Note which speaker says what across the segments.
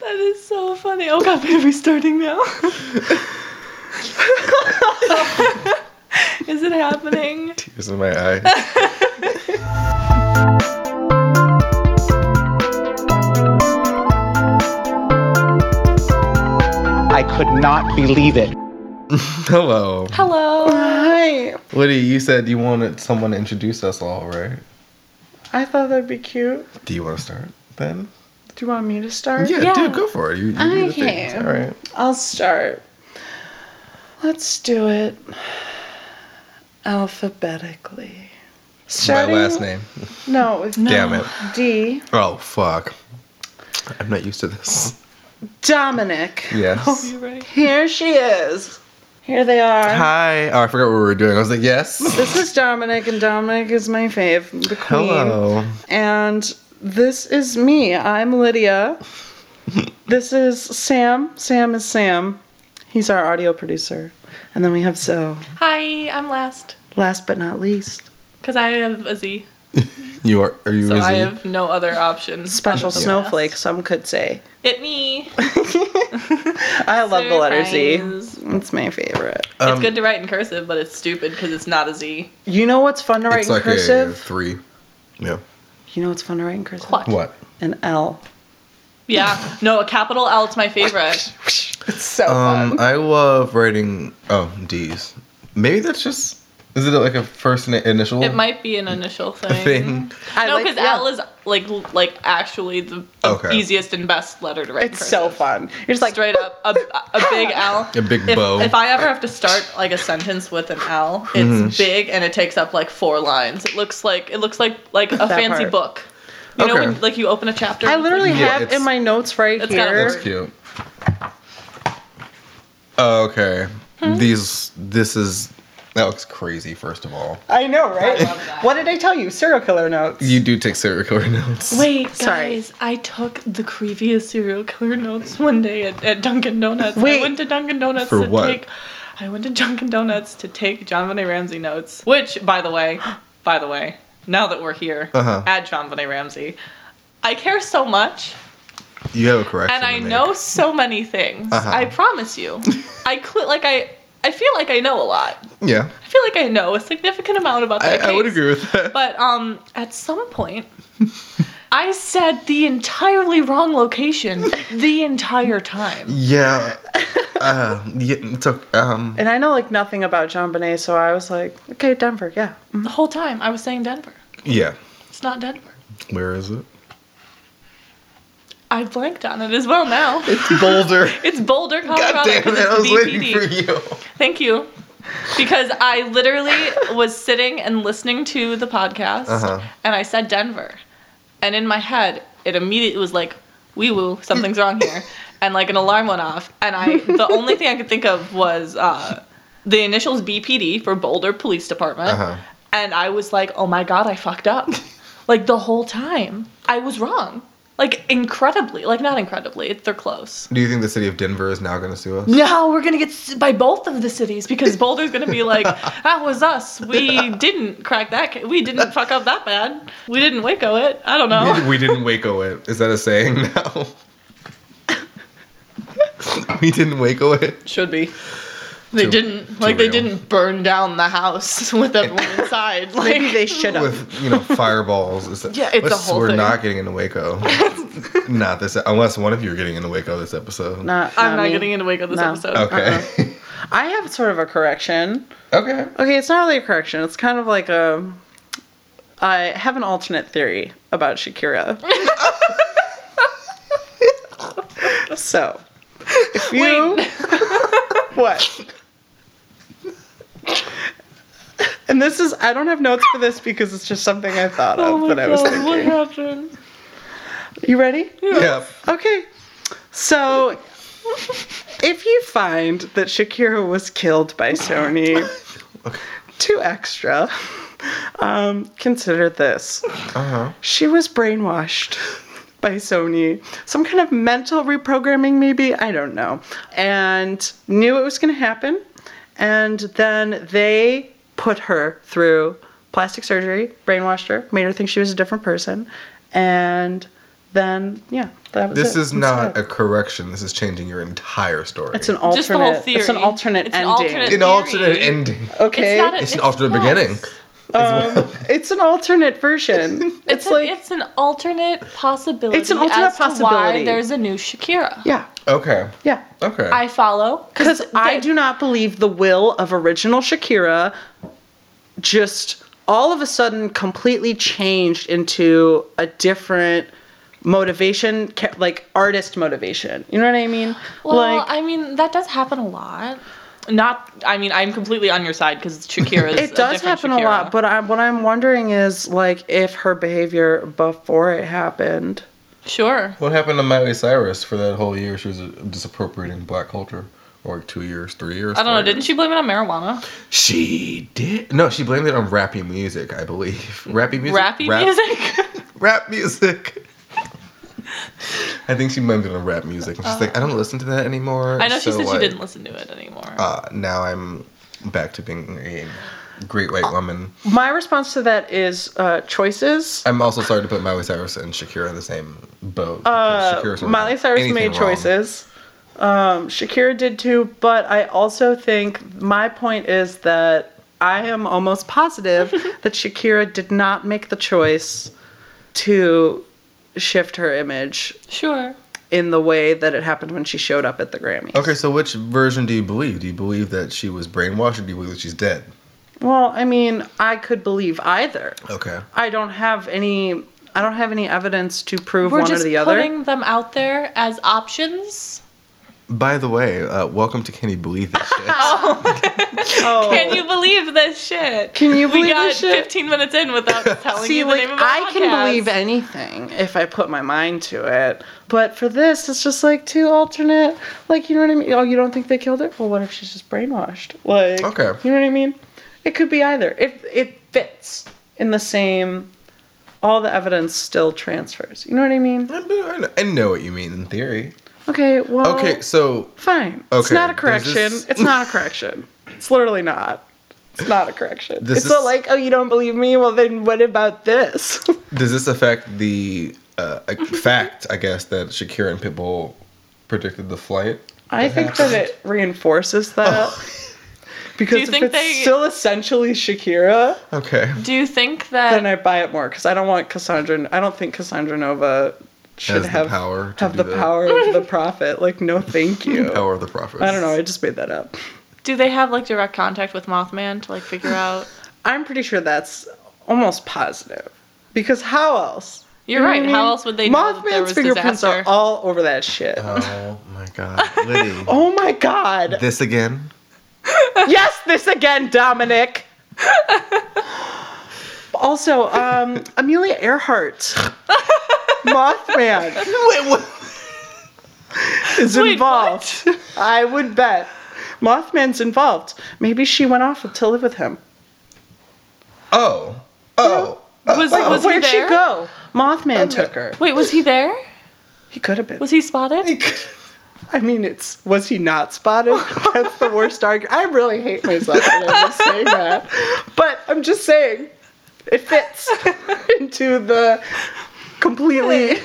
Speaker 1: That is so funny. Oh god, are we starting now? is it happening?
Speaker 2: Tears in my eye.
Speaker 3: I could not believe it.
Speaker 2: Hello.
Speaker 1: Hello.
Speaker 4: Hi.
Speaker 2: Woody, you said you wanted someone to introduce us all, right?
Speaker 4: I thought that'd be cute.
Speaker 2: Do you want to start then?
Speaker 4: Do you want me to start?
Speaker 2: Yeah,
Speaker 1: Yeah.
Speaker 2: dude, go for it. You, you do the things.
Speaker 4: Okay.
Speaker 2: All right.
Speaker 4: I'll start. Let's do it alphabetically. Starting,
Speaker 2: My last name.
Speaker 4: No, it's
Speaker 2: Damn it.
Speaker 4: D.
Speaker 2: Oh, fuck. I'm not used to this.
Speaker 4: Dominic.
Speaker 2: Yes.
Speaker 1: Oh, You ready?
Speaker 4: Here she is. Here they are.
Speaker 2: Hi. Oh, I forgot what we were doing. I was like, yes.
Speaker 4: This is Dominic, and Dominic is my fave, the queen.
Speaker 2: Hello.
Speaker 4: And this is me. I'm Lydia. this is Sam. Sam is Sam. He's our audio producer. And then we have Zoe.
Speaker 1: Hi, I'm last.
Speaker 4: Last but not least,
Speaker 1: Because I have a Z.
Speaker 2: You are. Are you
Speaker 1: So
Speaker 2: busy?
Speaker 1: I have no other option.
Speaker 4: special
Speaker 1: other than
Speaker 4: snowflake,
Speaker 1: last.
Speaker 4: some could say.
Speaker 1: Hit me.
Speaker 4: I love the letter Z.
Speaker 1: Surprise.
Speaker 4: It's my favorite.
Speaker 2: Um,
Speaker 1: it's good to write in cursive, but it's stupid because it's not a Z.
Speaker 4: You know what's fun to write
Speaker 2: It's
Speaker 4: in
Speaker 2: like a
Speaker 4: cursive?
Speaker 2: three. Yeah.
Speaker 4: You know what's fun to write in cursive?
Speaker 1: What?
Speaker 2: What?
Speaker 4: An L.
Speaker 1: Yeah. No, a capital L. It's my favorite.
Speaker 4: It's so
Speaker 2: Um,
Speaker 4: fun.
Speaker 2: I love writing. Oh, D's. Maybe that's just. Is it like a first na- initial?
Speaker 1: It might be an initial thing.
Speaker 2: Oh. Thing.
Speaker 4: I
Speaker 1: no,
Speaker 4: like-
Speaker 1: because
Speaker 4: yeah.
Speaker 1: L is like l- like actually the, the
Speaker 2: Okay.
Speaker 1: easiest and best letter to write. in
Speaker 4: It's so
Speaker 1: cursive.
Speaker 4: fun. You're just like,
Speaker 1: straight up a, a big L.
Speaker 2: A big
Speaker 1: if,
Speaker 2: bow.
Speaker 1: If I ever have to start like a sentence with an L, it's
Speaker 2: Mm-hmm.
Speaker 1: big and it takes up like four lines. It looks like it looks like like a
Speaker 4: That
Speaker 1: fancy
Speaker 4: part.
Speaker 1: book. You know
Speaker 2: Okay.
Speaker 1: when like you open a chapter.
Speaker 4: I
Speaker 1: and it's like-
Speaker 4: literally
Speaker 2: Yeah,
Speaker 4: have
Speaker 2: it's-
Speaker 4: in my notes right
Speaker 1: it's got a
Speaker 4: here.
Speaker 2: That's cute. Oh, Okay.
Speaker 1: Hmm?
Speaker 2: These. This is. That looks crazy. First of all,
Speaker 4: I know, right?
Speaker 1: love that.
Speaker 4: What did I tell you? Serial killer notes.
Speaker 2: you do take serial killer notes.
Speaker 1: Wait,
Speaker 4: Sorry.
Speaker 1: guys, I took the previous serial killer notes one day at, at Dunkin' Donuts. I
Speaker 4: Wait.
Speaker 1: went to Dunkin' Donuts
Speaker 2: For
Speaker 1: to
Speaker 2: what?
Speaker 1: take I went to Dunkin' Donuts to take John Benet Ramsey notes. Which, by the way, by the way, now that we're here
Speaker 2: Uh-huh.
Speaker 1: at John Benet Ramsey, I care so much
Speaker 2: You have a correction.
Speaker 1: and
Speaker 2: to
Speaker 1: I
Speaker 2: make.
Speaker 1: know so many things.
Speaker 2: Uh-huh.
Speaker 1: I promise you. I cl- like I I feel like I know a lot.
Speaker 2: Yeah,
Speaker 1: I feel like I know a significant amount about
Speaker 2: I,
Speaker 1: that
Speaker 2: I would
Speaker 1: case.
Speaker 2: agree with that.
Speaker 1: But um, at some point, I said the entirely wrong location the entire time.
Speaker 2: yeah. Uh, yeah. It's okay. Um.
Speaker 4: And I know like nothing about John Bonet, so I was like, okay, Denver, yeah.
Speaker 1: The whole time I was saying Denver.
Speaker 2: Yeah.
Speaker 1: It's not Denver.
Speaker 2: Where is it?
Speaker 1: I blanked on it as well now.
Speaker 2: Boulder.
Speaker 1: It's Boulder, Colorado.
Speaker 2: God damn
Speaker 1: 'cause
Speaker 2: it!
Speaker 1: it's
Speaker 2: I was
Speaker 1: BPD.
Speaker 2: waiting for you.
Speaker 1: Thank you. Because I literally was sitting and listening to the podcast
Speaker 2: Uh-huh.
Speaker 1: and I said Denver. And in my head, it immediately was like, wee woo, something's wrong here. And like an alarm went off. And I, the only thing I could think of was uh, the initials BPD for Boulder Police Department.
Speaker 2: Uh-huh.
Speaker 1: And I was like, oh my God, I fucked up. like the whole time, I was wrong. Like incredibly, like not incredibly, it, they're close.
Speaker 2: Do you think the city of Denver is now going to sue us?
Speaker 1: No, Oh, we're gonna get s- by both of the cities because Boulder's gonna be like, that was us. We didn't crack that. Ca- we didn't fuck up that bad. We didn't Waco it. I don't know.
Speaker 2: We didn't Waco it. Is that a saying now? we didn't Waco it.
Speaker 1: Should be. They
Speaker 2: Too-
Speaker 1: didn't
Speaker 2: too
Speaker 1: like they
Speaker 2: real.
Speaker 1: didn't burn down the house with everyone inside. Like
Speaker 4: Maybe they should have.
Speaker 2: With you know fireballs. Is that,
Speaker 1: Yeah, it's a
Speaker 2: Let's-
Speaker 1: whole
Speaker 2: We're
Speaker 1: thing.
Speaker 2: not getting into Waco. not this, unless one of you are getting into Waco this episode.
Speaker 4: Not,
Speaker 1: I'm not
Speaker 4: me.
Speaker 1: getting into Waco this
Speaker 4: No.
Speaker 1: episode. Uh,
Speaker 2: Okay.
Speaker 1: Uh-uh.
Speaker 4: I have sort of a correction.
Speaker 2: okay.
Speaker 4: Okay, it's not really a correction. It's kind of like a. I have an alternate theory about Shakira. so, if you
Speaker 1: Wait.
Speaker 4: what? And this is I don't have notes for this because it's just something I thought
Speaker 1: Oh
Speaker 4: of
Speaker 1: my
Speaker 4: that I was
Speaker 1: god, what
Speaker 4: thinking.
Speaker 1: happened?
Speaker 4: You ready?
Speaker 2: Yeah.
Speaker 4: Okay. So if you find that Shakira was killed by Sony,
Speaker 2: Okay.
Speaker 4: two extra, um, consider this.
Speaker 2: Uh huh.
Speaker 4: She was brainwashed by Sony, some kind of mental reprogramming, maybe, I don't know, and knew it was going to happen. And then they put her through plastic surgery, brainwashed her, made her think she was a different person, and then yeah, that was
Speaker 2: This
Speaker 4: it.
Speaker 2: is
Speaker 4: That's
Speaker 2: not
Speaker 4: it.
Speaker 2: a correction. This is changing your entire story.
Speaker 4: It's an alternate.
Speaker 1: Just the whole
Speaker 4: It's an
Speaker 1: theory.
Speaker 4: alternate
Speaker 1: It's an
Speaker 4: ending.
Speaker 1: alternate-
Speaker 2: an alternate
Speaker 1: theory.
Speaker 2: ending.
Speaker 4: okay.
Speaker 1: It's not a-
Speaker 2: It's an alternate
Speaker 1: not.
Speaker 2: beginning.
Speaker 4: Um, it's an alternate version. It's,
Speaker 1: It's, an,
Speaker 4: like
Speaker 1: it's an alternate possibility.
Speaker 4: It's an alternate
Speaker 1: as to
Speaker 4: possibility.
Speaker 1: why there's a new Shakira.
Speaker 4: yeah,
Speaker 2: Okay.
Speaker 4: yeah.
Speaker 2: Okay.
Speaker 1: I follow
Speaker 4: Because I
Speaker 1: they-
Speaker 4: do not believe the will of original Shakira just all of a sudden completely changed into a different motivation, ca- like artist motivation. You know what I mean?
Speaker 1: Well,
Speaker 4: like
Speaker 1: I mean that does happen a lot. Not, I mean, I'm completely on your side because Shakira. is
Speaker 4: it does happen a lot. But I, what I'm wondering is like if her behavior before it happened.
Speaker 1: sure.
Speaker 2: What happened to Miley Cyrus for that whole year? She was uh, just appropriating black culture. Or like two years, three years.
Speaker 1: I don't know.
Speaker 2: four
Speaker 1: Didn't
Speaker 2: years.
Speaker 1: she blame it on marijuana?
Speaker 2: She did. No, she blamed it on rappy music, I believe. Rappy music.
Speaker 1: Rappy
Speaker 2: Rap-
Speaker 1: music.
Speaker 2: Rap music. I think she blamed it on rap music. And she's like, I don't listen to that anymore.
Speaker 1: I know she
Speaker 2: so,
Speaker 1: said she
Speaker 2: like,
Speaker 1: didn't listen to it anymore.
Speaker 2: Uh, now I'm back to being a great white woman.
Speaker 4: My response to that is uh, choices.
Speaker 2: I'm also sorry to put Miley Cyrus and Shakira in the same boat.
Speaker 4: Uh,
Speaker 2: because Shakira's not
Speaker 4: Miley Cyrus
Speaker 2: anything
Speaker 4: made
Speaker 2: wrong.
Speaker 4: choices. Um, Shakira did too, but I also think my point is that I am almost positive that Shakira did not make the choice to shift her image
Speaker 1: sure.
Speaker 4: in the way that it happened when she showed up at the Grammys.
Speaker 2: Okay, so which version do you believe? Do you believe that she was brainwashed or do you believe that she's dead?
Speaker 4: Well, I mean, I could believe either.
Speaker 2: Okay.
Speaker 4: I don't have any. I don't have any evidence to prove
Speaker 1: We're
Speaker 4: one
Speaker 1: just
Speaker 4: or the other.
Speaker 1: putting them out there as options.
Speaker 2: By the way, uh, welcome to Can You Believe This Shit?
Speaker 4: Oh.
Speaker 1: Can you believe this shit?
Speaker 4: Can you
Speaker 1: we
Speaker 4: believe
Speaker 1: got
Speaker 4: this shit?
Speaker 1: 15 minutes in without telling
Speaker 4: See,
Speaker 1: you the
Speaker 4: like
Speaker 1: name of the
Speaker 4: I can
Speaker 1: podcast.
Speaker 4: believe anything if I put my mind to it, but for this, it's just like two alternate. Like you know what I mean? Oh, you don't think they killed her? Well, what if she's just brainwashed? Like
Speaker 2: Okay.
Speaker 4: you know what I mean? It could be either. If it fits in the same, all the evidence still transfers. You know what I mean?
Speaker 2: I know- I know- I know what you mean in theory.
Speaker 4: Okay. Well.
Speaker 2: Okay, so
Speaker 4: Fine. It's
Speaker 2: Okay,
Speaker 4: not a
Speaker 2: there's
Speaker 4: correction.
Speaker 2: this-
Speaker 4: It's not a correction. It's literally not. It's not a correction.
Speaker 2: This
Speaker 4: it's not
Speaker 2: is-
Speaker 4: like, oh, you don't believe me? Well, then what about this?
Speaker 2: does this affect the uh, like, fact, I guess, that Shakira and Pitbull predicted the flight?
Speaker 4: I think that it reinforces
Speaker 2: Oh.
Speaker 4: that.
Speaker 1: Do
Speaker 4: Because
Speaker 1: you
Speaker 4: if
Speaker 1: think
Speaker 4: it's
Speaker 1: they-
Speaker 4: still essentially Shakira,
Speaker 2: Okay.
Speaker 1: Do you think that
Speaker 4: then I buy it more because I don't want Cassandra. I don't think Cassandra Nova should
Speaker 2: Has the
Speaker 4: have
Speaker 2: power to
Speaker 4: have
Speaker 2: do
Speaker 4: the
Speaker 2: that.
Speaker 4: power of the prophet. Like, no, thank you.
Speaker 2: Power of the prophets.
Speaker 4: I don't know. I just made that up.
Speaker 1: do they have like direct contact with Mothman to like figure out?
Speaker 4: I'm pretty sure that's almost positive because how else?
Speaker 1: You're
Speaker 4: know
Speaker 1: right.
Speaker 4: what I
Speaker 1: How
Speaker 4: mean?
Speaker 1: else would they know that there
Speaker 4: Mothman's
Speaker 1: was
Speaker 4: fingerprints
Speaker 1: disaster?
Speaker 4: are all over that shit.
Speaker 2: Oh my god. Liddy.
Speaker 4: oh my god.
Speaker 2: This again?
Speaker 4: yes, this again, Dominic. also, um, Amelia Earhart, Mothman,
Speaker 2: Wait, what?
Speaker 4: is
Speaker 1: Wait,
Speaker 4: involved. I would bet Mothman's involved. Maybe she went off to live with him.
Speaker 2: Oh. Oh.
Speaker 1: Was, was he
Speaker 4: Where'd she
Speaker 1: there?
Speaker 4: go? Mothman took her.
Speaker 1: Wait, was he there?
Speaker 4: He could have been.
Speaker 1: Was he spotted?
Speaker 4: I mean, it's was he not spotted? That's the worst argument. I really hate myself when I'm saying that, but I'm just saying it fits into the completely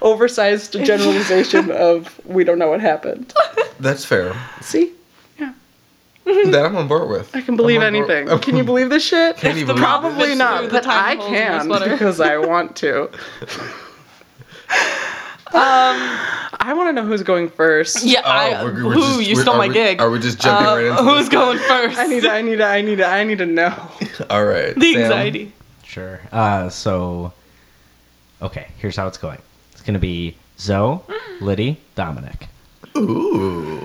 Speaker 4: oversized generalization of we don't know what happened.
Speaker 2: That's fair.
Speaker 4: See,
Speaker 2: That I'm on board with.
Speaker 4: I can believe
Speaker 2: I'm on board-
Speaker 4: anything. Can you believe this shit?
Speaker 2: Can you
Speaker 1: The
Speaker 2: believe
Speaker 1: problem
Speaker 2: this?
Speaker 4: Probably
Speaker 1: Fits
Speaker 4: not,
Speaker 1: through the
Speaker 4: but
Speaker 1: tiny
Speaker 4: I
Speaker 1: holes in your
Speaker 4: can
Speaker 1: sweater.
Speaker 4: because I want to. Um,
Speaker 1: Um,
Speaker 4: I want to know who's going first.
Speaker 1: Yeah,
Speaker 2: Oh,
Speaker 1: I,
Speaker 2: we're- we're
Speaker 1: who
Speaker 2: just-
Speaker 1: you
Speaker 2: we're-
Speaker 1: stole
Speaker 2: are
Speaker 1: my
Speaker 2: we-
Speaker 1: gig.
Speaker 2: Are we just jumping
Speaker 1: Uh,
Speaker 2: right into
Speaker 1: who's going first?
Speaker 4: I need, to, I need, to, I need, to, I need to know.
Speaker 2: All right.
Speaker 1: the
Speaker 2: Sam.
Speaker 1: anxiety.
Speaker 5: Sure. Uh, so, okay, here's how it's going. It's going to be Zoe, Liddy, Dominic.
Speaker 2: Ooh.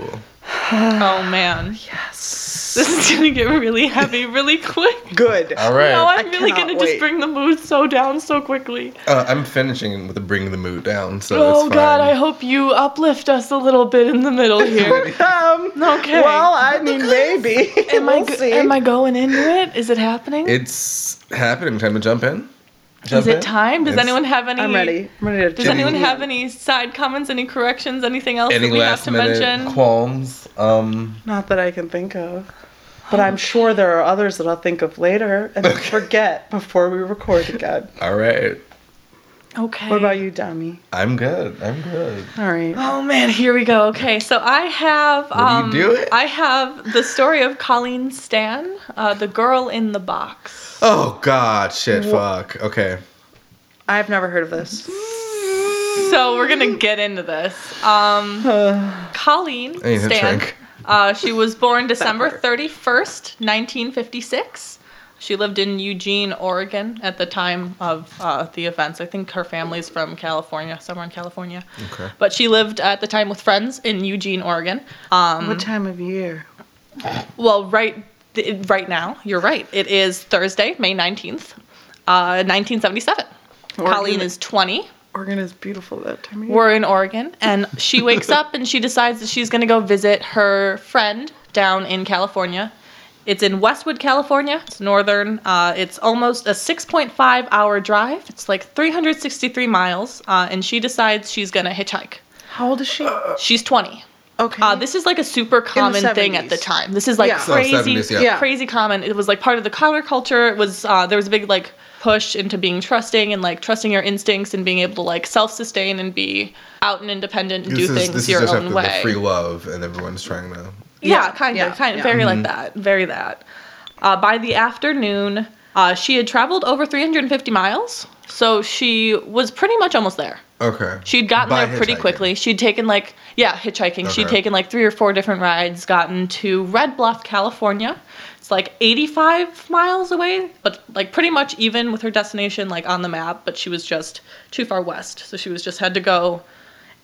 Speaker 1: Oh man,
Speaker 4: Yes.
Speaker 1: this is gonna get really heavy really quick.
Speaker 4: Good.
Speaker 2: All right.
Speaker 1: No,
Speaker 4: I
Speaker 1: I'm really
Speaker 4: cannot
Speaker 1: gonna
Speaker 4: wait.
Speaker 1: just bring the mood so down so quickly.
Speaker 2: Uh, I'm finishing with the bringing the mood down, so
Speaker 1: oh
Speaker 2: it's
Speaker 1: God, I
Speaker 2: fine.
Speaker 1: hope you uplift us a little bit in the middle here.
Speaker 4: Um,
Speaker 1: Okay.
Speaker 4: Well, I mean, maybe.
Speaker 1: am I
Speaker 4: we'll
Speaker 1: go-
Speaker 4: see.
Speaker 1: am I going into it? Is it happening?
Speaker 2: It's happening. Time to jump in. Jump
Speaker 1: Is it
Speaker 2: in?
Speaker 1: time? Does
Speaker 2: It's-
Speaker 1: anyone have any?
Speaker 4: I'm ready. I'm ready to
Speaker 1: Does
Speaker 4: jump
Speaker 1: anyone
Speaker 4: in.
Speaker 1: have any side comments? Any corrections? Anything else
Speaker 2: Any
Speaker 1: that we have
Speaker 2: last
Speaker 1: to
Speaker 2: minute
Speaker 1: mention?
Speaker 2: qualms? Um,
Speaker 4: Not that I can think of. But I'm sure there are others that I'll think of later and then forget before we record again.
Speaker 2: all right.
Speaker 1: Okay.
Speaker 4: What about you, Dami?
Speaker 2: I'm good. I'm good.
Speaker 4: All right.
Speaker 1: Oh man, here we go. Okay, so I have
Speaker 2: do you
Speaker 1: um,
Speaker 2: do it?
Speaker 1: I have the story of Colleen Stan, uh, the girl in the box.
Speaker 2: Oh God, shit, fuck. Okay.
Speaker 4: I've never heard of this.
Speaker 1: So we're gonna get into this. Um,
Speaker 4: Uh,
Speaker 1: Colleen
Speaker 2: I need a
Speaker 1: Stan.
Speaker 2: drink.
Speaker 1: Uh, she was born December
Speaker 4: part.
Speaker 1: 31st, 1956. She lived in Eugene, Oregon at the time of uh, the events. I think her family's from California, somewhere in California.
Speaker 2: Okay.
Speaker 1: But she lived at the time with friends in Eugene, Oregon. Um,
Speaker 4: What time of year?
Speaker 1: Well, right, th- right now, you're right. It is Thursday, May 19th, uh, 1977.
Speaker 4: Oregon.
Speaker 1: Colleen is 20.
Speaker 4: Oregon is beautiful that time of year.
Speaker 1: We're in Oregon, and she wakes up and she decides that she's going to go visit her friend down in California. It's in Westwood, California. It's northern. Uh, it's almost a 6.5 hour drive. It's like 363 miles, uh, and she decides she's going to hitchhike.
Speaker 4: How old is she?
Speaker 1: She's 20.
Speaker 4: Okay.
Speaker 1: Uh, this is like a super common thing at the
Speaker 4: 70s.
Speaker 1: time. This is like
Speaker 4: Yeah. So
Speaker 1: crazy,
Speaker 2: 70s, yeah.
Speaker 4: Yeah.
Speaker 1: crazy common. It was like part of the counterculture. It was uh, there was a big like push into being trusting and like trusting your instincts and being able to like self-sustain and be out and independent and
Speaker 2: This
Speaker 1: do
Speaker 2: is
Speaker 1: things
Speaker 2: this is
Speaker 1: your
Speaker 2: just
Speaker 1: own
Speaker 2: after the
Speaker 1: way.
Speaker 2: free love, and everyone's trying to.
Speaker 1: Yeah,
Speaker 4: Yeah,
Speaker 1: kind of,
Speaker 4: yeah,
Speaker 1: kind of,
Speaker 4: yeah.
Speaker 1: very like
Speaker 2: Mm-hmm.
Speaker 1: that, very that. Uh, by the afternoon, uh, she had traveled over 350 miles, so she was pretty much almost there.
Speaker 2: Okay.
Speaker 1: She'd gotten
Speaker 2: By
Speaker 1: there pretty
Speaker 2: hitchhiking.
Speaker 1: quickly. She'd taken like yeah, hitchhiking. She'd
Speaker 2: Okay.
Speaker 1: taken like three or four different rides, gotten to Red Bluff, California. It's like 85 miles away, but like pretty much even with her destination like on the map, but she was just too far west. So she was just had to go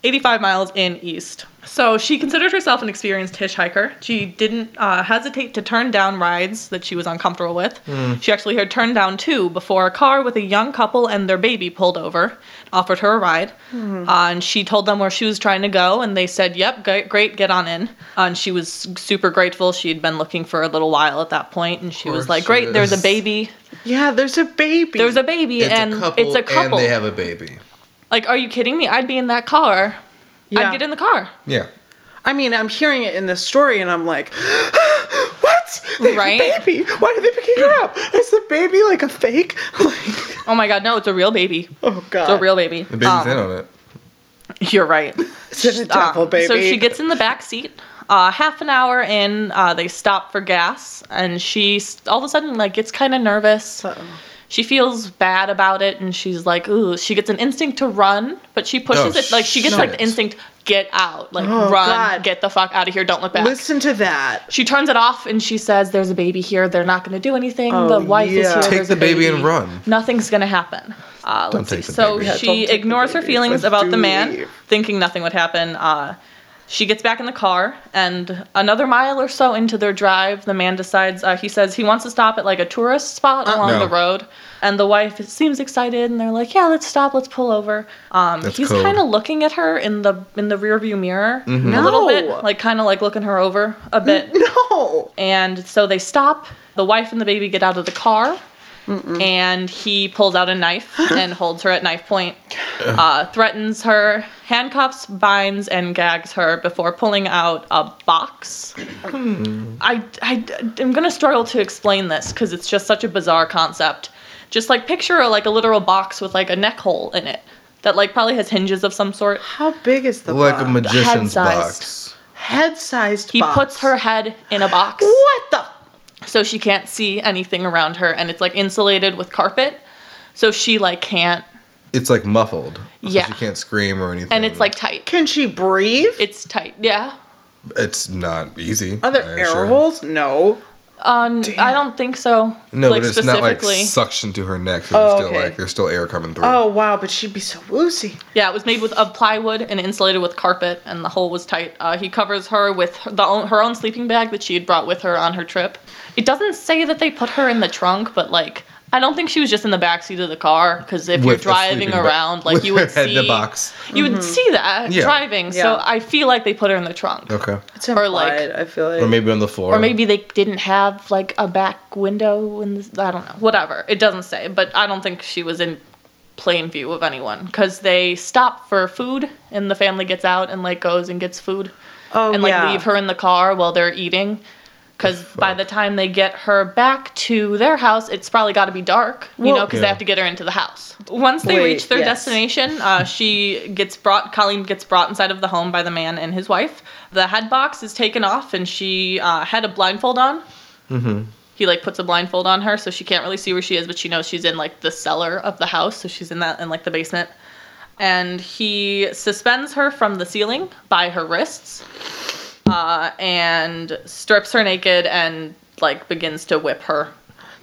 Speaker 1: 85 miles in east. So she considered herself an experienced hitchhiker. She didn't uh, hesitate to turn down rides that she was uncomfortable with.
Speaker 2: Hmm.
Speaker 1: She actually had turned down two before a car with a young couple and their baby pulled over, offered her a ride. Uh, and she told them where she was trying to go, and they said, Yep, g- great, get on in. Uh, and she was super grateful. She had been looking for a little while at that point, and she was
Speaker 2: course
Speaker 1: like,
Speaker 2: she
Speaker 1: Great, there's a
Speaker 2: is.
Speaker 1: baby.
Speaker 4: yeah, there's a baby.
Speaker 1: There's a baby, and it's a couple.
Speaker 2: and they have a baby.
Speaker 1: like, are you kidding me? I'd be in that car.
Speaker 4: Yeah.
Speaker 1: I'd get in the car.
Speaker 2: Yeah.
Speaker 4: I mean, I'm hearing it in this story, and I'm like, what? They have
Speaker 1: Right?
Speaker 4: a baby. Why are they picking her up? Is the baby like a fake? Like,
Speaker 1: Oh my god, no, it's a real baby.
Speaker 4: oh god.
Speaker 1: It's a real baby.
Speaker 2: The baby's
Speaker 1: Um,
Speaker 2: in on it.
Speaker 1: You're right.
Speaker 4: Is it a devil
Speaker 1: Um,
Speaker 4: baby?
Speaker 1: So she gets in the back seat. Uh, half an hour in, uh, they stop for gas, and she s- all of a sudden like gets kind of nervous.
Speaker 4: Uh-oh.
Speaker 1: She feels bad about it, and she's like, "Ooh!" She gets an instinct to run, but she pushes
Speaker 2: Oh,
Speaker 1: it like she gets like the
Speaker 2: shit.
Speaker 1: instinct, "Get out! Like
Speaker 4: Oh,
Speaker 1: run!
Speaker 4: God.
Speaker 1: Get the fuck out of here! Don't look back."
Speaker 4: Listen to that.
Speaker 1: She turns it off, and she says, "There's a baby here. They're not going to do anything.
Speaker 4: Oh,
Speaker 1: the wife is
Speaker 4: yeah.
Speaker 1: here.
Speaker 4: Take
Speaker 1: there's
Speaker 2: the
Speaker 1: a
Speaker 2: baby and run.
Speaker 1: Nothing's going to happen." Uh,
Speaker 2: Don't
Speaker 1: let's
Speaker 2: take
Speaker 1: see.
Speaker 2: the
Speaker 1: So
Speaker 2: baby. Yeah,
Speaker 4: don't
Speaker 1: she
Speaker 4: take the
Speaker 1: ignores her
Speaker 4: baby.
Speaker 1: feelings
Speaker 4: Let's
Speaker 1: about the man,
Speaker 4: leave.
Speaker 1: thinking nothing would happen. Uh, she gets back in the car, and another mile or so into their drive, the man decides uh, he says he wants to stop at like a tourist spot along
Speaker 2: Uh, No.
Speaker 1: the road. And the wife seems excited, and they're like, "Yeah, let's stop. Let's pull over." Um,
Speaker 2: That's
Speaker 1: he's
Speaker 2: code.
Speaker 1: kind of looking at her in the in the rearview mirror
Speaker 2: Mm-hmm.
Speaker 1: a little
Speaker 4: No.
Speaker 1: bit, like kind of like looking her over a bit.
Speaker 4: No.
Speaker 1: And so they stop. The wife and the baby get out of the car. And he pulls out a knife and holds her at knife point, uh, threatens her, handcuffs, binds, and gags her before pulling out a box. I, I, I'm gonna struggle to explain this because it's just such a bizarre concept. Just like picture like a literal box with like a neck hole in it that like probably has hinges of some sort.
Speaker 4: How big is the
Speaker 2: Like
Speaker 4: box?
Speaker 2: a magician's
Speaker 1: Head-sized.
Speaker 2: box.
Speaker 4: head-sized
Speaker 1: He
Speaker 4: box?
Speaker 1: puts her head in a box.
Speaker 4: What the?
Speaker 1: so she can't see anything around her and it's like insulated with carpet so she like can't
Speaker 2: It's like muffled.
Speaker 1: Yeah.
Speaker 2: So she can't scream or anything.
Speaker 1: and it's like tight
Speaker 4: Can she breathe?
Speaker 1: it's tight yeah
Speaker 2: It's not easy.
Speaker 4: Are there
Speaker 2: I
Speaker 4: air
Speaker 2: assure.
Speaker 4: holes? No.
Speaker 1: um i don't think so
Speaker 2: No,
Speaker 1: like
Speaker 2: but it's not like
Speaker 1: specifically
Speaker 2: suction to her neck. So
Speaker 4: Oh,
Speaker 2: there's still
Speaker 4: okay.
Speaker 2: like there's still air coming through.
Speaker 4: Oh wow, but she'd be so woozy.
Speaker 1: yeah it was made with of plywood and insulated with carpet and the hole was tight uh, he covers her with her, the own, her own sleeping bag that she had brought with her on her trip it doesn't say that they put her in the trunk but like I don't think she was just in the backseat of the car because if you're
Speaker 2: With a
Speaker 1: driving
Speaker 2: sleeping bag-
Speaker 1: around, like
Speaker 2: with
Speaker 1: you would
Speaker 2: her head
Speaker 1: see
Speaker 2: in a box.
Speaker 1: you would see that
Speaker 2: Yeah.
Speaker 1: driving. So
Speaker 4: Yeah.
Speaker 1: I feel like they put her in the trunk.
Speaker 2: Okay.
Speaker 4: It's
Speaker 1: Or,
Speaker 4: implied,
Speaker 1: like-
Speaker 4: I feel like.
Speaker 2: Or maybe on the floor.
Speaker 1: or maybe they didn't have like a back window in the, I don't know whatever it doesn't say but I don't think she was in plain view of anyone because they stop for food and the family gets out and like goes and gets food
Speaker 4: oh
Speaker 1: and like
Speaker 4: yeah.
Speaker 1: leave her in the car while they're eating Because by the time they get her back to their house, it's probably got to be dark, you know, 'cause know, because they
Speaker 2: Yeah.
Speaker 1: have to get her into the house. Once they
Speaker 4: Wait,
Speaker 1: reach their
Speaker 4: yes.
Speaker 1: destination, uh, she gets brought, Colleen gets brought inside of the home by the man and his wife. The head box is taken off, and she uh, had a blindfold on.
Speaker 4: Mm-hmm.
Speaker 1: He like puts a blindfold on her, so she can't really see where she is, but she knows she's in like the cellar of the house, so she's in that in like the basement. And he suspends her from the ceiling by her wrists uh, and strips her naked and like begins to whip her.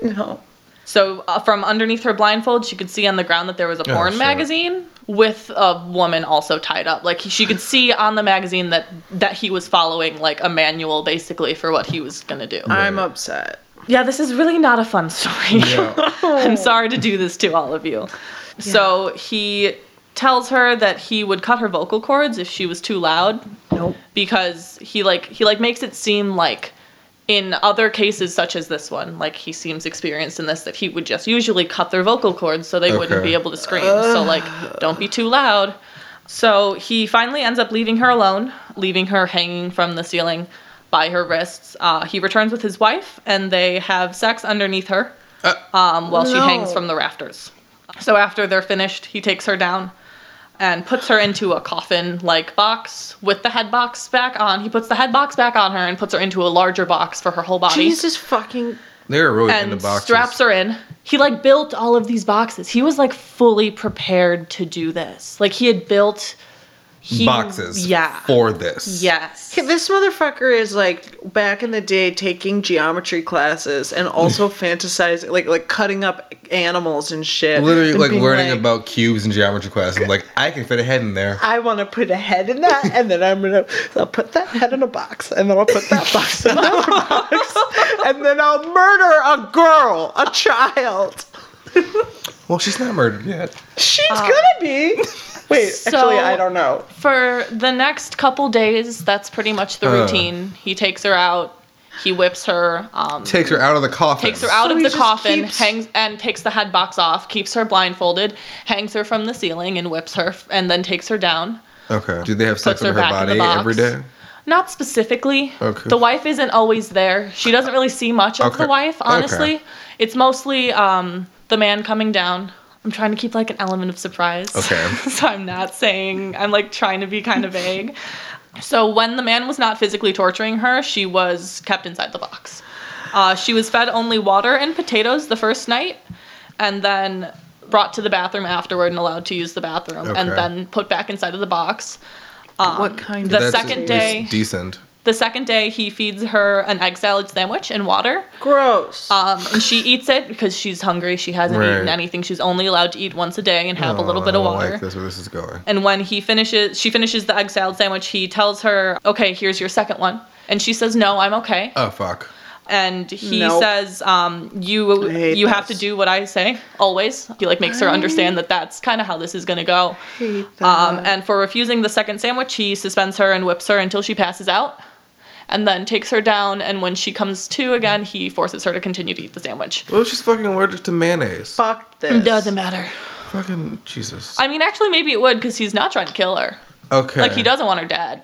Speaker 4: No.
Speaker 1: So uh, from underneath her blindfold, she could see on the ground that there was a porn
Speaker 2: shit.
Speaker 1: magazine with a woman also tied up. Like she could see on the magazine that that he was following like a manual basically for what he was gonna do.
Speaker 4: I'm upset.
Speaker 1: yeah, this is really not a fun story.
Speaker 2: Yeah.
Speaker 1: I'm sorry to do this to all of you. So he tells her that he would cut her vocal cords if she was too loud
Speaker 4: Nope.
Speaker 1: because he like he like makes it seem like in other cases such as this one like he seems experienced in this that he would just usually cut their vocal cords so they wouldn't
Speaker 2: Okay.
Speaker 1: be able to scream so like don't be too loud so he finally ends up leaving her alone leaving her hanging from the ceiling by her wrists uh, he returns with his wife and they have sex underneath her
Speaker 2: Uh,
Speaker 1: um, while she hangs
Speaker 4: No.
Speaker 1: from the rafters so after they're finished he takes her down and puts her into a coffin like box with the head box back on. He puts the head box back on her and puts her into a larger box for her whole body.
Speaker 4: Jesus fucking.
Speaker 2: They're really in the
Speaker 1: and
Speaker 2: boxes.
Speaker 1: straps her in. He like built all of these boxes. He was like fully prepared to do this. Like he had built he,
Speaker 2: boxes
Speaker 1: Yeah.
Speaker 2: for this.
Speaker 1: yes.
Speaker 4: This motherfucker is like back in the day taking geometry classes and also fantasizing, like like cutting up animals and shit.
Speaker 2: Literally,
Speaker 4: and
Speaker 2: like
Speaker 4: being
Speaker 2: learning
Speaker 4: like,
Speaker 2: about cubes and geometry class. I'm like, I can fit a head in there.
Speaker 4: I want to put a head in that, and then I'm gonna I'll put that head in a box, and then I'll put that box in another box, and then I'll murder a girl, a child.
Speaker 2: Well, she's not murdered yet.
Speaker 4: She's gonna be. Wait, actually,
Speaker 1: so-
Speaker 4: I don't know.
Speaker 1: For the next couple days, that's pretty much the
Speaker 2: Uh.
Speaker 1: routine. He takes her out. He whips her. Um,
Speaker 2: Takes her out of the coffin.
Speaker 1: takes her out
Speaker 4: So
Speaker 1: of
Speaker 4: he
Speaker 1: the
Speaker 4: just
Speaker 1: coffin,
Speaker 4: keeps-
Speaker 1: hangs and takes the head box off, keeps her blindfolded, hangs her from the ceiling and whips her f- and then takes her down.
Speaker 2: Okay. Do they have sex
Speaker 1: Puts
Speaker 2: in
Speaker 1: her
Speaker 2: her
Speaker 1: back in the
Speaker 2: body
Speaker 1: box.
Speaker 2: every day?
Speaker 1: Not specifically.
Speaker 2: Okay.
Speaker 1: The wife isn't always there. She doesn't really see much of the
Speaker 2: Okay.
Speaker 1: wife, honestly.
Speaker 2: Okay.
Speaker 1: It's mostly um, the man coming down. I'm trying to keep like an element of surprise.
Speaker 2: Okay.
Speaker 1: so I'm not saying I'm like trying to be kind of vague. So when the man was not physically torturing her, she was kept inside the box. Uh, she was fed only water and potatoes the first night, and then brought to the bathroom afterward and allowed to use the bathroom, and
Speaker 2: Okay.
Speaker 1: then put back inside of the box. Um,
Speaker 4: What kind
Speaker 1: the
Speaker 4: of-
Speaker 1: second
Speaker 2: it's
Speaker 1: day
Speaker 2: decent.
Speaker 1: the second day he feeds her an egg salad sandwich and water
Speaker 4: Gross.
Speaker 1: um, and she eats it because she's hungry she hasn't
Speaker 2: Right.
Speaker 1: eaten anything she's only allowed to eat once a day and have a little
Speaker 2: Oh,
Speaker 1: bit of
Speaker 2: I don't
Speaker 1: water
Speaker 2: like this where this is going.
Speaker 1: and when he finishes she finishes the egg salad sandwich he tells her okay here's your second one and she says no i'm okay
Speaker 2: Oh fuck.
Speaker 1: and he
Speaker 4: Nope.
Speaker 1: says um, you
Speaker 4: I hate
Speaker 1: you have to
Speaker 4: this.
Speaker 1: do what i say always he like makes her understand that that's kind of how this is going to go
Speaker 4: Hate that.
Speaker 1: um, and for refusing the second sandwich, he suspends her and whips her until she passes out, and then takes her down. And when she comes to again, he forces her to continue to eat the sandwich.
Speaker 2: Well, she's fucking allergic to mayonnaise.
Speaker 4: Fuck this.
Speaker 1: Doesn't matter.
Speaker 2: Fucking Jesus.
Speaker 1: I mean, actually, maybe it would because he's not trying to kill her.
Speaker 2: okay.
Speaker 1: Like he doesn't want her dead.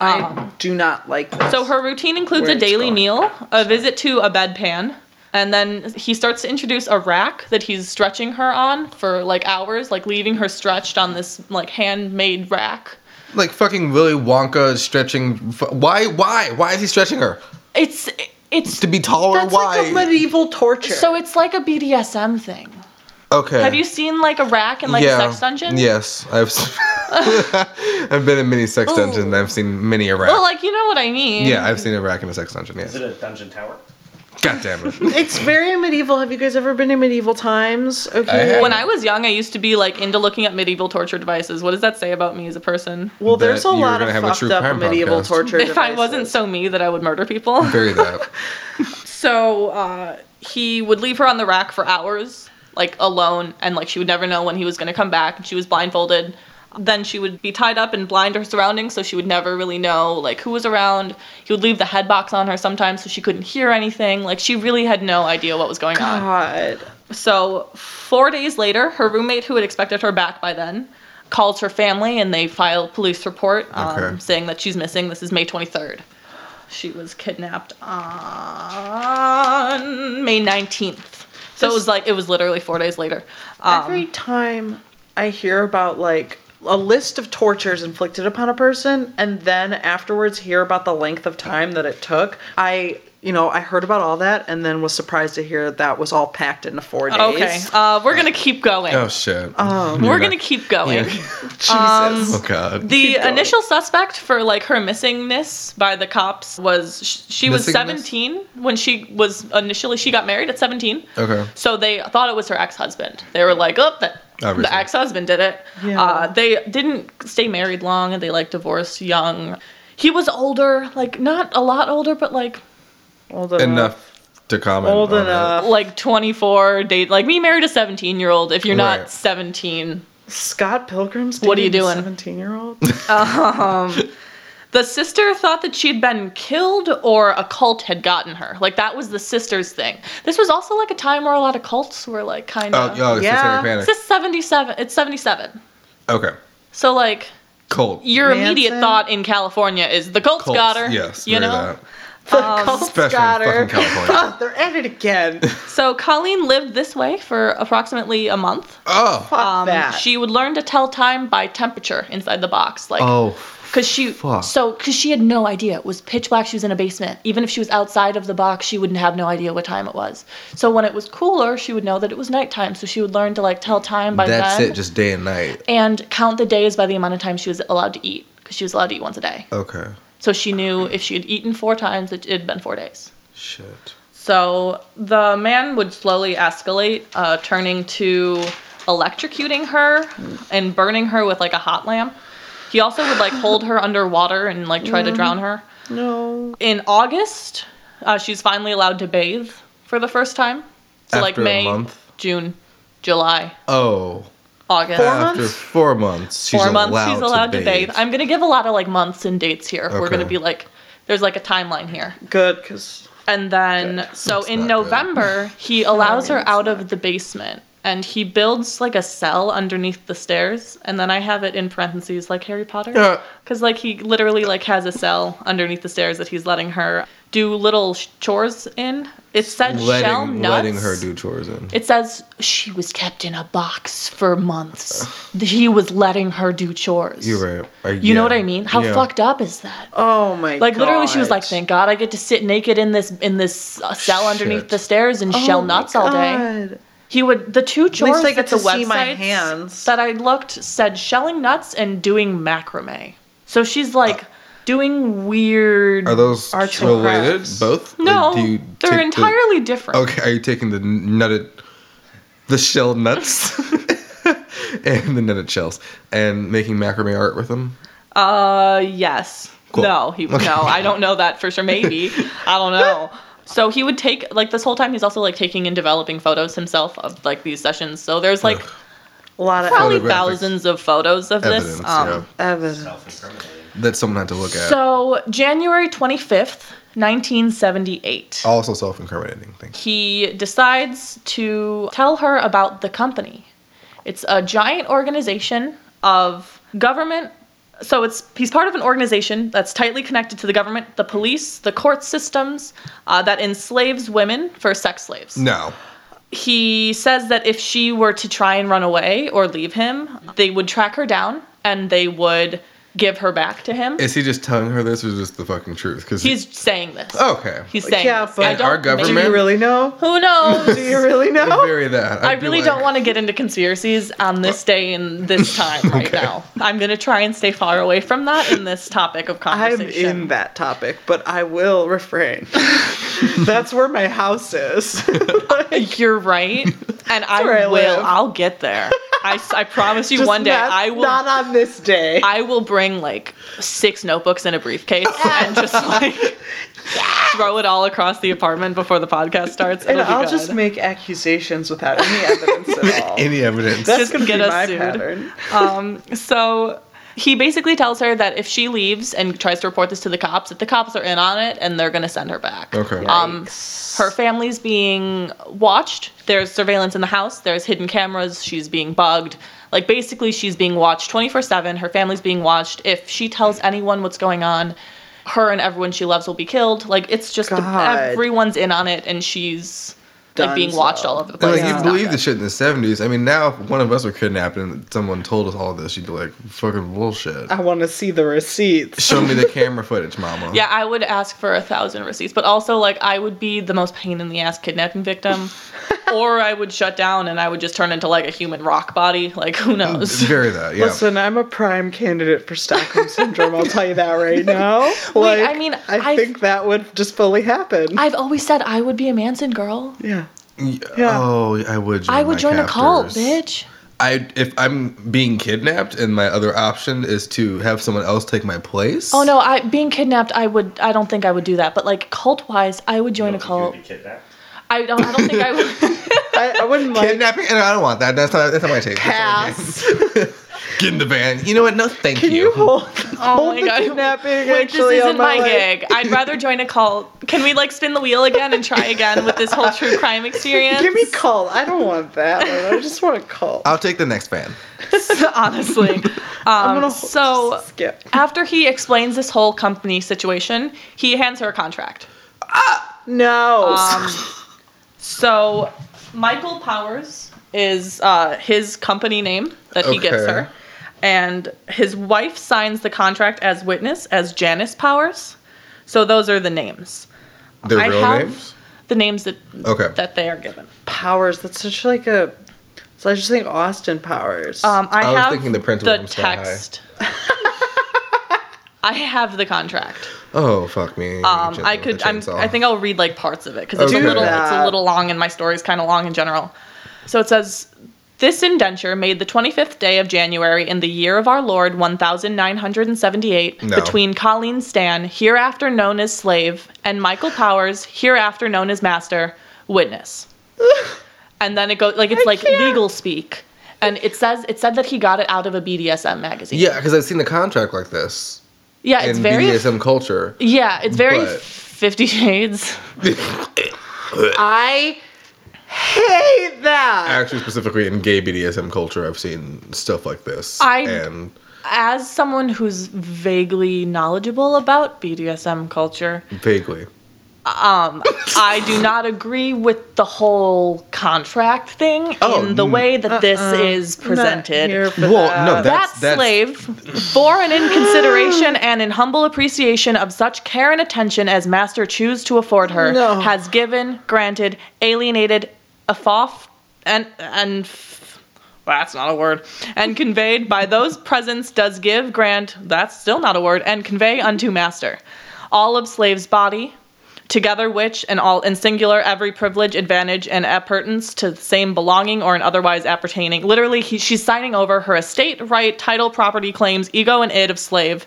Speaker 4: I do not like this.
Speaker 1: So her routine includes
Speaker 4: Where
Speaker 1: a
Speaker 4: it's
Speaker 1: daily
Speaker 4: going.
Speaker 1: meal, a visit to a bedpan, and then he starts to introduce a rack that he's stretching her on for like hours, like leaving her stretched on this like handmade rack.
Speaker 2: Like fucking Willy Wonka stretching. f- Why? Why? Why is he stretching her?
Speaker 1: It's it's
Speaker 2: To be taller?
Speaker 4: That's
Speaker 2: why?
Speaker 4: like a medieval torture.
Speaker 1: so it's like a BDSM thing.
Speaker 2: okay.
Speaker 1: Have you seen like a rack in like a sex dungeon?
Speaker 2: Yes, I've. s- I've been in many sex
Speaker 1: Ooh.
Speaker 2: dungeons. and I've seen many a rack.
Speaker 1: Well, like you know what I mean.
Speaker 2: yeah, I've seen a rack in a sex dungeon. Yes.
Speaker 5: a dungeon tower?
Speaker 2: God damn it.
Speaker 4: it's very medieval. Have you guys ever been to medieval times? Okay.
Speaker 2: have.
Speaker 1: When I was young, I used to be like into looking at medieval torture devices. What does that say about me as a person?
Speaker 4: well,
Speaker 2: That
Speaker 4: there's a
Speaker 2: you were
Speaker 4: lot of
Speaker 2: gonna have a
Speaker 4: fucked
Speaker 2: true
Speaker 4: up
Speaker 2: crime
Speaker 4: medieval
Speaker 2: podcast.
Speaker 4: torture.
Speaker 1: If I wasn't
Speaker 4: devices.
Speaker 1: so me that I would murder people.
Speaker 2: Bury that.
Speaker 1: So uh, he would leave her on the rack for hours, like alone, and like she would never know when he was going to come back. And she was blindfolded. Then she would be tied up and blind to her surroundings, so she would never really know like who was around. He would leave the head box on her sometimes, so she couldn't hear anything. Like she really had no idea what was going on.
Speaker 4: God.
Speaker 1: So, four days later, her roommate, who had expected her back by then, calls her family and they file police report um,
Speaker 2: Okay.
Speaker 1: saying that she's missing. This is May 23rd. She was kidnapped on May 19th. So it was like it was literally four days later. Um,
Speaker 4: Every time I hear about like a list of tortures inflicted upon a person and then afterwards hear about the length of time that it took, I you know, I heard about all that and then was surprised to hear that, that was all packed into four days.
Speaker 1: okay, uh, we're gonna keep going.
Speaker 2: Oh shit.
Speaker 1: Um, we're
Speaker 2: not-
Speaker 1: gonna keep going.
Speaker 4: Jesus.
Speaker 1: Um,
Speaker 2: oh god.
Speaker 1: The initial suspect for like her missingness by the cops was sh- she was
Speaker 2: Missingness?
Speaker 1: 17 when she was initially she got married at 17.
Speaker 2: okay.
Speaker 1: So they thought it was her ex-husband. They were like, "Oh, that
Speaker 2: Obviously.
Speaker 1: the ex-husband did it."
Speaker 4: Yeah.
Speaker 1: Uh, they didn't stay married long, and they like divorced young. He was older, like not a lot older, but like
Speaker 4: Old
Speaker 2: Enough to comment.
Speaker 4: Old
Speaker 2: on it.
Speaker 4: enough.
Speaker 1: like 24. Date like me married a 17-year-old. If you're
Speaker 2: Right.
Speaker 1: not 17,
Speaker 4: Scott Pilgrim's
Speaker 1: What are you
Speaker 4: dating a
Speaker 1: doing?
Speaker 4: 17 year old?
Speaker 1: the sister thought that she'd been killed or a cult had gotten her. Like that was the sister's thing. This was also like a time where a lot of cults were like kind
Speaker 2: Oh,
Speaker 1: of.
Speaker 2: oh it's
Speaker 4: Yeah.
Speaker 2: satanic panic.
Speaker 1: This is 77. It's 77.
Speaker 2: Okay.
Speaker 1: So like.
Speaker 2: Cold.
Speaker 1: your immediate
Speaker 4: Manson.
Speaker 1: thought in California is the Colts,
Speaker 2: Cults,
Speaker 1: got her.
Speaker 2: Yes.
Speaker 1: you
Speaker 2: very
Speaker 1: know. Um,
Speaker 2: that.
Speaker 4: Cult's
Speaker 2: Especially
Speaker 4: got
Speaker 2: in
Speaker 4: her.
Speaker 2: fucking California.
Speaker 4: Oh, Um, they're at it again. Fuck
Speaker 1: So Colleen lived this way for approximately a month.
Speaker 2: oh.
Speaker 1: Um,
Speaker 4: that.
Speaker 1: She would learn to tell time by temperature inside the box, like
Speaker 2: Oh.
Speaker 1: because she
Speaker 2: fuck.
Speaker 1: so because she had no idea it was pitch black. She was in a basement. Even if she was outside of the box, she wouldn't have no idea what time it was. So when it was cooler, she would know that it was nighttime. So she would learn to like tell time by
Speaker 2: That's
Speaker 1: then
Speaker 2: it. Just day and night.
Speaker 1: and count the days by the amount of time she was allowed to eat because she was allowed to eat once a day.
Speaker 2: Okay.
Speaker 1: So she knew if she had eaten four times, it had been four days.
Speaker 2: Shit.
Speaker 1: So the man would slowly escalate, uh, turning to electrocuting her and burning her with like a hot lamp. He also would like hold her underwater and like try to drown her.
Speaker 4: no.
Speaker 1: In August, uh, she's finally allowed to bathe for the first time. So like
Speaker 2: After a
Speaker 1: May,
Speaker 2: month?
Speaker 1: June, July,
Speaker 2: Oh.
Speaker 1: August.
Speaker 2: After
Speaker 4: months?
Speaker 2: four months, she's
Speaker 1: Four months
Speaker 2: allowed
Speaker 1: she's allowed to bathe.
Speaker 2: bathe.
Speaker 1: I'm gonna give a lot of like months and dates here. We're
Speaker 2: Okay.
Speaker 1: gonna be like, there's like a timeline here.
Speaker 4: Good, because
Speaker 1: And then, so in
Speaker 2: not good.
Speaker 1: November, he allows her out of the basement and he builds like a cell underneath the stairs. And then I have it in parentheses like Harry Potter.
Speaker 2: Yeah.
Speaker 1: Because, like, he literally like has a cell underneath the stairs that he's letting her do little sh- chores in. It said shell
Speaker 2: letting,
Speaker 1: nuts.
Speaker 2: letting her do chores in.
Speaker 1: It says she was kept in a box for months. he was letting her do chores.
Speaker 2: You're right. Uh,
Speaker 1: You know
Speaker 2: yeah.
Speaker 1: what I mean? How
Speaker 2: Yeah.
Speaker 1: fucked up is that?
Speaker 4: Oh my god.
Speaker 1: Like literally, she was like, "Thank God I get to sit naked in this in this uh, cell underneath
Speaker 2: Shit.
Speaker 1: the stairs and
Speaker 4: Oh
Speaker 1: shell nuts all day." He would the two chores
Speaker 4: I
Speaker 1: that
Speaker 4: get
Speaker 1: the
Speaker 4: to see
Speaker 1: websites
Speaker 4: my hands.
Speaker 1: that I looked said shelling nuts and doing macrame. So she's like doing weird.
Speaker 2: Are those
Speaker 4: Arts and
Speaker 2: related?
Speaker 4: crafts.
Speaker 2: Both?
Speaker 1: no,
Speaker 2: Like, do you take
Speaker 1: they're
Speaker 2: the-
Speaker 1: entirely different.
Speaker 2: okay, are you taking the nutted, the shell nuts, and the nutted shells, and making macrame art with them?
Speaker 1: Uh, yes.
Speaker 2: Cool.
Speaker 1: No, he
Speaker 2: Okay.
Speaker 1: no. I don't know that for sure. Maybe I don't know. So he would take like this whole time. He's also like taking and developing photos himself of like these sessions. So there's like.
Speaker 4: a lot of
Speaker 1: probably
Speaker 2: Photographic
Speaker 1: thousands of photos of
Speaker 2: Evidence.
Speaker 1: this. Um,
Speaker 2: yeah,
Speaker 4: evidence.
Speaker 2: that someone had to look at.
Speaker 1: So January 25th, 1978.
Speaker 2: also self-incriminating. Thank you.
Speaker 1: He decides to tell her about the company. It's a giant organization of government. So it's he's part of an organization that's tightly connected to the government, the police, the court systems, uh, that enslaves women for sex slaves.
Speaker 2: No.
Speaker 1: he says that if she were to try and run away or leave him, they would track her down and they would give her back to him.
Speaker 2: Is he just telling her this, or just the fucking truth? Because
Speaker 1: He's saying this.
Speaker 2: okay.
Speaker 1: He's saying
Speaker 4: Yeah,
Speaker 1: this.
Speaker 4: but-
Speaker 1: I don't
Speaker 2: Oh. Our
Speaker 1: make-
Speaker 4: Do
Speaker 2: government-
Speaker 4: you really know?
Speaker 1: Who knows?
Speaker 4: Do you really know?
Speaker 2: Bury that.
Speaker 1: I
Speaker 2: I'd be
Speaker 1: really
Speaker 2: like,
Speaker 1: don't want to get into conspiracies on this day and this time right now. I'm going to try and stay far away from that in this topic of
Speaker 4: I'm
Speaker 1: conversation.
Speaker 4: in that topic, but I will refrain. That's where my house is.
Speaker 1: You're right. And I
Speaker 4: where I
Speaker 1: will.
Speaker 4: live.
Speaker 1: I'll get there. I, s- I promise you
Speaker 4: Just
Speaker 1: one day
Speaker 4: not-
Speaker 1: I will
Speaker 4: Not on this day.
Speaker 1: I will bring like six notebooks and a briefcase and just like throw it all across the apartment before the podcast starts.
Speaker 4: and
Speaker 1: It'll be
Speaker 4: I'll
Speaker 1: good.
Speaker 4: just make accusations without any evidence at all.
Speaker 2: any evidence.
Speaker 4: That's
Speaker 1: Just
Speaker 4: gonna
Speaker 1: get
Speaker 4: be
Speaker 1: us
Speaker 4: my
Speaker 1: sued.
Speaker 4: pattern.
Speaker 1: um, so he basically tells her that if she leaves and tries to report this to the cops, that the cops are in on it and they're going to send her back.
Speaker 2: Okay.
Speaker 1: Um, her family's being watched. There's surveillance in the house. There's hidden cameras. She's being bugged. Like basically, she's being watched 24 seven. Her family's being watched. If she tells anyone what's going on, her and everyone she loves will be killed. Like it's just the-
Speaker 4: God.
Speaker 1: everyone's in on it, and she's like being
Speaker 4: Dunzo.
Speaker 1: watched all over the
Speaker 2: And
Speaker 1: place.
Speaker 2: like
Speaker 1: It's
Speaker 2: you
Speaker 1: not
Speaker 2: believe
Speaker 1: good.
Speaker 2: the shit in the seventies. I mean, now if one of us were kidnapped and someone told us all this, you'd be like, "Fucking bullshit."
Speaker 1: Uh,
Speaker 4: I want to see the receipts.
Speaker 2: Show me the camera footage, Mama.
Speaker 1: Yeah, I would ask for a thousand receipts, but also like I would be the most pain in the ass kidnapping victim, or I would shut down and I would just turn into like a human rock body. Like who knows?
Speaker 2: very that. Yeah.
Speaker 4: Listen, I'm a prime candidate for Stockholm syndrome. I'll tell you that right now.
Speaker 1: Wait, I mean,
Speaker 4: I
Speaker 1: I've-
Speaker 4: think that would just fully happen.
Speaker 1: I've always said I would be a Manson girl.
Speaker 4: yeah.
Speaker 2: Y-
Speaker 4: yeah.
Speaker 2: Oh, I would. Join
Speaker 1: I would
Speaker 2: my
Speaker 1: join a cult,
Speaker 2: captors.
Speaker 1: bitch.
Speaker 2: I if I'm being kidnapped and my other option is to have someone else take my place.
Speaker 1: Oh no, I being kidnapped, I would. I don't think I would do that. But like cult wise, I would join a cult. I don't. I don't think I would.
Speaker 4: I, I wouldn't like
Speaker 2: Kidnapping? No, I don't want that. That's not. That's not my take.
Speaker 4: pass.
Speaker 2: Get in the van. You know what? No, thank
Speaker 4: Can you hold,
Speaker 1: Oh
Speaker 4: hold
Speaker 1: my
Speaker 4: the
Speaker 1: god.
Speaker 4: kidnapping
Speaker 1: Wait, this
Speaker 4: actually
Speaker 1: isn't
Speaker 4: on
Speaker 1: my,
Speaker 4: my, life?
Speaker 1: gig. I'd rather join a cult. Can we like spin the wheel again and try again with this whole true crime experience?
Speaker 4: Give me call. I don't want that. One. I just want a call.
Speaker 2: I'll take the next van.
Speaker 1: honestly. Um,
Speaker 4: I'm gonna hold-
Speaker 1: so
Speaker 4: skip.
Speaker 1: after he explains this whole company situation, he hands her a contract.
Speaker 4: No.
Speaker 1: Um, so Michael Powers is uh, his company name that he gives
Speaker 2: Okay.
Speaker 1: her, and his wife signs the contract as witness as Janice Powers. So those are the names,
Speaker 2: Their
Speaker 1: I
Speaker 2: real
Speaker 1: have-
Speaker 2: names?
Speaker 1: the names that
Speaker 2: Okay.
Speaker 1: that they are given.
Speaker 4: powers. That's such like a. So I just think Austin Powers.
Speaker 1: Um, I,
Speaker 2: I was
Speaker 1: have
Speaker 2: thinking the print
Speaker 1: the
Speaker 2: was from Sky High.
Speaker 1: text. I have the contract.
Speaker 2: oh fuck me.
Speaker 1: Um,
Speaker 2: Gentle
Speaker 1: I
Speaker 2: with the
Speaker 1: could. I'm,
Speaker 2: chainsaw.
Speaker 1: I think I'll read like parts of it because it's a
Speaker 2: Okay.
Speaker 1: little. It's a
Speaker 4: that.
Speaker 1: little long, and my story's kind of long in general. So it says, "This indenture made the 25th day of January in the year of our Lord 1978
Speaker 2: No.
Speaker 1: between Colleen Stan, hereafter known as slave, and Michael Powers, hereafter known as master, witness." and then it goes like it's like legal speak, and it says it said that he got it out of a BDSM magazine.
Speaker 2: Yeah, because I've seen the contract like this
Speaker 1: yeah,
Speaker 2: in
Speaker 1: it's very.
Speaker 2: BDSM culture.
Speaker 1: Yeah, it's very
Speaker 2: But-
Speaker 1: Fifty Shades.
Speaker 4: I hate that.
Speaker 2: Actually, specifically in gay BDSM culture, I've seen stuff like this.
Speaker 1: I-
Speaker 2: and
Speaker 1: as someone who's vaguely knowledgeable about BDSM culture, um,
Speaker 2: vaguely.
Speaker 1: I do not agree with the whole contract thing
Speaker 2: Oh,
Speaker 1: in the
Speaker 2: n-
Speaker 1: way that this is
Speaker 4: I'm Uh-uh. not here
Speaker 1: presented.
Speaker 4: for
Speaker 2: Well, no,
Speaker 1: That
Speaker 2: that-
Speaker 4: that.
Speaker 2: That's- that's-
Speaker 1: slave, for and in consideration and in humble appreciation of such care and attention as master choose to afford her,
Speaker 4: No.
Speaker 1: has given, granted, alienated, affoff, and and well, that's not a word. And conveyed by those presents does give, grant, that's still not a word, and convey unto master. All of slave's body, together which, and all in singular, every privilege, advantage, and appurtenance to the same belonging or in otherwise appertaining. Literally, he, she's signing over her estate, right, title, property, claims, ego, and id of slave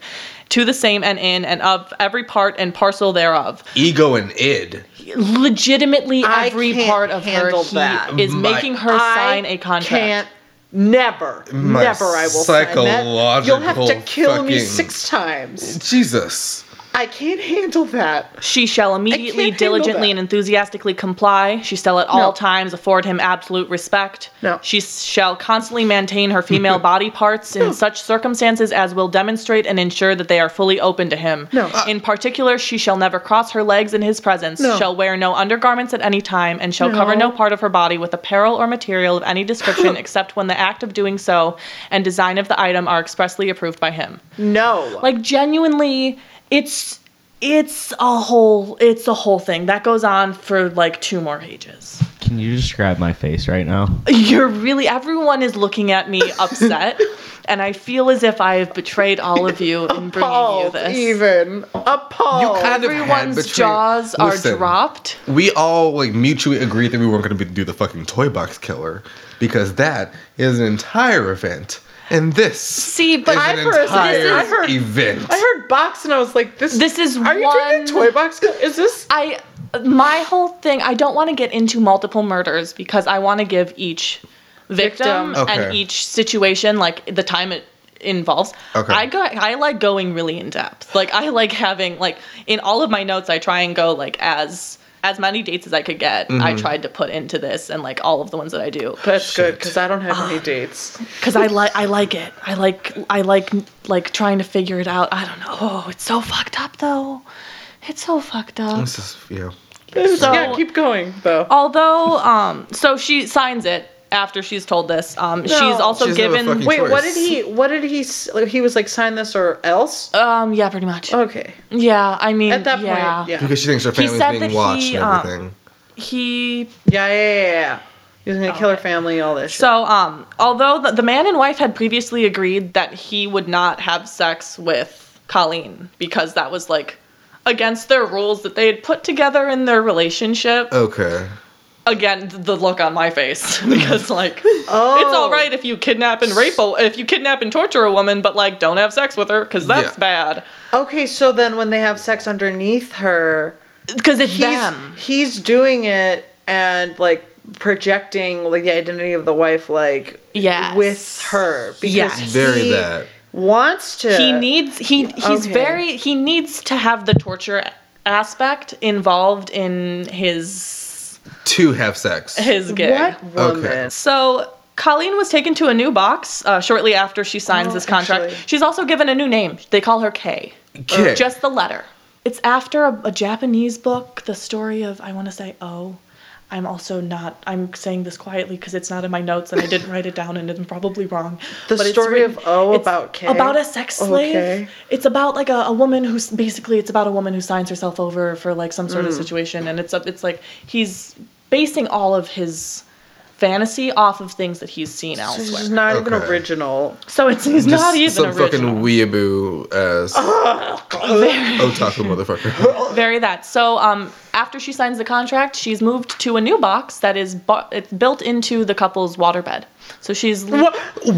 Speaker 1: to the same and in, and of every part and parcel thereof.
Speaker 2: Ego and id.
Speaker 1: Legitimately,
Speaker 4: I
Speaker 1: every
Speaker 4: can't
Speaker 1: part of her
Speaker 4: handle
Speaker 1: he
Speaker 4: that.
Speaker 1: is
Speaker 2: My-
Speaker 1: making her sign a contract.
Speaker 4: Can't. Never,
Speaker 2: My
Speaker 4: never. I will sign that. You'll have
Speaker 2: psychological
Speaker 4: to kill me
Speaker 2: fucking-
Speaker 4: six times.
Speaker 2: Jesus.
Speaker 4: I can't handle that.
Speaker 1: She shall immediately,
Speaker 4: can't handle
Speaker 1: diligently,
Speaker 4: that.
Speaker 1: and enthusiastically comply. She shall at all
Speaker 4: No.
Speaker 1: times afford him absolute respect.
Speaker 4: No.
Speaker 1: She s- shall constantly maintain her female body parts in such circumstances as will demonstrate and ensure that they are fully open to him.
Speaker 4: No.
Speaker 1: In particular, she shall never cross her legs in his presence,
Speaker 4: No.
Speaker 1: shall wear no undergarments at any time, and shall cover
Speaker 4: No.
Speaker 1: no part of her body with apparel or material of any description except when the act of doing so and design of the item are expressly approved by him
Speaker 4: No,
Speaker 1: like genuinely it's it's a whole it's a whole thing that goes on for like two more pages
Speaker 5: Can you describe my face right now?
Speaker 1: you're really everyone is looking at me upset and i feel as if i have betrayed all of you in bringing you
Speaker 4: appalled.
Speaker 1: this
Speaker 4: Even appalled.
Speaker 2: kind of had
Speaker 1: everyone's
Speaker 2: betrayed-
Speaker 1: jaws are
Speaker 2: Listen.
Speaker 1: dropped
Speaker 2: we all like mutually agreed that we weren't going to be, do the fucking toy box killer because that is an entire event, and this
Speaker 1: See, but
Speaker 2: is
Speaker 1: I've
Speaker 2: an
Speaker 4: heard- this
Speaker 2: entire
Speaker 4: is- I've heard-
Speaker 2: event.
Speaker 4: I heard box and I was like, "This.
Speaker 1: This is
Speaker 4: Are you doing
Speaker 1: one- Ah,
Speaker 4: a toy box? Is this?
Speaker 1: i my whole thing i don't want to get into multiple murders because i want to give each victim,
Speaker 4: Victim.
Speaker 1: and
Speaker 2: Okay.
Speaker 1: each situation like the time it involves
Speaker 2: Okay.
Speaker 1: i go i like going really in depth like i like having like in all of my notes i try and go like as as many dates as I could get,
Speaker 2: Mm-hmm.
Speaker 1: I tried to put into this and like all of the ones that I do
Speaker 4: That's good
Speaker 2: Shit.
Speaker 4: because I don't have any
Speaker 1: Ah.
Speaker 4: dates.
Speaker 1: because I like I like it. I like I like like trying to figure it out. I don't know. Oh, it's so fucked up though. It's so fucked up.
Speaker 2: This is, yeah.
Speaker 1: So-
Speaker 4: yeah, keep going though.
Speaker 1: Ah. Although, um, so she signs it after she's told this. Um, she's also
Speaker 2: She doesn't have a
Speaker 1: given.
Speaker 2: fucking
Speaker 4: Wait, what
Speaker 2: choice.
Speaker 4: did he? What did he? s- like, He was like sign this or else.
Speaker 1: um, yeah, pretty much.
Speaker 4: Okay,
Speaker 1: yeah, I mean,
Speaker 4: Uh, at that
Speaker 1: yeah.
Speaker 4: point, yeah.
Speaker 2: Because she thinks her family's
Speaker 1: said that
Speaker 2: being
Speaker 1: he,
Speaker 2: watched
Speaker 1: um,
Speaker 2: and everything.
Speaker 1: He
Speaker 4: Yeah, yeah, yeah, yeah. He was gonna kill her family, all this. shit.
Speaker 1: So, um, although the, the man and wife had previously agreed that he would not have sex with Colleen because that was like against their rules that they had put together in their relationship.
Speaker 2: Uh. Okay.
Speaker 1: Again, th- the look on my face because like
Speaker 4: oh,
Speaker 1: it's all right if you kidnap and rape a, if you kidnap and torture a woman, but like don't have sex with her because that's
Speaker 2: Yeah.
Speaker 1: bad.
Speaker 4: Okay, so then when they have sex underneath her,
Speaker 1: Because it's
Speaker 4: he's he's doing it and like projecting like the identity of the wife, like
Speaker 1: Yes.
Speaker 4: with her because
Speaker 1: Yes.
Speaker 2: Very
Speaker 4: he
Speaker 2: bad.
Speaker 4: wants to.
Speaker 1: he needs he he's
Speaker 4: Okay.
Speaker 1: very he needs to have the torture aspect involved in his
Speaker 2: To have sex.
Speaker 1: his gig.
Speaker 4: what woman?
Speaker 1: So Colleen was taken to a new box uh, shortly after she signs
Speaker 4: Oh,
Speaker 1: this contract.
Speaker 4: actually.
Speaker 1: She's also given a new name. They call her K.
Speaker 2: Kick.
Speaker 1: Just the letter. It's after a, a Japanese book, the story of I want to say oh. I'm also not. I'm saying this quietly because it's not in my notes and I didn't write it down and I'm probably wrong.
Speaker 4: The
Speaker 1: it's
Speaker 4: story of O
Speaker 1: it's
Speaker 4: about K?
Speaker 1: About a sex slave.
Speaker 4: Okay.
Speaker 1: It's about like a, a woman who's basically it's about a woman who signs herself over for like some
Speaker 4: Mm.
Speaker 1: sort of situation and it's up. It's like he's basing all of his fantasy off of things that he's seen
Speaker 4: This
Speaker 1: elsewhere.
Speaker 4: is not even
Speaker 2: Okay.
Speaker 4: original.
Speaker 1: so it's he's
Speaker 2: Just
Speaker 1: not even
Speaker 2: some
Speaker 1: original.
Speaker 2: fucking weeaboo ass otaku motherfucker.
Speaker 1: Very that. So um, after she signs the contract, she's moved to a new box that is bu- it's built into the couple's waterbed. So she's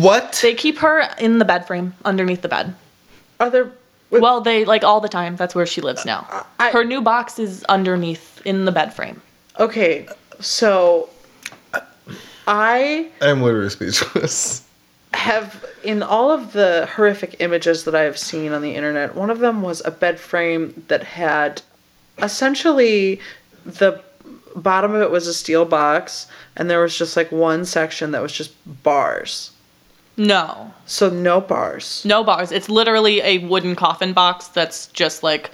Speaker 2: what?
Speaker 1: they keep her in the bed frame underneath the bed.
Speaker 4: Are there?
Speaker 1: Well, they like all the time. That's where she lives now.
Speaker 4: I-
Speaker 1: Her new box is underneath in the bed frame.
Speaker 4: Okay, so I
Speaker 2: I'm literally speechless.
Speaker 4: have in all of the horrific images that I have seen on the internet, one of them was a bed frame that had essentially the bottom of it was a steel box and there was just like one section that was just bars.
Speaker 1: No,
Speaker 4: So no bars.
Speaker 1: no bars. It's literally a wooden coffin box that's just like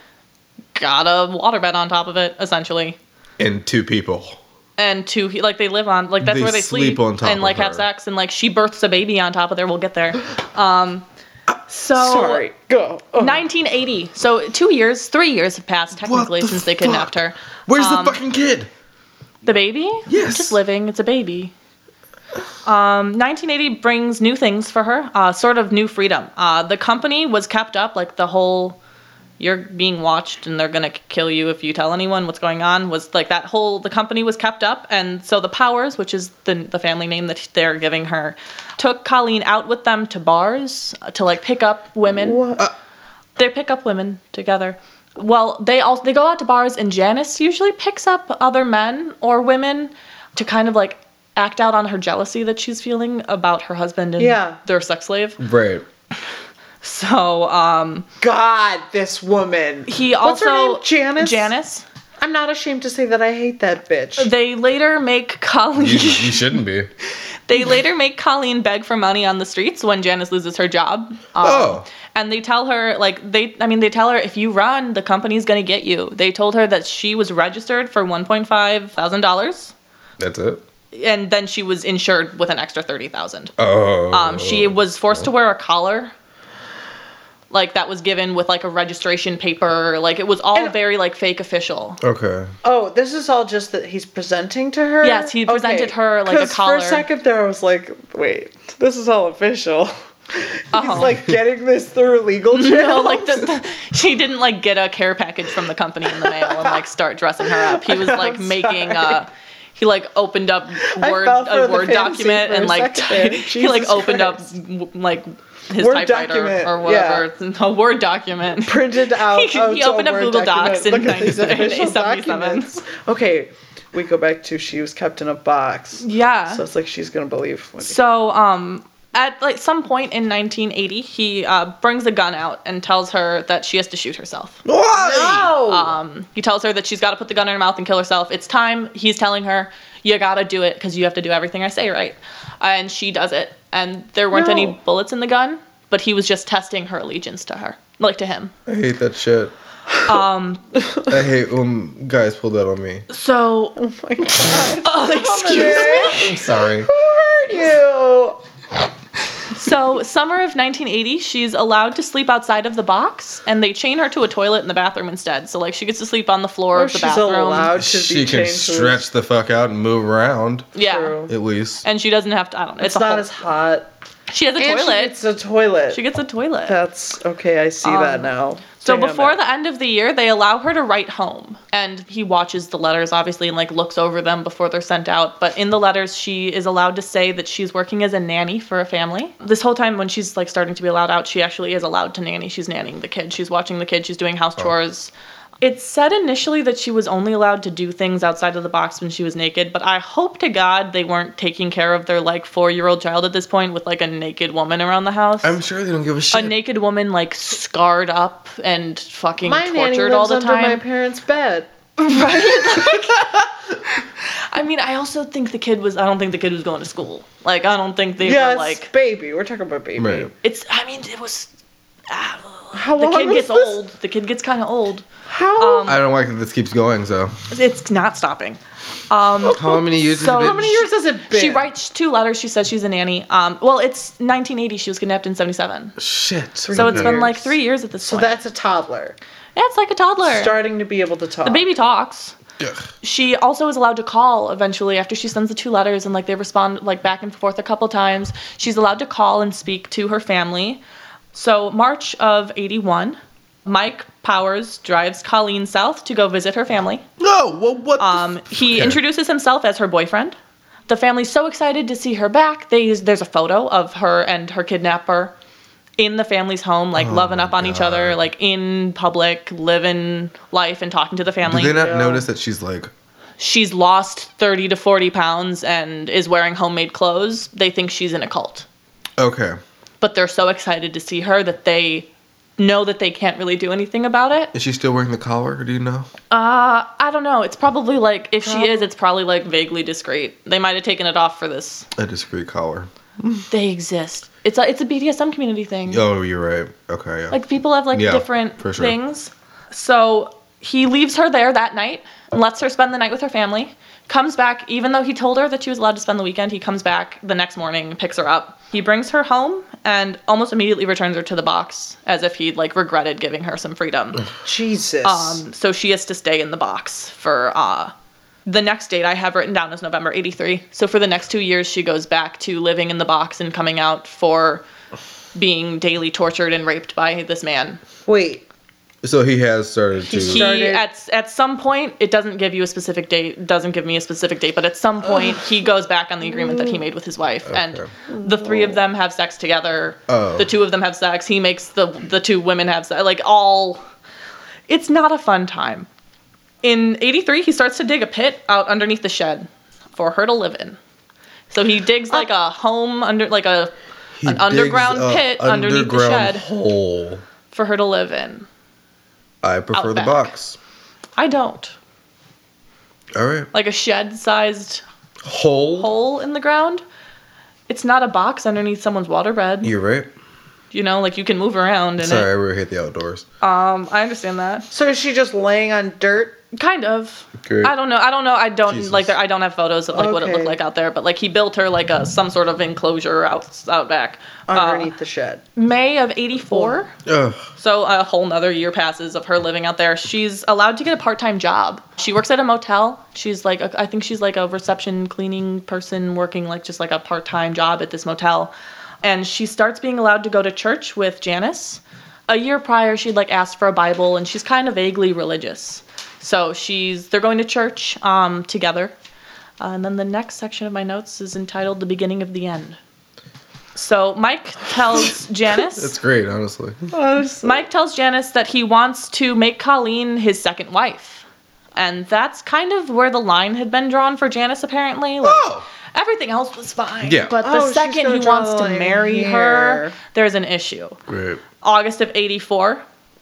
Speaker 1: got a waterbed on top of it, essentially.
Speaker 2: And two people.
Speaker 1: and two he- like they live on like that's
Speaker 2: They
Speaker 1: where they
Speaker 2: sleep
Speaker 1: sleep,
Speaker 2: on top
Speaker 1: and
Speaker 2: of
Speaker 1: like have
Speaker 2: her.
Speaker 1: sex and like she births a baby on top of there we'll get there um so
Speaker 4: Sorry. Go. Oh.
Speaker 1: 1980 so two years three years have passed technically
Speaker 2: the
Speaker 1: since they kidnapped
Speaker 2: fuck?
Speaker 1: her
Speaker 2: Where's
Speaker 1: Um,
Speaker 2: the fucking kid?
Speaker 1: the baby
Speaker 2: Yes.
Speaker 1: just living it's a baby um, 1980 brings new things for her uh, sort of new freedom uh, the company was kept up like the whole you're being watched and they're going to kill you if you tell anyone what's going on was like that whole the company was kept up and so the powers which is the, the family name that they're giving her took colleen out with them to bars uh, to like pick up women
Speaker 4: Uh.
Speaker 1: they pick up women together well they all they go out to bars and janice usually picks up other men or women to kind of like act out on her jealousy that she's feeling about her husband and
Speaker 4: Yeah.
Speaker 1: their sex slave
Speaker 2: Right.
Speaker 1: so um
Speaker 4: God, this woman.
Speaker 1: he
Speaker 4: What's
Speaker 1: also
Speaker 4: her name? Janice?
Speaker 1: janice
Speaker 4: I'm not ashamed to say that I hate that bitch.
Speaker 1: They later make
Speaker 2: You, you
Speaker 1: Colleen.
Speaker 2: shouldn't
Speaker 1: Um,
Speaker 2: be.
Speaker 1: they later make Colleen beg for money on the streets when Janice loses her job. Um,
Speaker 2: Oh.
Speaker 1: And they tell her like they. I mean, they tell her if you run, the company's gonna get you. They told her that she was registered for one point five thousand dollars,
Speaker 2: That's it.
Speaker 1: and then she was insured with an extra thirty thousand.
Speaker 2: Oh.
Speaker 1: Um, she was forced to wear a collar. Like that was given with like a registration paper. Like it was all
Speaker 4: And-
Speaker 1: very like fake official.
Speaker 2: Okay.
Speaker 4: Oh, this is all just that he's presenting to her.
Speaker 1: Yes, he presented her, like, a
Speaker 4: 'Cause For
Speaker 1: collar.
Speaker 4: a second there, I was like, "Wait, this is all official." he's
Speaker 1: Oh.
Speaker 4: like getting this through legal jail.
Speaker 1: No, like the, the- she didn't like get a care package from the company in the mail and like start dressing her up. He was like
Speaker 4: I'm
Speaker 1: making uh he like opened up word
Speaker 4: fell for
Speaker 1: a
Speaker 4: the
Speaker 1: word
Speaker 4: fantasy
Speaker 1: document
Speaker 4: for a
Speaker 1: and like
Speaker 4: second there.
Speaker 1: typed- he like
Speaker 4: Jesus
Speaker 1: opened
Speaker 4: Christ.
Speaker 1: up w- like his
Speaker 4: Word
Speaker 1: typewriter
Speaker 4: document,
Speaker 1: or
Speaker 4: yeah.
Speaker 1: whatever a word document.
Speaker 4: printed out.
Speaker 1: He-
Speaker 4: oh,
Speaker 1: he
Speaker 4: it's a
Speaker 1: opened up
Speaker 4: Word
Speaker 1: Google
Speaker 4: document.
Speaker 1: Docs in
Speaker 4: Look at these
Speaker 1: 97
Speaker 4: official
Speaker 1: 77.
Speaker 4: documents. Okay, we go back to she was kept in a box.
Speaker 1: Yeah.
Speaker 4: So it's like she's gonna believe. What
Speaker 1: So um at like some point in 1980, he uh, brings a gun out and tells her that she has to shoot herself.
Speaker 4: No.
Speaker 1: Um, he tells her that she's got to put the gun in her mouth and kill herself. It's time. He's telling her, "You got to do it because you have to do everything I say, right?" And she does it. And there weren't any
Speaker 4: No.
Speaker 1: bullets in the gun, but he was just testing her allegiance to her, like to him.
Speaker 2: I hate that shit.
Speaker 1: Um,
Speaker 2: I hate when guys pull that on me.
Speaker 1: so
Speaker 4: oh my god.
Speaker 1: Oh, excuse
Speaker 2: I'm sorry.
Speaker 4: Who hurt
Speaker 1: So, summer of 1980, she's allowed to sleep outside of the box, and they chain her to a toilet in the bathroom instead. So, like, she gets to sleep on the floor
Speaker 4: you?
Speaker 1: of the
Speaker 4: Oh, she's
Speaker 1: bathroom.
Speaker 4: allowed to be
Speaker 2: She can
Speaker 4: changed to-
Speaker 2: stretch the fuck out and move around,
Speaker 1: yeah.
Speaker 4: True.
Speaker 2: at least.
Speaker 1: And she doesn't have to. I don't know. It's,
Speaker 4: It's
Speaker 1: a
Speaker 4: not
Speaker 1: whole-
Speaker 4: as hot.
Speaker 1: She has a
Speaker 4: And she
Speaker 1: toilet.
Speaker 4: gets a toilet.
Speaker 1: she gets a toilet.
Speaker 4: That's okay. I see that
Speaker 1: Um,
Speaker 4: now.
Speaker 1: So
Speaker 4: Damn
Speaker 1: before
Speaker 4: it.
Speaker 1: the end of the year, they allow her to write home, and he watches the letters obviously and like looks over them before they're sent out. But in the letters, she is allowed to say that she's working as a nanny for a family. This whole time, when she's like starting to be allowed out, she actually is allowed to nanny. She's nannying the kid. She's watching the kid. She's doing house chores. It said initially that she was only allowed to do things outside of the box when she was naked, but I hope to God they weren't taking care of their like four year old child at this point with like a naked woman around the house
Speaker 2: I'm sure they don't give a
Speaker 1: a
Speaker 2: shit.
Speaker 1: naked woman like scarred up and fucking
Speaker 4: my nanny
Speaker 1: tortured
Speaker 4: lives
Speaker 1: all the
Speaker 4: under my
Speaker 1: time.
Speaker 4: parents' bed.
Speaker 1: I mean, I also think the kid was. I don't think the kid was going to school. Like, I don't think they
Speaker 4: Yes,
Speaker 1: were like.
Speaker 4: baby. We're talking about baby.
Speaker 2: Right.
Speaker 1: It's. I mean, it was. ah,
Speaker 4: How
Speaker 1: the
Speaker 4: long
Speaker 1: kid
Speaker 4: was
Speaker 1: gets
Speaker 4: this?
Speaker 1: old. The kid gets kind of old.
Speaker 4: How?
Speaker 1: Um,
Speaker 2: I don't like that this keeps going, so.
Speaker 1: It's not stopping.
Speaker 4: Oh,
Speaker 1: Um,
Speaker 2: How many years
Speaker 1: So-
Speaker 2: has it
Speaker 4: how
Speaker 2: been?
Speaker 4: many years has it been?
Speaker 1: she writes two letters. She says she's a nanny. Um, well, it's 1980. She was kidnapped in 77.
Speaker 2: Shit.
Speaker 1: So it's been
Speaker 4: years.
Speaker 1: like three years at this
Speaker 4: So
Speaker 1: point.
Speaker 4: that's a toddler
Speaker 1: yeah, it's like a toddler.
Speaker 4: starting to be able to talk.
Speaker 1: the baby talks.
Speaker 2: Ugh.
Speaker 1: she also is allowed to call eventually after she sends the two letters and like they respond like back and forth a couple times she's allowed to call and speak to her family so march of 81 mike powers drives colleen south to go visit her family
Speaker 2: No, well, what? the
Speaker 1: um,
Speaker 2: f-
Speaker 1: he
Speaker 2: okay.
Speaker 1: introduces himself as her boyfriend the family's so excited to see her back they, there's a photo of her and her kidnapper in the family's home
Speaker 2: Oh
Speaker 1: like loving up on each other like in public living life and talking to the family
Speaker 2: Did they not
Speaker 4: Yeah.
Speaker 2: notice that she's like,
Speaker 1: she's lost 30 to 40 pounds and is wearing homemade clothes, they think she's in a cult.
Speaker 2: okay,
Speaker 1: But they're so excited to see her that they know that they can't really do anything about it.
Speaker 2: is she still wearing the collar? Or do you know?
Speaker 1: Uh, I don't know. It's probably like, if she is, it's probably like vaguely discreet. They might have taken it off for this.
Speaker 2: A discreet collar.
Speaker 1: They exist. It's a, it's a BDSM community thing.
Speaker 2: Oh, you're right. Okay, yeah.
Speaker 1: Like people have like
Speaker 2: Yeah,
Speaker 1: different
Speaker 2: for sure.
Speaker 1: things. So he leaves her there that night, lets her spend the night with her family, comes back, even though he told her that she was allowed to spend the weekend, he comes back the next morning, picks her up. He brings her home and almost immediately returns her to the box as if he'd like regretted giving her some freedom.
Speaker 4: Jesus.
Speaker 1: Um, so she has to stay in the box for uh, the next date I have written down is November 83. So for the next two years, she goes back to living in the box and coming out for being daily tortured and raped by this man.
Speaker 4: Wait.
Speaker 2: so he has started to.
Speaker 1: He
Speaker 4: started-
Speaker 1: at at some point it doesn't give you a specific date, doesn't give me a specific date, but at some point he goes back on the agreement that he made with his wife, and the three of them have sex together.
Speaker 2: Oh.
Speaker 1: The two of them have sex. He makes the the two women have sex. Like all, it's not a fun time. In '83, he starts to dig a pit out underneath the shed for her to live in. So he digs like a home under like a
Speaker 2: he
Speaker 1: an underground
Speaker 2: digs a
Speaker 1: pit underneath the
Speaker 2: underground
Speaker 1: shed.
Speaker 2: Hole.
Speaker 1: for her to live in.
Speaker 2: I prefer
Speaker 1: Out
Speaker 2: the
Speaker 1: back.
Speaker 2: box.
Speaker 1: I don't
Speaker 2: All right.
Speaker 1: like a shed sized
Speaker 2: Hole.
Speaker 1: hole in the ground. It's not a box underneath someone's waterbed.
Speaker 2: You're right.
Speaker 1: You know, like you can move around in
Speaker 2: Sorry, I
Speaker 1: it.
Speaker 2: really hate the outdoors.
Speaker 1: Um, I understand that.
Speaker 4: So is she just laying on dirt?
Speaker 1: Kind of.
Speaker 2: Okay.
Speaker 1: I don't know. I don't know. I don't
Speaker 2: Jesus.
Speaker 1: like. There, I don't have photos of like what it
Speaker 4: Okay.
Speaker 1: looked like out there. But like he built her like a some sort of enclosure out out back. Uh,
Speaker 4: Underneath the shed.
Speaker 1: May of '84.
Speaker 2: Ugh.
Speaker 1: So a whole nother year passes of her living out there. She's allowed to get a part-time job. She works at a motel. She's like, a, I think she's like a reception cleaning person working like just like a part-time job at this motel. And she starts being allowed to go to church with Janice. A year prior, she'd like asked for a Bible, and she's kind of vaguely religious. So she's they're going to church um, together. Uh, and then the next section of my notes is entitled "The Beginning of the End." So Mike tells Janice.
Speaker 2: That's great, honestly.
Speaker 1: Mike tells Janice that he wants to make Colleen his second wife. And that's kind of where the line had been drawn for Janice, apparently. Like,
Speaker 2: Oh!
Speaker 1: Everything else was fine.
Speaker 2: Yeah.
Speaker 1: But
Speaker 4: Oh,
Speaker 1: the
Speaker 4: she's
Speaker 1: second
Speaker 4: gonna
Speaker 1: he wants
Speaker 4: draw
Speaker 1: to
Speaker 4: a
Speaker 1: marry
Speaker 4: hair.
Speaker 1: her, there's an issue.
Speaker 2: Great.
Speaker 1: August of 84,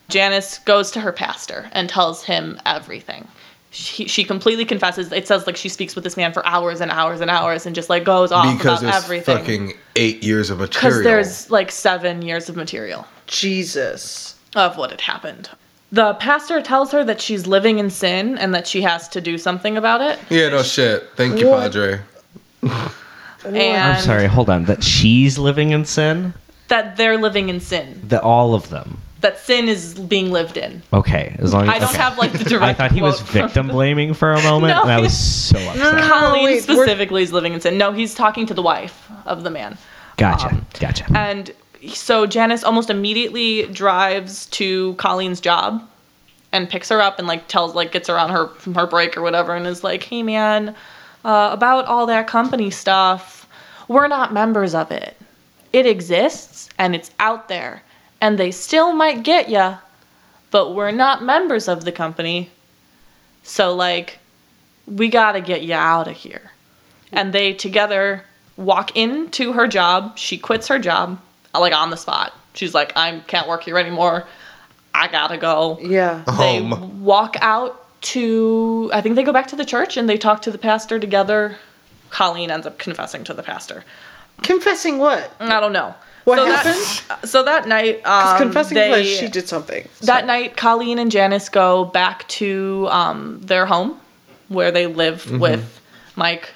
Speaker 1: Janice goes to her pastor and tells him everything. She, she completely confesses. It says like she speaks with this man for hours and hours and hours and just like goes off
Speaker 2: Because
Speaker 1: about
Speaker 2: there's
Speaker 1: everything.
Speaker 2: fucking eight years of material.
Speaker 1: because there's like seven years of material
Speaker 4: Jesus.
Speaker 1: of what had happened. The pastor tells her that she's living in sin and that she has to do something about it.
Speaker 2: yeah, no shit. Thank you,
Speaker 4: What?
Speaker 2: Padre.
Speaker 1: And
Speaker 5: I'm sorry, hold on. That she's living in sin?
Speaker 1: that they're living in sin.
Speaker 5: The, all of them.
Speaker 1: That sin is being lived in.
Speaker 5: Okay, as long as
Speaker 1: I don't
Speaker 5: okay.
Speaker 1: have like the direct.
Speaker 5: I thought he was
Speaker 1: quote.
Speaker 5: victim blaming for a moment,
Speaker 1: No,
Speaker 5: and I
Speaker 1: he-
Speaker 5: was so upset.
Speaker 1: Colleen
Speaker 4: Oh, wait, we're-
Speaker 1: specifically is living in sin. No, he's talking to the wife of the man.
Speaker 5: Gotcha,
Speaker 1: Um,
Speaker 5: gotcha.
Speaker 1: And so Janice almost immediately drives to Colleen's job and picks her up and like tells like gets her on her from her break or whatever and is like, "Hey man, uh, about all that company stuff, we're not members of it. It exists and it's out there, and they still might get ya, but we're not members of the company. So like, we gotta get you out of here." and they together walk into her job. She quits her job, like on the spot. She's like, I can't work here anymore. I gotta go.
Speaker 4: Yeah.
Speaker 1: They
Speaker 2: Home.
Speaker 1: walk out to, I think they go back to the church and they talk to the pastor together. Colleen ends up confessing to the pastor.
Speaker 4: Confessing what?
Speaker 1: I don't know.
Speaker 4: What
Speaker 1: so
Speaker 4: happened?
Speaker 1: That, so that night, um,
Speaker 4: Confessing
Speaker 1: they,
Speaker 4: was she did something.
Speaker 1: that night, Colleen and Janice go back to um, their home where they live
Speaker 2: Mm-hmm.
Speaker 1: with Mike,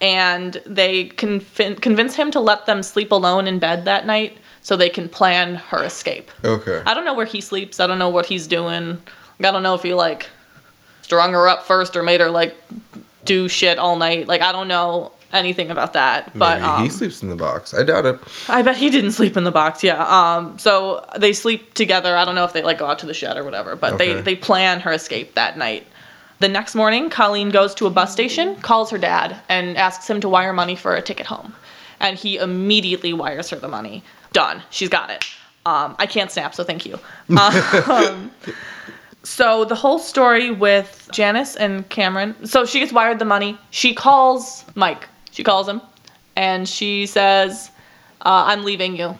Speaker 1: and they convin- convince him to let them sleep alone in bed that night so they can plan her escape.
Speaker 2: Okay.
Speaker 1: I don't know where he sleeps. I don't know what he's doing. I don't know if he like strung her up first or made her like do shit all night. Like I don't know anything about that. But
Speaker 2: Maybe
Speaker 1: um,
Speaker 2: he sleeps in the box. I doubt it.
Speaker 1: I bet he didn't sleep in the box. Yeah. Um. So they sleep together. I don't know if they like go out to the shed or whatever, but
Speaker 2: Okay.
Speaker 1: they they plan her escape that night. The next morning, Colleen goes to a bus station, calls her dad, and asks him to wire money for a ticket home, and he immediately wires her the money. Done. She's got it. Um, I can't snap, so thank you. Um, so the whole story with Janice and Cameron. So she gets wired the money. She calls Mike. She calls him, and she says, uh, I'm leaving you.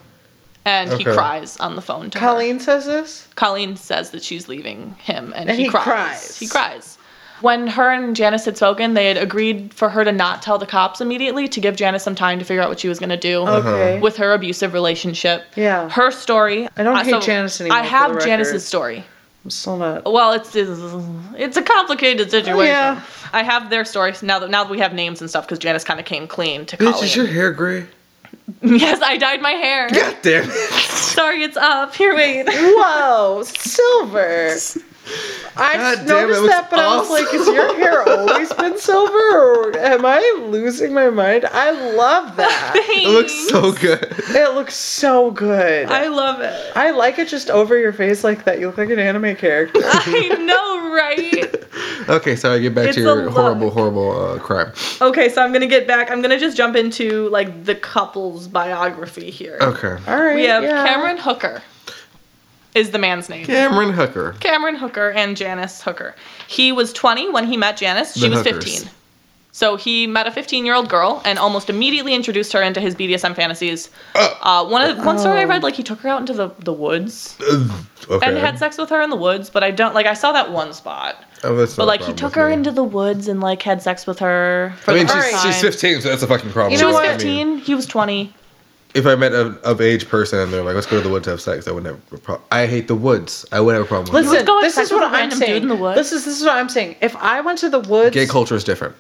Speaker 1: And he
Speaker 2: Okay.
Speaker 1: cries on the phone to her.
Speaker 4: Colleen says this.
Speaker 1: Colleen says that she's leaving him, and,
Speaker 4: And
Speaker 1: he,
Speaker 4: he
Speaker 1: cries.
Speaker 4: cries.
Speaker 1: He cries. When her and Janice had spoken, they had agreed for her to not tell the cops immediately to give Janice some time to figure out what she was going to do
Speaker 2: Uh-huh.
Speaker 4: Okay.
Speaker 1: with her abusive relationship.
Speaker 4: Yeah.
Speaker 1: Her story.
Speaker 4: I don't
Speaker 1: uh,
Speaker 4: hate Janice anymore,
Speaker 1: I
Speaker 4: for
Speaker 1: have
Speaker 4: the record.
Speaker 1: Janice's story.
Speaker 4: I'm still not.
Speaker 1: Well, it's it's a complicated situation.
Speaker 4: Oh, Yeah.
Speaker 1: I have their story now that now that we have names and stuff because Janice kind of came clean to
Speaker 2: Bitch, is your
Speaker 1: Colleen.
Speaker 2: hair gray?
Speaker 1: Yes, I dyed my hair.
Speaker 2: God damn it.
Speaker 1: Sorry, it's up. Here, wait.
Speaker 4: Whoa, silver. I
Speaker 2: God damn,
Speaker 4: s-
Speaker 2: it
Speaker 4: noticed
Speaker 2: was
Speaker 4: that, but I was like,
Speaker 2: awesome.
Speaker 4: "Has your hair always been silver, or am I losing my mind?" I love that.
Speaker 2: It looks so good.
Speaker 4: it looks so good.
Speaker 1: I
Speaker 4: I,
Speaker 1: love it.
Speaker 4: like it just over your face like that. You look like an anime character.
Speaker 1: I know, right?
Speaker 2: Okay, sorry. Get back
Speaker 1: It's
Speaker 2: to
Speaker 1: a
Speaker 2: your
Speaker 1: look.
Speaker 2: horrible, horrible uh, crime.
Speaker 1: Okay, so I'm gonna get back. I'm gonna just jump into like the couple's biography here.
Speaker 2: Okay.
Speaker 4: All right.
Speaker 1: We have
Speaker 4: yeah.
Speaker 1: Cameron Hooker, is the man's name.
Speaker 2: Cameron Hooker.
Speaker 1: Cameron Hooker and Janice Hooker. He was 20 when he met Janice. She
Speaker 2: The
Speaker 1: was
Speaker 2: hookers.
Speaker 1: 15. So he met a 15-year-old girl and almost immediately introduced her into his BDSM fantasies. Uh, one of one
Speaker 4: Oh.
Speaker 1: story I read, like he took her out into the, the woods
Speaker 2: Okay.
Speaker 1: and had sex with her in the woods, but I don't like I saw that one spot.
Speaker 2: Oh, that's
Speaker 1: But
Speaker 2: not a
Speaker 1: like he
Speaker 2: problem
Speaker 1: took
Speaker 2: with
Speaker 1: her
Speaker 2: me.
Speaker 1: into the woods and like had sex with her. For
Speaker 2: I mean,
Speaker 1: the
Speaker 2: she's,
Speaker 1: first time.
Speaker 2: she's 15, so that's a fucking problem.
Speaker 4: You
Speaker 1: She
Speaker 4: know
Speaker 1: was
Speaker 2: I
Speaker 4: what?
Speaker 2: mean,
Speaker 1: 15. He was 20.
Speaker 2: if I met a of age person and they're like, "Let's go to the woods to have sex," I wouldn't have. A pro- I hate the woods. I would have a problem with
Speaker 4: Listen,
Speaker 1: go have
Speaker 4: this
Speaker 1: sex
Speaker 4: is
Speaker 1: with
Speaker 4: what
Speaker 1: a
Speaker 4: I'm
Speaker 1: random dude
Speaker 4: saying.
Speaker 1: in the woods?
Speaker 4: This is this is what I'm saying. If I went to the woods,
Speaker 2: it. Gay culture is different.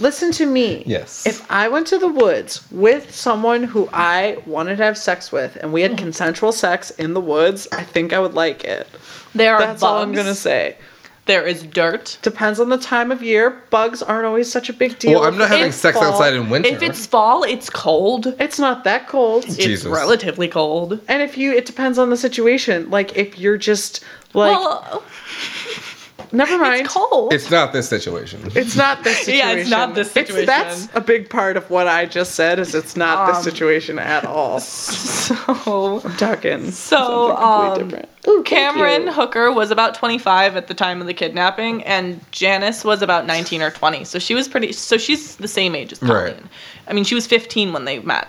Speaker 4: listen to me.
Speaker 2: Yes.
Speaker 4: If I went to the woods with someone who I wanted to have sex with, and we
Speaker 2: Mm.
Speaker 4: had consensual sex in the woods, I think I would like it.
Speaker 1: There are
Speaker 4: That's
Speaker 1: bugs.
Speaker 4: all I'm gonna say.
Speaker 1: There is dirt.
Speaker 4: Depends on the time of year. Bugs aren't always such a big deal.
Speaker 2: well, I'm not
Speaker 4: If
Speaker 2: having
Speaker 4: it's
Speaker 2: sex
Speaker 4: fall,
Speaker 2: outside in winter.
Speaker 1: If it's fall, it's cold.
Speaker 4: It's not that cold.
Speaker 1: It's
Speaker 2: Jesus.
Speaker 1: relatively cold.
Speaker 4: And if you, it depends on the situation. Like if you're just like
Speaker 1: well,
Speaker 4: Never mind.
Speaker 1: It's cold.
Speaker 2: It's not this situation.
Speaker 4: It's not this situation.
Speaker 1: Yeah, it's not this
Speaker 4: It's- that's
Speaker 1: situation.
Speaker 4: a big part of what I just said is it's not this
Speaker 1: Um,
Speaker 4: situation at all.
Speaker 1: so
Speaker 4: I'm talking
Speaker 1: So,
Speaker 4: something completely
Speaker 1: um,
Speaker 4: different. Ooh, thank
Speaker 1: Cameron
Speaker 4: you.
Speaker 1: Hooker was about 25 at the time of the kidnapping, and Janice was about 19 or 20. So she was pretty. So she's the same age as Colleen.
Speaker 2: Right.
Speaker 1: I mean, she was 15 when they met.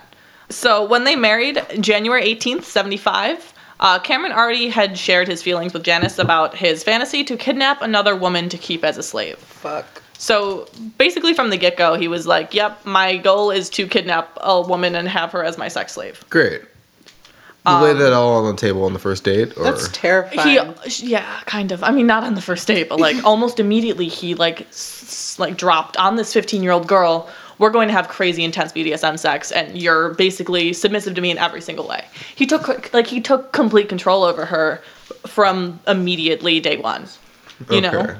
Speaker 1: So when they married, January 18th, 75. Uh, Cameron already had shared his feelings with Janice about his fantasy to kidnap another woman to keep as a slave.
Speaker 4: Fuck.
Speaker 1: So basically, from the get go, he was like, Yep, my goal is to kidnap a woman and have her as my sex slave.
Speaker 2: Great. You lay
Speaker 1: Um,
Speaker 2: that all on the table on the first date, or
Speaker 4: That's terrifying.
Speaker 1: He, sh- yeah, kind of. I mean, not on the first date, but like almost immediately he like s- like dropped on this 15 year old girl. We're going to have crazy intense BDSM sex, and you're basically submissive to me in every single way. He took like he took complete control over her from immediately day one. You know.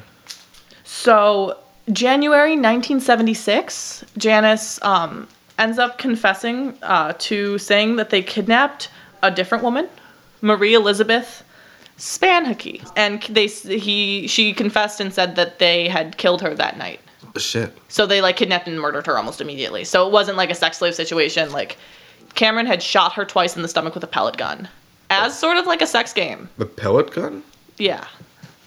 Speaker 1: So January 1976, Janice um, ends up confessing uh, to saying that they kidnapped a different woman, Marie Elizabeth Spanhickey, and they he she confessed and said that they had killed her that night.
Speaker 2: Shit.
Speaker 1: So they like kidnapped and murdered her almost immediately. So it wasn't like a sex slave situation. Like Cameron had shot her twice in the stomach with a pellet gun, as sort of like a sex game.
Speaker 2: The pellet gun?
Speaker 1: Yeah,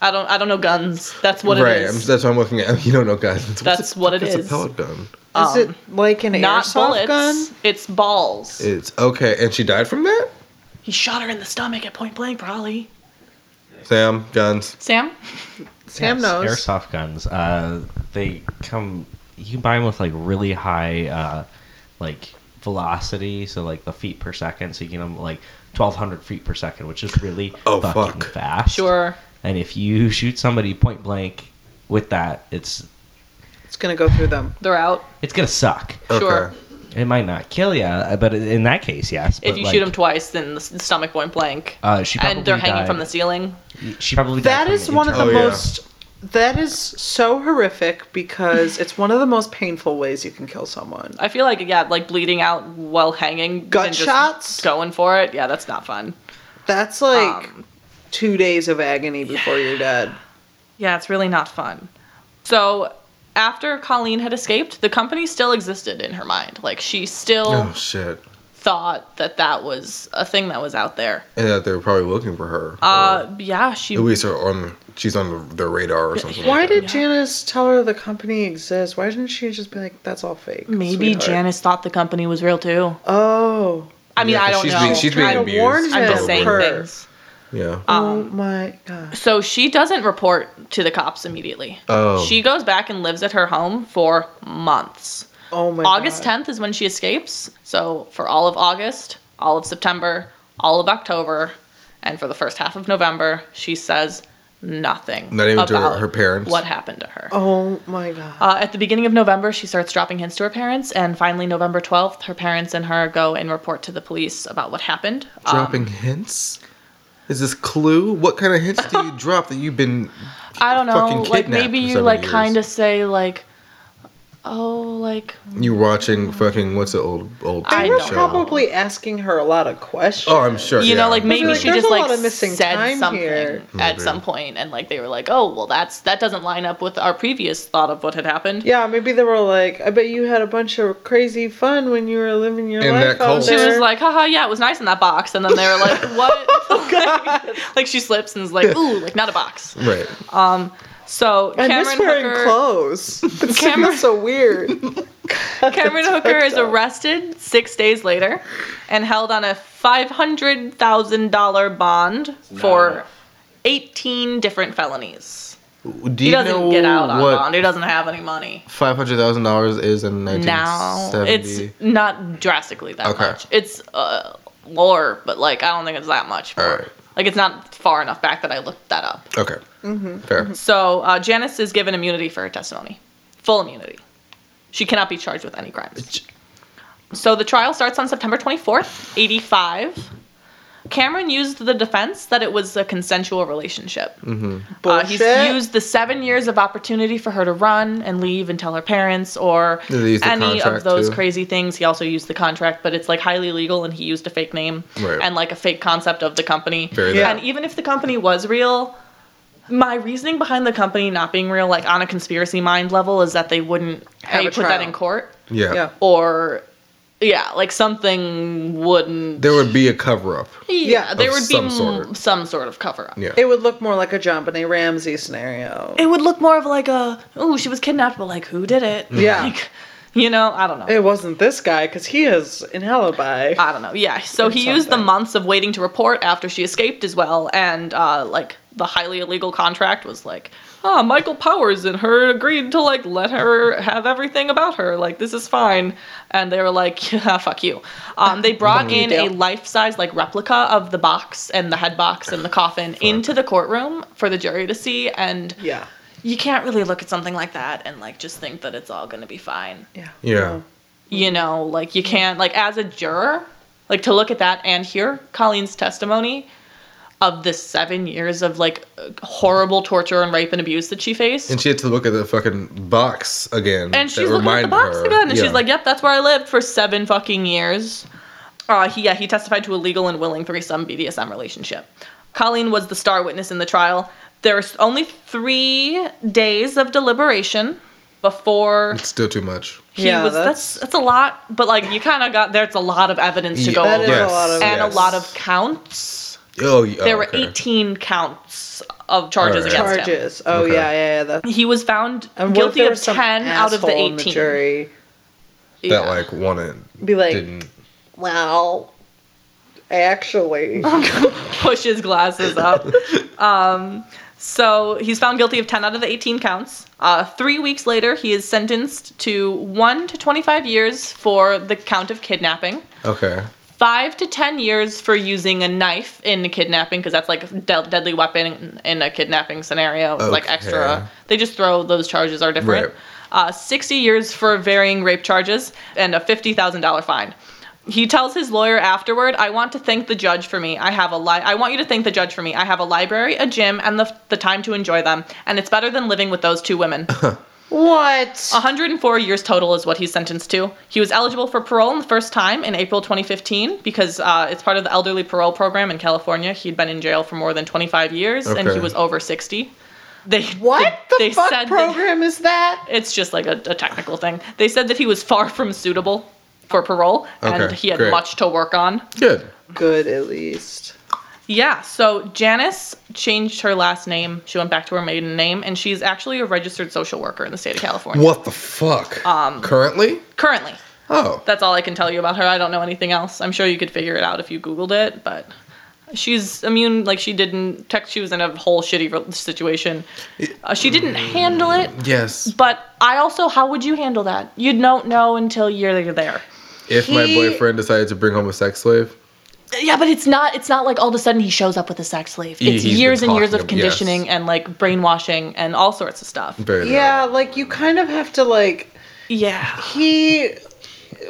Speaker 1: I don't I don't know guns. That's what
Speaker 2: right.
Speaker 1: it is.
Speaker 2: I'm, that's what I'm looking at. You don't know, guys. What's
Speaker 1: That's what it
Speaker 2: it's
Speaker 1: is.
Speaker 2: a pellet gun.
Speaker 4: is it like an
Speaker 1: um, not
Speaker 4: airsoft
Speaker 1: bullets.
Speaker 4: gun?
Speaker 1: It's balls.
Speaker 2: It's okay. And she died from that?
Speaker 1: he shot her in the stomach at point blank, probably.
Speaker 2: Sam, guns.
Speaker 1: Sam,
Speaker 4: Sam
Speaker 5: Yes,
Speaker 4: knows.
Speaker 5: Airsoft guns. Uh, they come. You can buy them with like really high, uh, like velocity. So like the feet per second. So you get them like twelve hundred feet per second, which is really
Speaker 2: Oh,
Speaker 5: fucking
Speaker 2: fuck.
Speaker 5: fast.
Speaker 1: sure.
Speaker 5: And if you shoot somebody point blank with that, it's
Speaker 4: It's gonna go through them.
Speaker 1: They're out.
Speaker 5: it's gonna suck.
Speaker 2: Okay.
Speaker 1: Sure.
Speaker 5: It might not kill you, but in that case, yes.
Speaker 1: If
Speaker 5: but,
Speaker 1: you
Speaker 5: like,
Speaker 1: shoot him twice, then the s- the stomach point blank.
Speaker 5: uh, she probably
Speaker 1: and they're hanging
Speaker 5: died-
Speaker 1: from the ceiling.
Speaker 5: She probably died
Speaker 4: That
Speaker 5: from
Speaker 4: is
Speaker 5: the
Speaker 4: one of the
Speaker 2: Oh, yeah.
Speaker 4: most. That is so horrific because it's one of the most painful ways you can kill someone.
Speaker 1: I feel like yeah, like bleeding out while hanging.
Speaker 4: Gut
Speaker 1: and
Speaker 4: shots?
Speaker 1: Going for it. Yeah, that's not fun.
Speaker 4: That's like
Speaker 1: Um,
Speaker 4: two days of agony before you're dead.
Speaker 1: Yeah, it's really not fun. So after Colleen had escaped, the company still existed in her mind. Like she still
Speaker 2: Oh, shit.
Speaker 1: thought that that was a thing that was out there.
Speaker 2: And that they're probably looking for her.
Speaker 1: Uh, yeah, she
Speaker 2: or at least are on, she's on the, their radar or something.
Speaker 4: Why
Speaker 2: like
Speaker 4: did
Speaker 1: Yeah.
Speaker 4: Janice tell her the company exists? Why didn't she just be like, "That's all fake"?
Speaker 1: Maybe
Speaker 4: sweetheart."
Speaker 1: Janice thought the company was real too.
Speaker 4: Oh,
Speaker 1: I mean,
Speaker 2: Yeah,
Speaker 1: I
Speaker 2: 'cause
Speaker 1: don't
Speaker 2: she's
Speaker 1: know.
Speaker 2: Being, she's being
Speaker 1: I,
Speaker 4: I'd
Speaker 2: abused.
Speaker 4: warn her.
Speaker 1: I'm just saying
Speaker 4: Her.
Speaker 1: things.
Speaker 2: Yeah.
Speaker 4: oh
Speaker 1: Um,
Speaker 4: my god!
Speaker 1: So she doesn't report to the cops immediately.
Speaker 2: Oh.
Speaker 1: She goes back and lives at her home for months.
Speaker 4: Oh my!
Speaker 1: August
Speaker 4: God.
Speaker 1: 10th is when she escapes. So for all of August, all of September, all of October, and for the first half of November, she says nothing.
Speaker 2: Not even to her-
Speaker 1: about
Speaker 2: her parents?
Speaker 1: What happened to her?
Speaker 4: Oh my god!
Speaker 1: Uh, at the beginning of November, she starts dropping hints to her parents, and finally, November 12th, her parents and her go and report to the police about what happened. Um,
Speaker 2: Dropping hints? Is this clue? What kind of hints do you drop that you've been.
Speaker 1: I don't know,
Speaker 2: fucking
Speaker 1: like
Speaker 2: kidnapped
Speaker 1: maybe
Speaker 2: for
Speaker 1: you
Speaker 2: seven
Speaker 1: like
Speaker 2: years.
Speaker 1: kind of say like, oh, like
Speaker 2: You watching fucking. What's the old, old
Speaker 1: I
Speaker 2: TV
Speaker 4: They were
Speaker 1: don't
Speaker 2: show?
Speaker 4: probably asking her a lot of questions.
Speaker 2: Oh, I'm sure.
Speaker 1: you
Speaker 2: yeah.
Speaker 1: know, like maybe
Speaker 4: like,
Speaker 1: she
Speaker 4: there's
Speaker 1: just
Speaker 4: a
Speaker 1: like
Speaker 4: lot of missing
Speaker 1: said
Speaker 4: time
Speaker 1: something
Speaker 4: here.
Speaker 1: at
Speaker 2: Maybe.
Speaker 1: some point, and like they were like, oh, well, that's that doesn't line up with our previous thought of what had happened.
Speaker 4: Yeah, maybe they were like, "I bet you had a bunch of crazy fun when you were living your
Speaker 2: In
Speaker 4: life."
Speaker 2: that
Speaker 4: out
Speaker 2: cult.
Speaker 1: She was
Speaker 4: there."
Speaker 1: like, haha, yeah, it was nice in that box. And then they were like, what? like, she slips and is like, ooh, like not a box.
Speaker 2: Right.
Speaker 1: So
Speaker 4: I
Speaker 1: Cameron
Speaker 4: miss wearing
Speaker 1: Hooker,
Speaker 4: clothes. It's
Speaker 1: Cameron-
Speaker 4: so weird.
Speaker 1: Cameron
Speaker 4: That's
Speaker 1: Hooker
Speaker 4: fucked
Speaker 1: is
Speaker 4: up.
Speaker 1: arrested six days later and held on a $500,000 bond for 18 different felonies.
Speaker 2: Do
Speaker 1: He
Speaker 2: you
Speaker 1: doesn't
Speaker 2: know
Speaker 1: get out on
Speaker 2: what
Speaker 1: bond. He doesn't have any money.
Speaker 2: five hundred thousand dollars is in nineteen
Speaker 1: Now,
Speaker 2: seventy?
Speaker 1: it's not drastically that
Speaker 2: Okay.
Speaker 1: much. It's uh, lower, but like I don't think it's that much.
Speaker 2: All
Speaker 1: more.
Speaker 2: right.
Speaker 1: Like it's not far enough back that I looked that up.
Speaker 2: Okay,
Speaker 4: Mm-hmm,
Speaker 2: fair.
Speaker 1: So uh, Janice is given immunity for her testimony, full immunity. She cannot be charged with any crimes. So the trial starts on September 24th, 85. Cameron used the defense that it was a consensual relationship.
Speaker 2: Mm-hmm.
Speaker 1: Uh, he's
Speaker 4: Bullshit.
Speaker 1: used the seven years of opportunity for her to run and leave and tell her parents or
Speaker 2: Did he use the
Speaker 1: any of
Speaker 2: contract,
Speaker 1: those
Speaker 2: too?
Speaker 1: crazy things. He also used the contract, but it's like highly illegal, and he used a fake name
Speaker 2: Right.
Speaker 1: and like a fake concept of the company.
Speaker 2: Very
Speaker 4: Yeah.
Speaker 1: And even if the company was real, my reasoning behind the company not being real, like on a conspiracy mind level, is that they wouldn't
Speaker 4: Have
Speaker 1: A,
Speaker 4: a
Speaker 1: put that
Speaker 4: trial.
Speaker 1: in court
Speaker 2: Yeah.
Speaker 4: mm-hmm. Yeah.
Speaker 1: or yeah, like something wouldn't.
Speaker 2: There would be a cover up.
Speaker 1: yeah, there
Speaker 2: of
Speaker 1: would
Speaker 2: some
Speaker 1: be
Speaker 2: sort.
Speaker 1: m- some sort of cover up.
Speaker 2: Yeah.
Speaker 4: It would look more like a John Benet Ramsey scenario.
Speaker 1: It would look more of like a oh she was kidnapped, but like who did it?
Speaker 4: Yeah.
Speaker 1: Like, you know, I don't know.
Speaker 4: It wasn't this guy because he is an alibi.
Speaker 1: I don't know. Yeah. So
Speaker 4: Or
Speaker 1: he used the
Speaker 4: something.
Speaker 1: months of waiting to report after she escaped as well, and uh, like the highly illegal contract was like, oh, Michael Powers and her agreed to like let her have everything about her. Like this is fine, and they were like, yeah, fuck you. Um, they brought in a
Speaker 4: deal.
Speaker 1: life-size like replica of the box and the head box and the coffin into the courtroom for the jury to see, and
Speaker 4: yeah.
Speaker 1: you can't really look at something like that and like just think that it's all gonna be fine
Speaker 4: Yeah.
Speaker 2: Yeah.
Speaker 1: you know, like you can't like as a juror, like to look at that and hear Colleen's testimony of the seven years of like horrible torture and rape and abuse that she faced.
Speaker 2: And
Speaker 1: And,
Speaker 2: she had to look at the fucking box again. that
Speaker 1: she's looking at the
Speaker 2: reminded
Speaker 1: box
Speaker 2: her-
Speaker 1: again, and
Speaker 2: yeah.
Speaker 1: she's like, "Yep, that's where I lived for seven fucking years." Uh, he, yeah, he testified to a legal and willing threesome BDSM relationship. Colleen was the star witness in the trial. There was only three days of deliberation before
Speaker 2: it's still too much.
Speaker 1: he
Speaker 4: Yeah,
Speaker 1: was. That's,
Speaker 4: that's-
Speaker 1: that's a lot, but like you kind of got there's a lot of evidence to
Speaker 2: Yeah.
Speaker 1: go
Speaker 4: That
Speaker 1: over
Speaker 4: is
Speaker 2: Yes,
Speaker 4: a lot of
Speaker 1: and
Speaker 2: yes.
Speaker 1: a lot of counts.
Speaker 2: Oh, yeah.
Speaker 1: there were
Speaker 2: okay.
Speaker 1: 18 counts of charges
Speaker 2: Alright.
Speaker 1: against him.
Speaker 4: charges. Oh
Speaker 2: Okay.
Speaker 4: yeah, yeah, yeah. That's
Speaker 1: He was found
Speaker 4: and what if
Speaker 1: guilty
Speaker 4: there
Speaker 1: of
Speaker 4: was some
Speaker 1: 10 out of the
Speaker 4: asshole in
Speaker 1: 18.
Speaker 4: jury
Speaker 1: Yeah.
Speaker 2: That like wanted
Speaker 4: be like,
Speaker 2: didn't.
Speaker 4: well, actually,
Speaker 1: push his glasses up. um, so he's found guilty of 10 out of the 18 counts. Uh, three weeks later, he is sentenced to 1 to 25 years for the count of kidnapping.
Speaker 2: Okay.
Speaker 1: Five to ten years for using a knife in a kidnapping, because that's like a de- deadly weapon in a kidnapping scenario. It's Like
Speaker 2: Okay.
Speaker 1: extra, they just throw those charges are different.
Speaker 2: Right.
Speaker 1: Uh, Sixty years for varying rape charges and a fifty thousand dollar fine. He tells his lawyer afterward, "I want to thank the judge for me. I have a li- I want you to thank the judge for me. I have a library, a gym, and the the time to enjoy them. And it's better than living with those two women."
Speaker 4: what?
Speaker 1: 104 years total is what he's sentenced to. He was eligible for parole in the first time in April 2015 because uh, it's part of the elderly parole program in California. He'd been in jail for more than 25 years and he
Speaker 2: Okay.
Speaker 1: was over 60. They
Speaker 4: What the
Speaker 1: they, they
Speaker 4: fuck
Speaker 1: said that-
Speaker 4: program is that?
Speaker 1: it's just like a, a technical thing. They said that he was far from suitable for parole and
Speaker 2: Okay,
Speaker 1: he had
Speaker 2: great.
Speaker 1: much to work on.
Speaker 2: Good.
Speaker 4: Good, at least.
Speaker 1: Yeah, so Janice changed her last name. She went back to her maiden name and she's actually a registered social worker in the state of California
Speaker 2: What the fuck? Um. Currently?
Speaker 1: currently.
Speaker 2: Oh.
Speaker 1: that's all I can tell you about her. I don't know anything else. I'm sure you could figure it out if you Googled it, but she's immune. Like she didn't tech. She was in a whole shitty re- situation. Uh, she didn't handle it.
Speaker 2: yes.
Speaker 1: But I also, how would you handle that? You don't know until you're there.
Speaker 2: If my
Speaker 4: He-
Speaker 2: boyfriend decided to bring home a sex slave,
Speaker 1: Yeah, but it's not. It's not like all of a sudden he shows up with a sex slave.
Speaker 2: He-
Speaker 1: It's
Speaker 2: he's been
Speaker 1: years and years
Speaker 2: talking
Speaker 1: of
Speaker 2: ab- yes.
Speaker 1: conditioning and like brainwashing and all sorts of stuff.
Speaker 2: very
Speaker 4: Yeah, like you kind of have to like
Speaker 1: Yeah.
Speaker 4: he.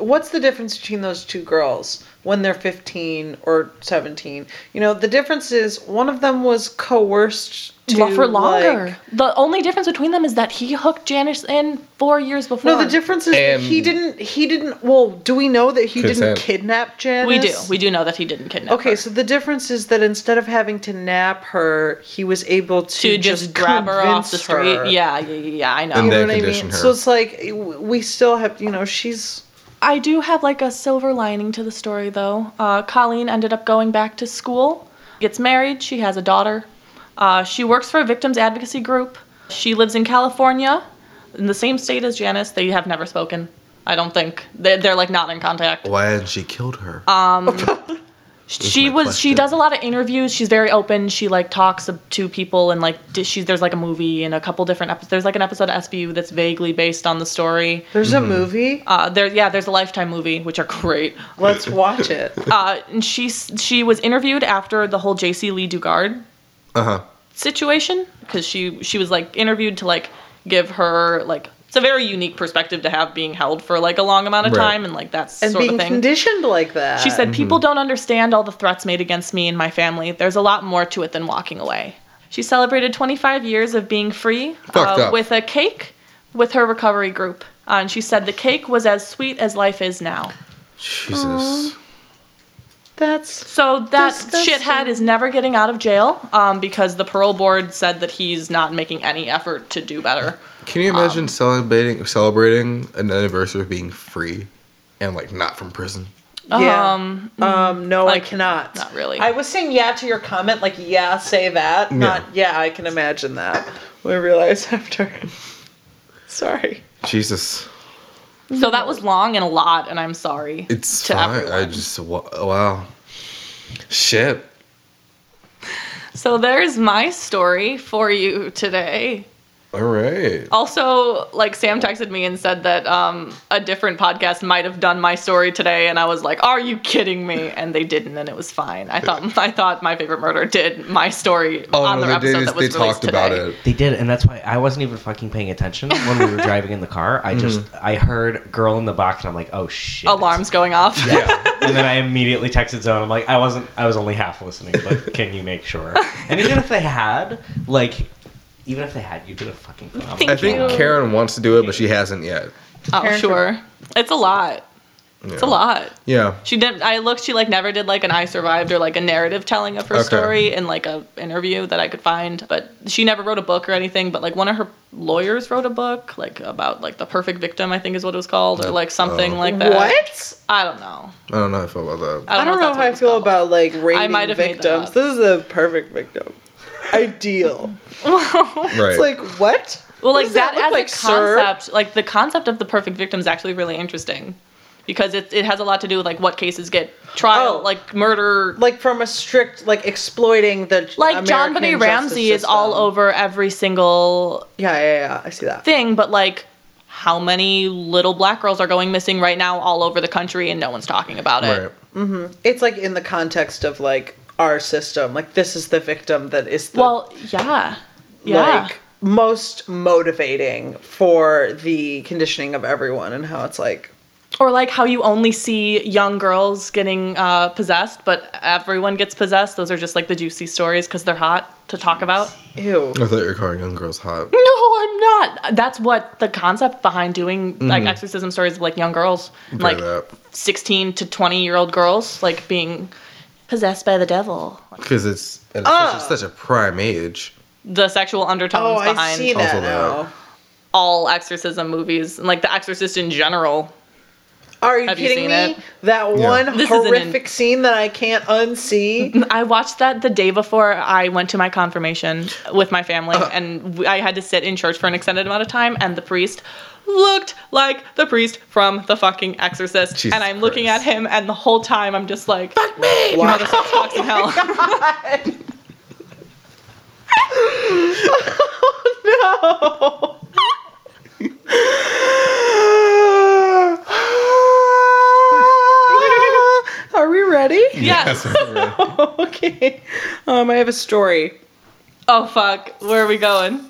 Speaker 4: What's the difference between those two girls when they're 15 or 17? You know, the difference is one of them was coerced to
Speaker 1: Well, for longer.
Speaker 4: like-
Speaker 1: the only difference between them is that he hooked Janice in four years before.
Speaker 4: no, the difference is
Speaker 2: And-
Speaker 4: he didn't. He didn't. Well, do we know that he didn't
Speaker 2: Consent.
Speaker 4: kidnap
Speaker 1: We
Speaker 4: Janice?
Speaker 1: do. We do know that he didn't kidnap.
Speaker 4: Okay,
Speaker 1: her.
Speaker 4: so the difference is that instead of having to nab her, he was able to,
Speaker 1: to just, grab her off the
Speaker 4: convince
Speaker 1: street.
Speaker 4: her.
Speaker 1: Yeah, yeah, yeah, yeah, I know.
Speaker 2: And
Speaker 4: You know
Speaker 2: then
Speaker 4: what I mean?
Speaker 2: condition her.
Speaker 4: So it's like w- we still have, you know, she's
Speaker 1: I do have like a silver lining to the story though. Uh, Colleen ended up going back to school, gets married, she has a daughter. Uh, she works for a victims advocacy group. She lives in California, in the same state as Janice. They have never spoken, I don't think. They're, they're like not in contact.
Speaker 2: Why had she killed her?
Speaker 1: Um, she
Speaker 2: my
Speaker 1: was she
Speaker 2: question.
Speaker 1: does a lot of interviews she's very open she like talks to people and like di- she's there's like a movie and a couple different episodes there's like an episode of sbu that's vaguely based on the story
Speaker 4: there's
Speaker 2: Mm-hmm.
Speaker 4: a movie.
Speaker 1: uh there yeah there's a lifetime movie which are great
Speaker 4: Let's watch it.
Speaker 1: uh and she s- she was interviewed after the whole jc lee dugard
Speaker 2: uh huh.
Speaker 1: situation because she she was like interviewed to like give her like it's a very unique perspective to have being held for like a long amount of
Speaker 2: Right.
Speaker 1: time and like that
Speaker 4: and
Speaker 1: sort
Speaker 4: being
Speaker 1: of thing
Speaker 4: conditioned like that.
Speaker 1: She
Speaker 2: Mm-hmm.
Speaker 1: said, People don't understand all the threats made against me and my family. There's a lot more to it than walking away. She celebrated 25 years of being free
Speaker 2: Fucked
Speaker 1: uh,
Speaker 2: up.
Speaker 1: with a cake with her recovery group. Uh, and she said, The cake was as sweet as life is now.
Speaker 2: Jesus.
Speaker 4: That's
Speaker 1: So that
Speaker 4: Disgusting.
Speaker 1: shithead is never getting out of jail um, because the parole board said that he's not making any effort to do better.
Speaker 2: Can you imagine celebrating celebrating an anniversary of being free and like not from prison?
Speaker 4: Yeah.
Speaker 1: Um,
Speaker 4: Um, no,
Speaker 1: Like,
Speaker 4: I cannot.
Speaker 1: not really.
Speaker 4: I was saying yeah to your comment, like yeah, say that. Not yeah, I can imagine that. What I realized after. Sorry.
Speaker 2: Jesus,
Speaker 1: so that was long and a lot, and I'm sorry.
Speaker 2: it's
Speaker 1: To
Speaker 2: fine. I
Speaker 1: everyone.
Speaker 2: just wa- wow, shit.
Speaker 1: So there's my story for you today.
Speaker 2: All right.
Speaker 1: Also, like Sam texted me and said that um, a different podcast might have done my story today, and I was like, "Are you kidding me?" And they didn't, and it was fine. I thought I thought my favorite murder did my story on their
Speaker 2: Oh, they,
Speaker 1: episode
Speaker 2: did-
Speaker 1: that was
Speaker 2: they
Speaker 1: released
Speaker 2: talked about
Speaker 1: today.
Speaker 2: it.
Speaker 5: They did, and that's why I wasn't even fucking paying attention when we were driving in the car.
Speaker 4: Mm.
Speaker 5: I just I heard "girl in the box" and I'm like, oh shit!
Speaker 1: Alarms going off.
Speaker 2: Yeah.
Speaker 5: and then I immediately texted Zone. I'm like, I wasn't. I was only half listening, but can you make sure? And even if they had, like, even if they had, you did a fucking phenomenal.
Speaker 2: I
Speaker 1: Thank
Speaker 2: think
Speaker 1: you.
Speaker 2: Karen wants to do it, but she hasn't yet.
Speaker 1: Oh, sure. It's a lot. It's a lot.
Speaker 2: Yeah.
Speaker 1: She didn't. I looked. She like never did like an I survived or like a narrative telling of her
Speaker 2: Okay.
Speaker 1: story in like a interview that I could find. But she never wrote a book or anything. But like one of her lawyers wrote a book like about like the perfect victim. I think is what it was called or like something
Speaker 2: Oh.
Speaker 1: like that.
Speaker 4: What?
Speaker 1: I don't know.
Speaker 2: I don't know how I feel about that.
Speaker 4: I don't, know,
Speaker 1: if that's
Speaker 4: how I
Speaker 1: what it's
Speaker 4: feel
Speaker 1: called.
Speaker 4: about like rating
Speaker 1: might have made that
Speaker 4: victims.
Speaker 1: up.
Speaker 4: This is the perfect victim. Ideal.
Speaker 2: Right.
Speaker 4: It's like what?
Speaker 1: Well,
Speaker 4: What
Speaker 1: like
Speaker 4: does
Speaker 1: that,
Speaker 4: look
Speaker 1: as
Speaker 4: like,
Speaker 1: a
Speaker 4: sir?
Speaker 1: concept, like the concept of the perfect victim is actually really interesting because it it has a lot to do with like what cases get trial,
Speaker 4: Oh.
Speaker 1: like murder,
Speaker 4: Like from a strict like exploiting the
Speaker 1: like John
Speaker 4: American
Speaker 1: Benet
Speaker 4: justice
Speaker 1: Ramsey is
Speaker 4: system.
Speaker 1: all over every single
Speaker 4: Yeah, yeah, yeah. I see that.
Speaker 1: thing, but like how many little black girls are going missing right now all over the country and no one's talking about it.
Speaker 2: Right.
Speaker 4: It's like in the context of like our system. Like this is the victim that is the
Speaker 1: Well, yeah. Yeah.
Speaker 4: like most motivating for the conditioning of everyone and how it's like
Speaker 1: or like how you only see young girls getting uh, possessed, but everyone gets possessed. Those are just like the juicy stories because they're hot to talk about.
Speaker 4: ew.
Speaker 2: I thought you were calling young girls hot.
Speaker 1: No, I'm not. That's what the concept behind doing like exorcism stories of like young girls, like sixteen to twenty year old girls, like being possessed by the devil.
Speaker 2: because it's at
Speaker 4: Ah.
Speaker 2: such, such a prime age.
Speaker 1: The sexual
Speaker 4: Oh,
Speaker 1: undertones
Speaker 4: I
Speaker 1: behind
Speaker 4: see that
Speaker 2: Also
Speaker 4: now.
Speaker 1: all exorcism movies and like The Exorcist in general.
Speaker 4: Are you
Speaker 1: Have you seen
Speaker 4: kidding me?
Speaker 1: it?
Speaker 4: That
Speaker 2: Yeah.
Speaker 4: one
Speaker 1: This is an
Speaker 4: horrific scene that I can't unsee.
Speaker 1: I watched that the day before I went to my confirmation with my family, and w- I had to sit in church for an extended amount of time, and the priest looked like the priest from the fucking exorcist
Speaker 2: Jesus
Speaker 1: and i'm looking at
Speaker 2: Christ.
Speaker 1: him and the whole time i'm just like fuck me
Speaker 4: Wow.
Speaker 1: fox in hell
Speaker 4: Are we ready?
Speaker 1: yes
Speaker 4: okay. Um, I have a story.
Speaker 1: oh fuck where are we going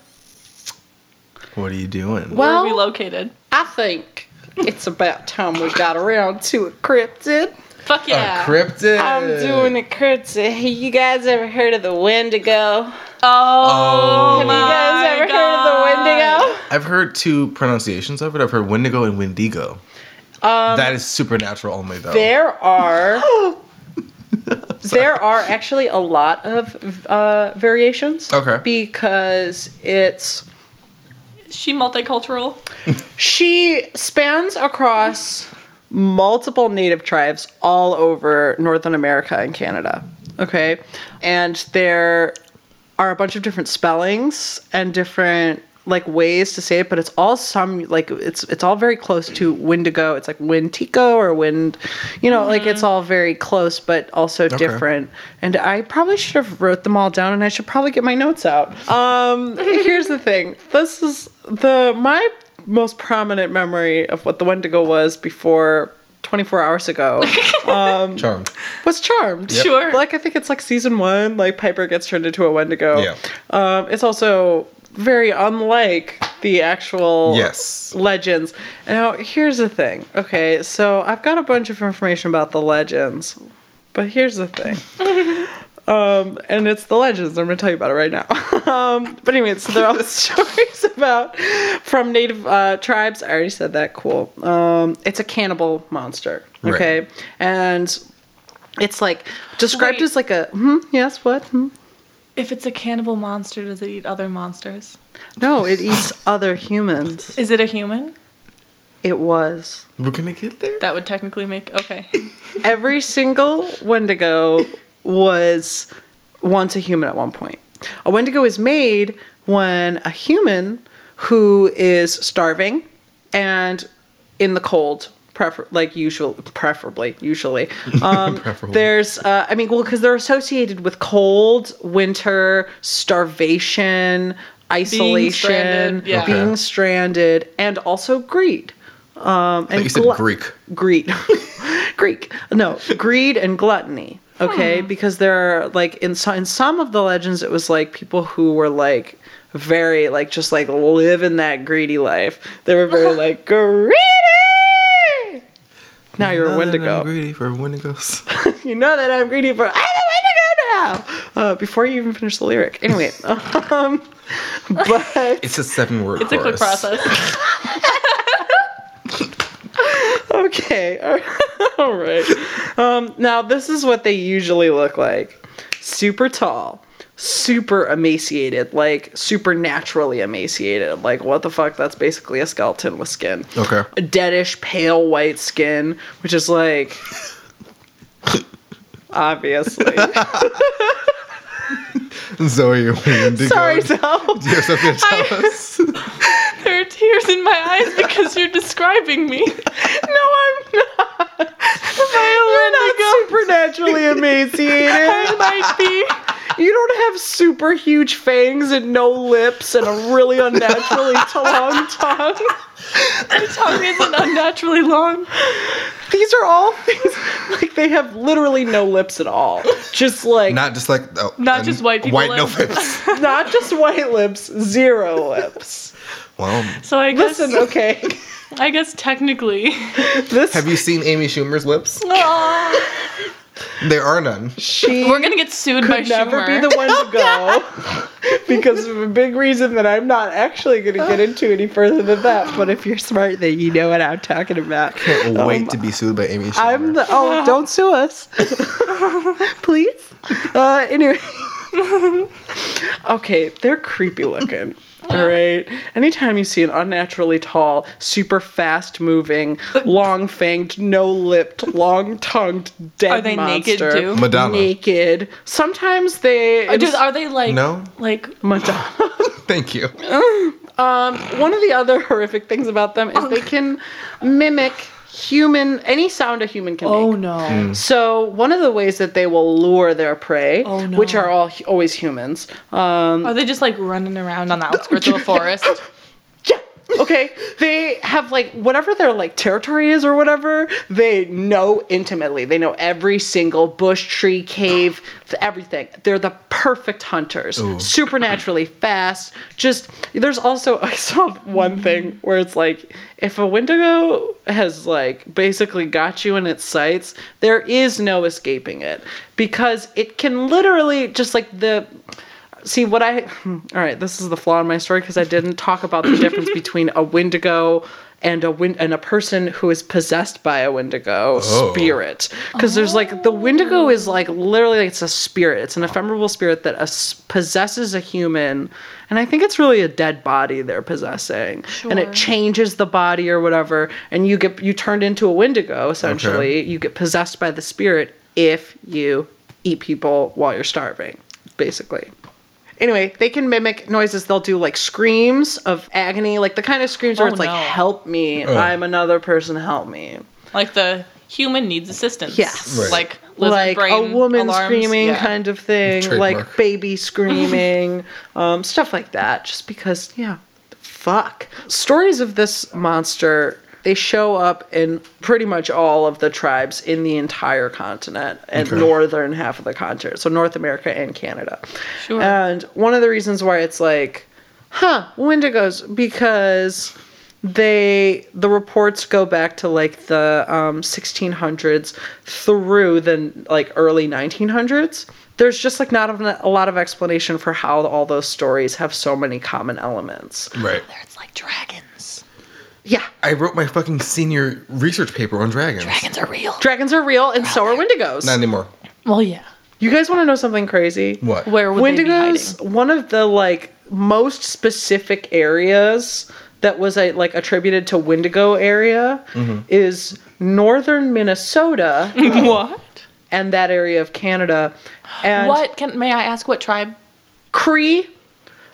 Speaker 2: what are you doing?
Speaker 1: where are
Speaker 4: Well,
Speaker 1: we located
Speaker 4: I think it's about time we got around to it cryptid.
Speaker 1: fuck
Speaker 2: Uh,
Speaker 1: yeah
Speaker 2: Cryptid.
Speaker 4: I'm doing a cryptid. You guys ever heard of the Wendigo?
Speaker 1: oh,
Speaker 2: Oh.
Speaker 1: my
Speaker 4: you guys ever heard of the
Speaker 1: God.
Speaker 4: Wendigo?
Speaker 2: I've heard two pronunciations of it. I've heard Wendigo and Wendigo.
Speaker 1: Um,
Speaker 2: that is supernatural only though.
Speaker 4: There are there are actually a lot of uh, variations.
Speaker 2: Okay.
Speaker 4: Because it's
Speaker 1: Is she multicultural
Speaker 4: she spans across multiple native tribes all over Northern America and Canada. Okay. And there are a bunch of different spellings and different like ways to say it, but it's all some like it's it's all very close to Wendigo. It's like Wintico or Wind, you know, like it's all very close but also different. And I probably should have wrote them all down, and I should probably get my notes out. Um, here's the thing. This is the my most prominent memory of what the Wendigo was before 24 hours ago
Speaker 2: Charmed.
Speaker 4: was charmed.
Speaker 1: Yep. Sure.
Speaker 4: Like I think it's like season one, like Piper gets turned into a Wendigo.
Speaker 2: Yeah.
Speaker 4: Um, it's also very unlike the actual
Speaker 2: Yes.
Speaker 4: legends. Now here's the thing. Okay, so I've got a bunch of information about the legends, but here's the thing. Um, and it's the legends. I'm going to tell you about it right now. um, but anyway, so they're all stories about from native uh, tribes. I already said that. Cool. Um, it's a cannibal monster.
Speaker 2: Right.
Speaker 4: Okay, and It's like described
Speaker 1: Wait.
Speaker 4: as like a hmm, yes, what? Hmm.
Speaker 1: If it's a cannibal monster, does it eat other monsters?
Speaker 4: No, it eats other humans.
Speaker 1: Is it a human?
Speaker 4: It was
Speaker 2: We're gonna get there.
Speaker 1: That would technically make okay.
Speaker 4: every single Wendigo was once a human at one point. A Wendigo is made when a human who is starving and in the cold, prefer- like usual, preferably usually. Um,
Speaker 2: Preferably.
Speaker 4: There's, uh, I mean, well, because they're associated with cold, winter, starvation, isolation,
Speaker 1: stranded, yeah.
Speaker 4: being
Speaker 2: Okay.
Speaker 4: stranded, and also greed. Um,
Speaker 2: I
Speaker 4: and
Speaker 2: thought you said
Speaker 4: glut-
Speaker 2: Greek.
Speaker 4: greed greek no greed and gluttony okay because there are like in, so- in some of the legends it was like people who were like very like just like living that greedy life they were very like greedy now you're a
Speaker 2: I'm
Speaker 4: wendigo
Speaker 2: greedy for wendigos.
Speaker 4: you know that i'm greedy for i'm a wendigo now uh, before you even finish the lyric anyway um but
Speaker 2: It's a seven word.
Speaker 1: It's a quick process.
Speaker 4: Okay. All right. Um, now, this is what they usually look like super tall, super emaciated, like supernaturally emaciated. Like, what the fuck? That's basically a skeleton with skin.
Speaker 2: Okay.
Speaker 4: A deadish, pale white skin, which is like. obviously.
Speaker 2: Zoe, you're a wendigo.
Speaker 4: Sorry,
Speaker 2: Do
Speaker 4: Zoe.
Speaker 2: you have something to tell
Speaker 1: I-
Speaker 2: us?
Speaker 1: there are tears in my eyes because you're describing me.
Speaker 4: No, I'm not. You're not supernaturally emaciated.
Speaker 1: I might be.
Speaker 4: You don't have super huge fangs and no lips and a really unnaturally t- long tongue.
Speaker 1: My tongue isn't unnaturally long.
Speaker 4: These are all things like they have literally no lips at all. Just like not,
Speaker 2: Not just like oh,
Speaker 1: Not
Speaker 2: um,
Speaker 1: just white people
Speaker 2: White no
Speaker 1: live.
Speaker 2: lips.
Speaker 4: just white lips, zero lips.
Speaker 2: well,
Speaker 1: So I guess
Speaker 4: Listen, okay.
Speaker 1: I guess technically.
Speaker 4: This
Speaker 2: have you seen Amy Schumer's lips?
Speaker 4: Ah.
Speaker 1: Aw.
Speaker 2: There are none.
Speaker 4: she
Speaker 1: We're gonna get sued by
Speaker 4: could never
Speaker 1: Schumer.
Speaker 4: be the one to go because of a big reason that I'm not actually going to get into any further than that. But if you're smart, then you know what I'm talking about.
Speaker 2: Can't
Speaker 4: Oh
Speaker 1: Um,
Speaker 2: wait to be sued by Amy Schumer.
Speaker 4: I'm the oh, don't sue us, please. Uh, anyway, okay, they're creepy looking. All right. Anytime you see an unnaturally tall, super fast moving, long fanged, no lipped, long tongued dead
Speaker 1: Are they naked,
Speaker 4: monster,
Speaker 1: too?
Speaker 2: Madonna.
Speaker 4: Naked. Sometimes they
Speaker 1: Uh, Dude, are they like
Speaker 2: No.
Speaker 1: like
Speaker 4: Madonna. Um,
Speaker 2: Thank you.
Speaker 4: One of the other horrific things about them is they
Speaker 1: Oh,
Speaker 4: can mimic human any sound a human can make.
Speaker 1: no.
Speaker 2: Mm.
Speaker 4: So one of the ways that they will lure their prey,
Speaker 1: Oh, no.
Speaker 4: which are all always humans. Um,
Speaker 1: Are they just like running around on the outskirts of a forest?
Speaker 4: yeah, okay, they have like whatever their like territory is or whatever. They know intimately. They know every single bush, tree, cave, th- everything. They're the perfect hunters. Supernaturally fast. Just there's also I saw one thing where it's like if a Wendigo has like basically got you in its sights, there is no escaping it because it can literally just like the see what I hmm, all right. This is the flaw in my story because I didn't talk about the difference between a Wendigo and a win and a person who is possessed by a Wendigo
Speaker 2: Oh.
Speaker 4: spirit. Because there's like the Wendigo is like literally like, it's a spirit. It's an ephemeral spirit that as- possesses a human, and I think it's really a dead body they're possessing,
Speaker 1: Sure.
Speaker 4: and it changes the body or whatever, and you get you turned into a Wendigo essentially. You get possessed by the spirit if you eat people while you're starving, basically. Anyway, they can mimic noises. They'll do like screams of agony, like the kind of screams where
Speaker 1: Oh,
Speaker 4: it's
Speaker 1: no.
Speaker 4: like, help me,
Speaker 2: Ugh.
Speaker 4: I'm another person, help me.
Speaker 1: like the human needs assistance.
Speaker 4: Yes.
Speaker 2: Right.
Speaker 1: Like lizard
Speaker 4: like
Speaker 1: brain
Speaker 4: a woman
Speaker 1: alarms.
Speaker 4: screaming
Speaker 1: Yeah.
Speaker 4: kind of thing,
Speaker 2: Trademark.
Speaker 4: like baby screaming, um, stuff like that, just because, yeah, fuck. Stories of this monster. They show up in pretty much all of the tribes in the entire continent and
Speaker 2: Okay.
Speaker 4: northern half of the continent, so North America and Canada.
Speaker 1: Sure.
Speaker 4: And one of the reasons why it's like, huh, Wendigos, because they the reports go back to like the um, 1600s through the like early 1900s. There's just like not a a lot of explanation for how all those stories have so many common elements.
Speaker 2: Right.
Speaker 1: it's like dragons.
Speaker 4: Yeah,
Speaker 2: I wrote my fucking senior research paper on dragons.
Speaker 1: Dragons are real.
Speaker 4: dragons are real, and so are Wendigos.
Speaker 2: Not anymore.
Speaker 1: Well, yeah.
Speaker 4: You guys want to know something crazy?
Speaker 2: What?
Speaker 1: Where would they be
Speaker 4: Wendigos,
Speaker 1: hiding?
Speaker 4: one of the like most specific areas that was a, like attributed to Wendigo area is northern Minnesota
Speaker 1: What?
Speaker 4: and that area of Canada. And
Speaker 1: What can may I ask? What tribe?
Speaker 4: Cree,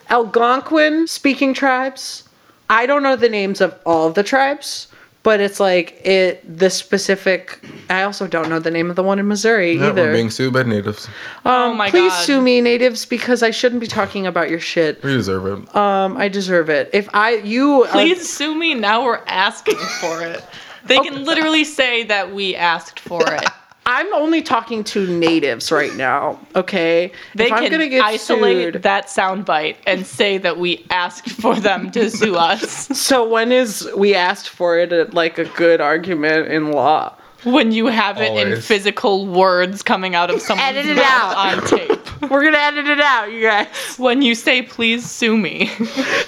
Speaker 4: Algonquin speaking tribes. I don't know the names of all of the tribes, but it's like it the specific I also don't know the name of the one in Missouri
Speaker 2: No,
Speaker 4: either. Um,
Speaker 2: we're being sued by natives.
Speaker 1: Oh my
Speaker 4: Please
Speaker 1: God.
Speaker 4: sue me, natives, because I shouldn't be talking about your shit.
Speaker 2: We deserve it.
Speaker 1: Oh.
Speaker 4: Um, I deserve it. If I you uh,
Speaker 1: Please sue me. Now we're asking for it. They can literally say that we asked for it.
Speaker 4: I'm only talking to natives right now, okay?
Speaker 1: They
Speaker 4: if
Speaker 1: can
Speaker 4: I'm gonna get
Speaker 1: isolate
Speaker 4: sued.
Speaker 1: that soundbite and say that we asked for them to sue us
Speaker 4: So when is we asked for it at like a good argument in law?
Speaker 1: when you have it in
Speaker 2: Always.
Speaker 1: physical words coming out of someone's
Speaker 4: Edit it
Speaker 1: mouth
Speaker 4: out.
Speaker 1: on tape.
Speaker 4: We're gonna edit it out, you guys.
Speaker 1: When you say "please sue me,"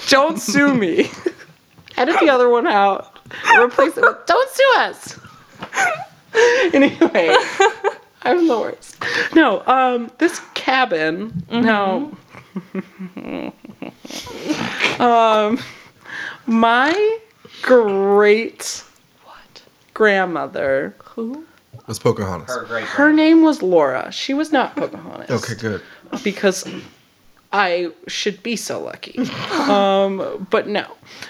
Speaker 4: Don't sue me. edit the other one out. Replace it with don't sue us. anyway, I'm the worst. No, um, this cabin. No. um, my great
Speaker 1: what?
Speaker 4: grandmother.
Speaker 1: Who?
Speaker 2: It's Pocahontas.
Speaker 5: great.
Speaker 4: Her name was Laura. She was not Pocahontas.
Speaker 2: Okay, good.
Speaker 4: because I should be so lucky. Um, but no,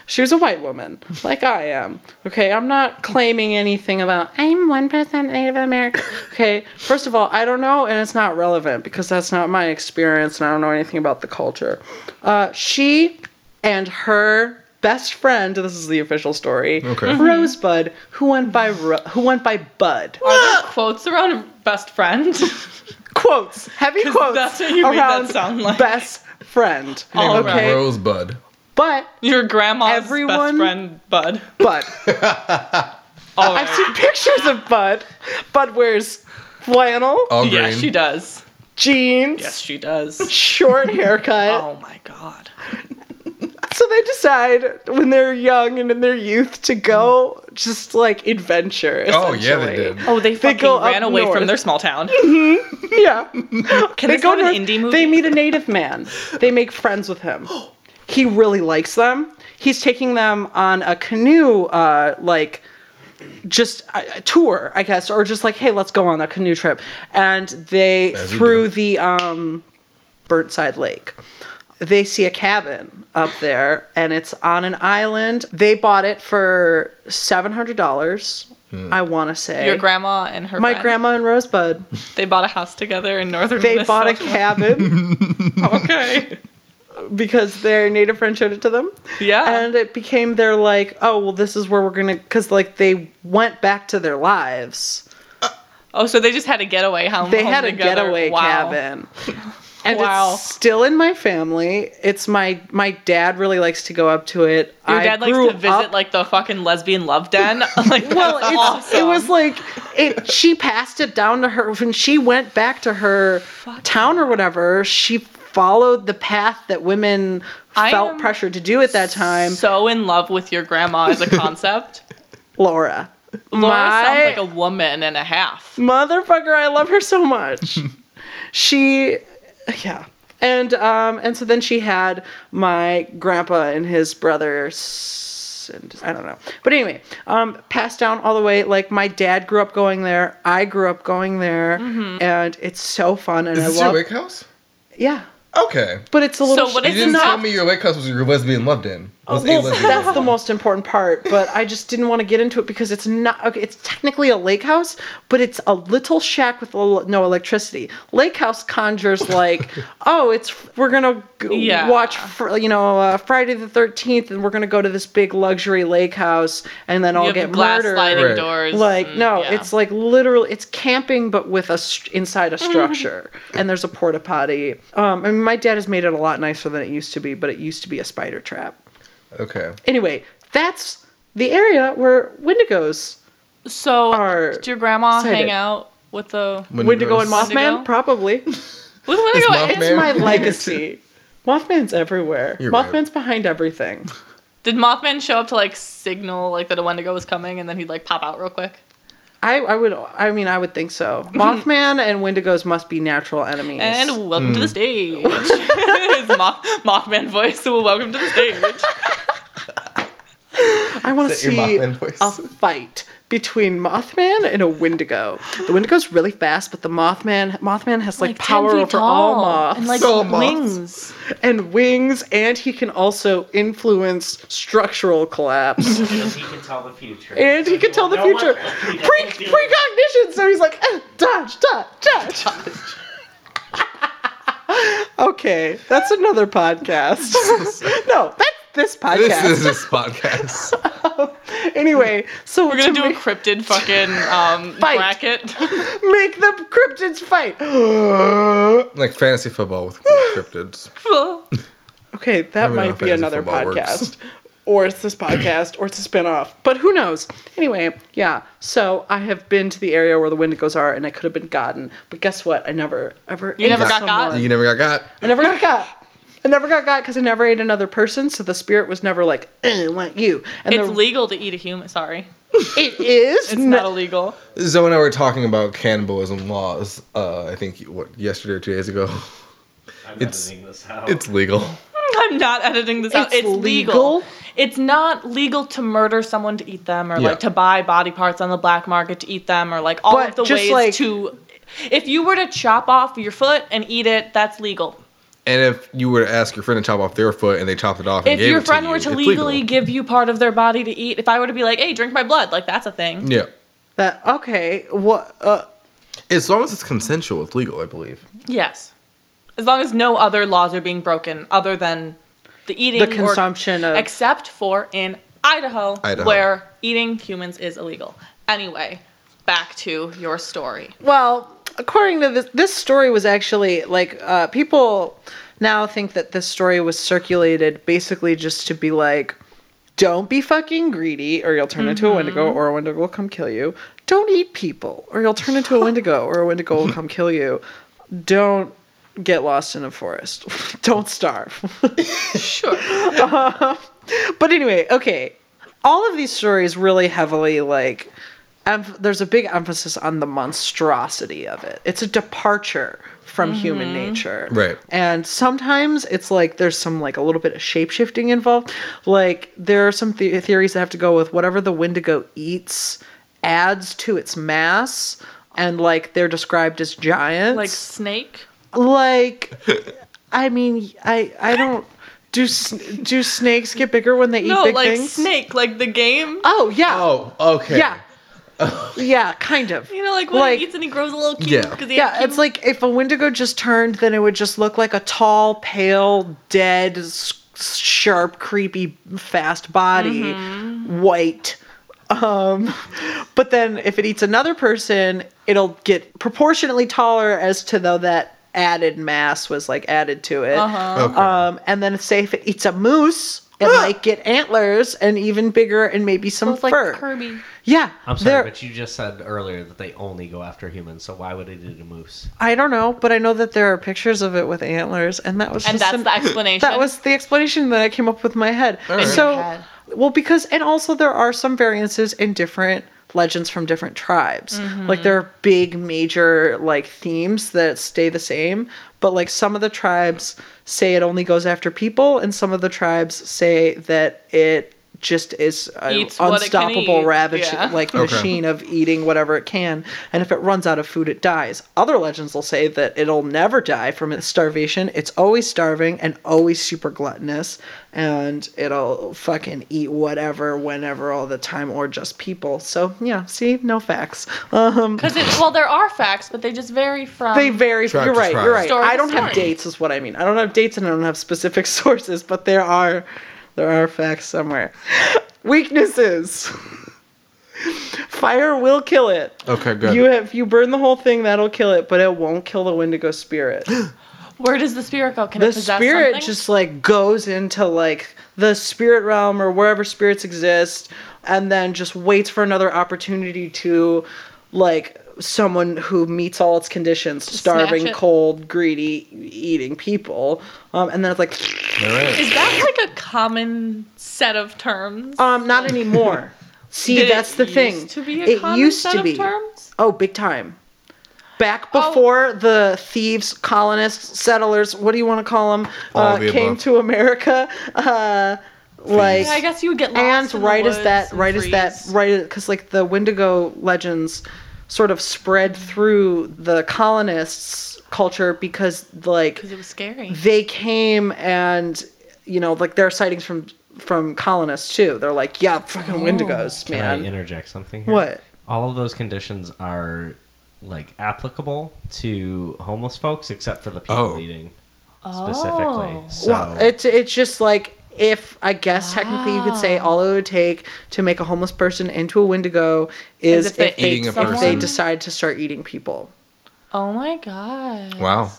Speaker 4: she was a white woman, like I am. Okay, I'm not claiming anything about I'm one percent Native American. Okay, first of all, I don't know, and it's not relevant because that's not my experience, and I don't know anything about the culture. Uh, she and her best friend. This is the official story.
Speaker 2: Okay.
Speaker 1: Mm-hmm.
Speaker 4: Rosebud, who went by Ro- who went by Bud.
Speaker 1: Are there quotes around best friend?
Speaker 4: Quotes, heavy
Speaker 1: 'Cause
Speaker 4: quotes.
Speaker 1: that's what you made that
Speaker 4: around
Speaker 1: sound like.
Speaker 4: Best friend.
Speaker 1: All
Speaker 2: Name was
Speaker 1: right.
Speaker 2: Rosebud.
Speaker 4: But
Speaker 1: Your grandma's best
Speaker 4: Everyone-
Speaker 1: friend, Bud.
Speaker 4: Bud.
Speaker 1: All right.
Speaker 4: I've seen pictures of Bud. Bud wears flannel,
Speaker 2: All
Speaker 1: yeah,
Speaker 2: green.
Speaker 1: she does.
Speaker 4: jeans,
Speaker 1: Yes, she does.
Speaker 4: short haircut.
Speaker 1: oh my god.
Speaker 4: So they decide when they're young and in their youth to go just like adventure.
Speaker 2: Oh yeah, they
Speaker 4: essentially.
Speaker 2: did.
Speaker 1: Oh, they, fucking
Speaker 4: go up
Speaker 1: ran away from
Speaker 4: north.
Speaker 1: their small town.
Speaker 4: Yeah.
Speaker 1: Can
Speaker 4: they
Speaker 1: they go
Speaker 4: go
Speaker 1: to an
Speaker 4: north,
Speaker 1: indie movie?
Speaker 4: They meet a native man. They make friends with him. He really likes them. He's taking them on a canoe, uh, like just a, a tour, I guess, or just like, hey, let's go on a canoe trip. And they
Speaker 2: As you
Speaker 4: through
Speaker 2: do.
Speaker 4: the um, Burnside Lake. They see a cabin up there, and it's on an island. They bought it for seven hundred dollars.
Speaker 2: Hmm.
Speaker 4: I want to say
Speaker 1: Your grandma and her
Speaker 4: my
Speaker 1: friend,
Speaker 4: grandma and Rosebud.
Speaker 1: They bought a house together in northern
Speaker 4: They bought a
Speaker 1: Minnesota.
Speaker 4: cabin.
Speaker 1: Okay.
Speaker 4: because their native friend showed it to them.
Speaker 1: Yeah.
Speaker 4: And it became their like, oh, well, this is where we're going to, because like they went back to their lives.
Speaker 1: oh, so they just had a getaway home.
Speaker 4: They
Speaker 1: home
Speaker 4: had a
Speaker 1: together.
Speaker 4: getaway
Speaker 1: Wow.
Speaker 4: cabin. And
Speaker 1: Wow.
Speaker 4: it's still in my family. It's my, my dad really likes to go up to it.
Speaker 1: Your
Speaker 4: I
Speaker 1: dad likes
Speaker 4: grew
Speaker 1: to visit
Speaker 4: up-
Speaker 1: like the fucking lesbian love den. like,
Speaker 4: well,
Speaker 1: that's
Speaker 4: it's,
Speaker 1: awesome.
Speaker 4: it was like it. She passed it down to her when she went back to her town or whatever. She followed the path that women
Speaker 1: I
Speaker 4: felt
Speaker 1: am
Speaker 4: pressured to do at that time.
Speaker 1: so in love with your grandma as a concept.
Speaker 4: Laura,
Speaker 1: Laura
Speaker 4: My-
Speaker 1: sounds like a woman and a half.
Speaker 4: motherfucker i love her so much she yeah and um and so then she had my grandpa and his brothers and i don't know but anyway um passed down all the way like my dad grew up going there i grew up going there
Speaker 1: Mm-hmm.
Speaker 4: and it's so fun and
Speaker 2: Is
Speaker 4: i
Speaker 2: this
Speaker 4: love
Speaker 2: your lake house?
Speaker 4: yeah
Speaker 2: Okay.
Speaker 4: but it's a little
Speaker 1: So what
Speaker 4: sh-
Speaker 2: You
Speaker 1: It's
Speaker 2: didn't
Speaker 1: not- Oh,
Speaker 2: tell me your lake house was your lesbian love den. Was a
Speaker 4: well,
Speaker 2: lesbian love
Speaker 4: that's the
Speaker 2: den.
Speaker 4: most important part, but I just didn't want to get into it because it's not okay. It's technically a lake house, but it's a little shack with a l no electricity. Lake house conjures like, oh, it's we're gonna g-
Speaker 1: Yeah.
Speaker 4: watch, fr- you know, uh, Friday the Thirteenth, and we're gonna go to this big luxury lake house, and then
Speaker 1: You
Speaker 4: I'll
Speaker 1: have the
Speaker 4: get
Speaker 1: glass
Speaker 4: murdered.
Speaker 1: sliding
Speaker 2: Right.
Speaker 1: doors.
Speaker 4: Like
Speaker 1: and-
Speaker 4: no,
Speaker 1: yeah.
Speaker 4: it's like literally it's camping but with a st- inside a structure and there's a porta potty. Um, I mean, my dad has made it a lot nicer than it used to be, but it used to be a spider trap.
Speaker 2: Okay.
Speaker 4: Anyway, that's the area where Wendigos.
Speaker 1: so.
Speaker 4: are
Speaker 1: Did your grandma
Speaker 4: cited.
Speaker 1: hang out with the with
Speaker 4: Wendigo and Mothman?
Speaker 1: Wendigo?
Speaker 4: Probably.
Speaker 1: Wendigo?
Speaker 2: Mothman-
Speaker 4: It's my legacy. Mothman's everywhere.
Speaker 2: You're right.
Speaker 4: Mothman's behind everything.
Speaker 1: Did Mothman show up to like signal like that a Wendigo was coming, and then he'd like pop out real quick?
Speaker 4: I, I would I mean I would think so. Mothman and Wendigos must be natural enemies.
Speaker 1: And welcome
Speaker 4: Mm.
Speaker 1: to the stage. His Moth- Mothman voice. So welcome to the stage.
Speaker 4: I want to
Speaker 2: Is that your
Speaker 4: see
Speaker 2: Mothman voice?
Speaker 4: a fight between Mothman and a Wendigo. The Wendigo's really fast, but the Mothman Mothman has
Speaker 1: 10
Speaker 4: like, power
Speaker 1: feet
Speaker 4: over all
Speaker 1: tall
Speaker 4: moths
Speaker 1: and like
Speaker 2: All moths.
Speaker 1: wings.
Speaker 4: and wings, and he can also influence structural collapse.
Speaker 5: Because he can tell the future.
Speaker 4: and he can tell the future Pre- precognition. So he's like, eh, dodge, dodge, dodge. okay, that's another podcast. no, that's
Speaker 2: This
Speaker 4: this
Speaker 2: is
Speaker 4: podcast.
Speaker 2: this podcast.
Speaker 4: anyway, so
Speaker 1: We're gonna
Speaker 4: to
Speaker 1: do a
Speaker 4: make-
Speaker 1: cryptid fucking um,
Speaker 4: Fight.
Speaker 1: bracket.
Speaker 4: make the cryptids fight.
Speaker 2: like fantasy football with cryptids.
Speaker 4: Okay, that
Speaker 2: don't know
Speaker 4: might
Speaker 2: if
Speaker 4: be
Speaker 2: fantasy
Speaker 4: another
Speaker 2: football works.
Speaker 4: podcast. Or it's this podcast, or it's a spinoff. But who knows? Anyway, yeah. So I have been to the area where the Wendigos are, and I could have been gotten. But guess what? I never ever.
Speaker 1: You never
Speaker 4: ate
Speaker 1: got got?
Speaker 4: someone.
Speaker 2: You never got got.
Speaker 4: I never got got. I never got got because I never ate another person. So the spirit was never like, "Eh, I want you. And
Speaker 1: It's
Speaker 4: the-
Speaker 1: legal to eat a human. Sorry,
Speaker 4: it is.
Speaker 1: it's
Speaker 4: no-
Speaker 1: not illegal.
Speaker 2: Zoe and I were talking about cannibalism laws. Uh, I think what yesterday or two days ago. It's-
Speaker 5: It's, this out.
Speaker 2: It's legal.
Speaker 1: I'm not editing this out.
Speaker 4: It's
Speaker 1: It's legal.
Speaker 4: legal?
Speaker 1: It's not legal to murder someone to eat them, or
Speaker 2: Yeah.
Speaker 1: like to buy body parts on the black market to eat them, or like all
Speaker 4: But
Speaker 1: of the
Speaker 4: just
Speaker 1: ways
Speaker 4: like-
Speaker 1: to. If you were to chop off your foot and eat it, that's legal.
Speaker 2: And if you were to ask your friend to chop off their foot and they chopped it off, and
Speaker 1: If
Speaker 2: gave
Speaker 1: your
Speaker 2: it
Speaker 1: friend
Speaker 2: you,
Speaker 1: were to
Speaker 2: it's
Speaker 1: legally
Speaker 2: legal.
Speaker 1: give you part of their body to eat, if I were to be like, "Hey, drink my blood," like that's a thing.
Speaker 2: yeah,
Speaker 4: that okay. What? Uh,
Speaker 2: as long as it's consensual, it's legal, I believe.
Speaker 1: Yes. As long as no other laws are being broken other than the eating
Speaker 4: the
Speaker 1: or-
Speaker 4: consumption of.
Speaker 1: except for in Idaho,
Speaker 2: Idaho.
Speaker 1: where eating humans is illegal. Anyway, back to your story.
Speaker 4: Well, according to this, this story was actually like uh, people now think that this story was circulated basically just to be like, don't be fucking greedy or you'll turn into a wendigo or a wendigo will come kill you. Don't eat people or you'll turn into a wendigo or a wendigo will come kill you. Don't get lost in a forest. don't starve.
Speaker 1: Sure.
Speaker 4: But anyway, okay. All of these stories really heavily like emph- there's a big emphasis on the monstrosity of it. It's a departure from human nature.
Speaker 2: Right.
Speaker 4: And sometimes it's like there's some like a little bit of shapeshifting involved. Like there are some the- theories that have to go with whatever the Wendigo eats adds to its mass and like they're described as giants
Speaker 1: Like snake.
Speaker 4: like i mean i i don't do sn- do snakes get bigger when they eat
Speaker 1: No,
Speaker 4: big
Speaker 1: like
Speaker 4: things
Speaker 1: snake, like the game.
Speaker 4: oh yeah
Speaker 2: Oh, okay.
Speaker 4: yeah yeah kind of
Speaker 1: You know, like when
Speaker 4: Like-
Speaker 1: he eats and he grows a little cute
Speaker 2: Yeah.
Speaker 1: because he had
Speaker 4: yeah
Speaker 1: cute-
Speaker 4: it's like if a wendigo just turned then it would just look like a tall pale dead s- sharp creepy fast body
Speaker 1: Mm-hmm.
Speaker 4: white um but then if it eats another person it'll get proportionately taller as to though that added mass was like added to it
Speaker 1: Uh-huh.
Speaker 2: Okay.
Speaker 4: Um, and then say if it eats a moose, it might get antlers and even bigger and maybe some
Speaker 1: it's like
Speaker 4: fur.
Speaker 1: Kirby.
Speaker 4: yeah,
Speaker 5: I'm
Speaker 4: there-
Speaker 5: sorry, but you just said earlier that they only go after humans, so why would it eat a moose?
Speaker 4: I don't know, but I know that there are pictures of it with antlers, and that was
Speaker 1: And
Speaker 4: just
Speaker 1: that's
Speaker 4: an-
Speaker 1: the explanation.
Speaker 4: that was the explanation that I came up with in my head.
Speaker 2: right.
Speaker 4: So,
Speaker 1: Your head.
Speaker 4: well, because and also there are some variances in different legends from different tribes.
Speaker 1: Mm-hmm.
Speaker 4: Like there are big major like themes that stay the same, but like some of the tribes say it only goes after people, and some of the tribes say that it just is an
Speaker 1: Eats what it can
Speaker 4: unstoppable
Speaker 1: eat.
Speaker 4: ravage
Speaker 1: Yeah.
Speaker 4: like machine of eating whatever it can and if it runs out of food it dies other legends will say that it'll never die from its starvation it's always starving and always super gluttonous and it'll fucking eat whatever whenever all the time or just people so yeah see no facts um
Speaker 1: Because it, well, there are facts, but they just vary from.
Speaker 4: they vary
Speaker 2: Tribe
Speaker 4: you're
Speaker 2: to
Speaker 4: right
Speaker 2: tribe.
Speaker 4: you're right
Speaker 1: Story
Speaker 4: i
Speaker 1: to
Speaker 4: don't have
Speaker 1: story.
Speaker 4: dates is what i mean i don't have dates and i don't have specific sources but there are there are facts somewhere weaknesses fire will kill it
Speaker 2: Okay, good.
Speaker 4: you have you burn the whole thing, that'll kill it, but it won't kill the Wendigo spirit.
Speaker 1: Where does the spirit go? Can it
Speaker 4: the
Speaker 1: possess
Speaker 4: spirit
Speaker 1: something?
Speaker 4: just like goes into like the spirit realm or wherever spirits exist, and then just waits for another opportunity to like someone who meets all its conditions starving,
Speaker 1: it.
Speaker 4: cold, greedy, eating people. Um, and then it's like,
Speaker 5: All right.
Speaker 1: Is that like a common set of terms?
Speaker 4: um, not anymore. See,
Speaker 1: Did it
Speaker 4: that's the thing.
Speaker 1: used to be a
Speaker 4: it
Speaker 1: common
Speaker 4: used
Speaker 1: set
Speaker 4: to
Speaker 1: of
Speaker 4: be.
Speaker 1: terms?
Speaker 4: Oh, big time. Back
Speaker 1: Oh.
Speaker 4: before the thieves, colonists, settlers, what do you want to call them,
Speaker 2: All
Speaker 4: uh,
Speaker 2: of the
Speaker 4: came
Speaker 2: above.
Speaker 4: to America, uh, like
Speaker 1: Yeah, I guess you would get
Speaker 4: and
Speaker 1: lost in the
Speaker 4: right as that
Speaker 1: woods and
Speaker 4: right as that
Speaker 1: freeze.
Speaker 4: right because like the wendigo legends sort of spread through the colonists culture because like
Speaker 1: 'Cause it was scary.
Speaker 4: they came and you know like there are sightings from from colonists too they're like yeah
Speaker 1: Oh.
Speaker 4: fucking wendigos
Speaker 5: Can I
Speaker 4: man
Speaker 5: interject something? Here?
Speaker 4: what
Speaker 5: All of those conditions are like applicable to homeless folks, except for the people
Speaker 2: Oh.
Speaker 5: eating
Speaker 4: Oh.
Speaker 1: Oh.
Speaker 5: specifically. So
Speaker 4: well it's it's just like if i guess technically you could say all it would take to make a homeless person into a wendigo is
Speaker 1: if
Speaker 4: if
Speaker 1: they
Speaker 4: they,
Speaker 2: Eating a
Speaker 4: if they
Speaker 2: person.
Speaker 4: decide to start eating people
Speaker 1: Oh my god.
Speaker 2: Wow.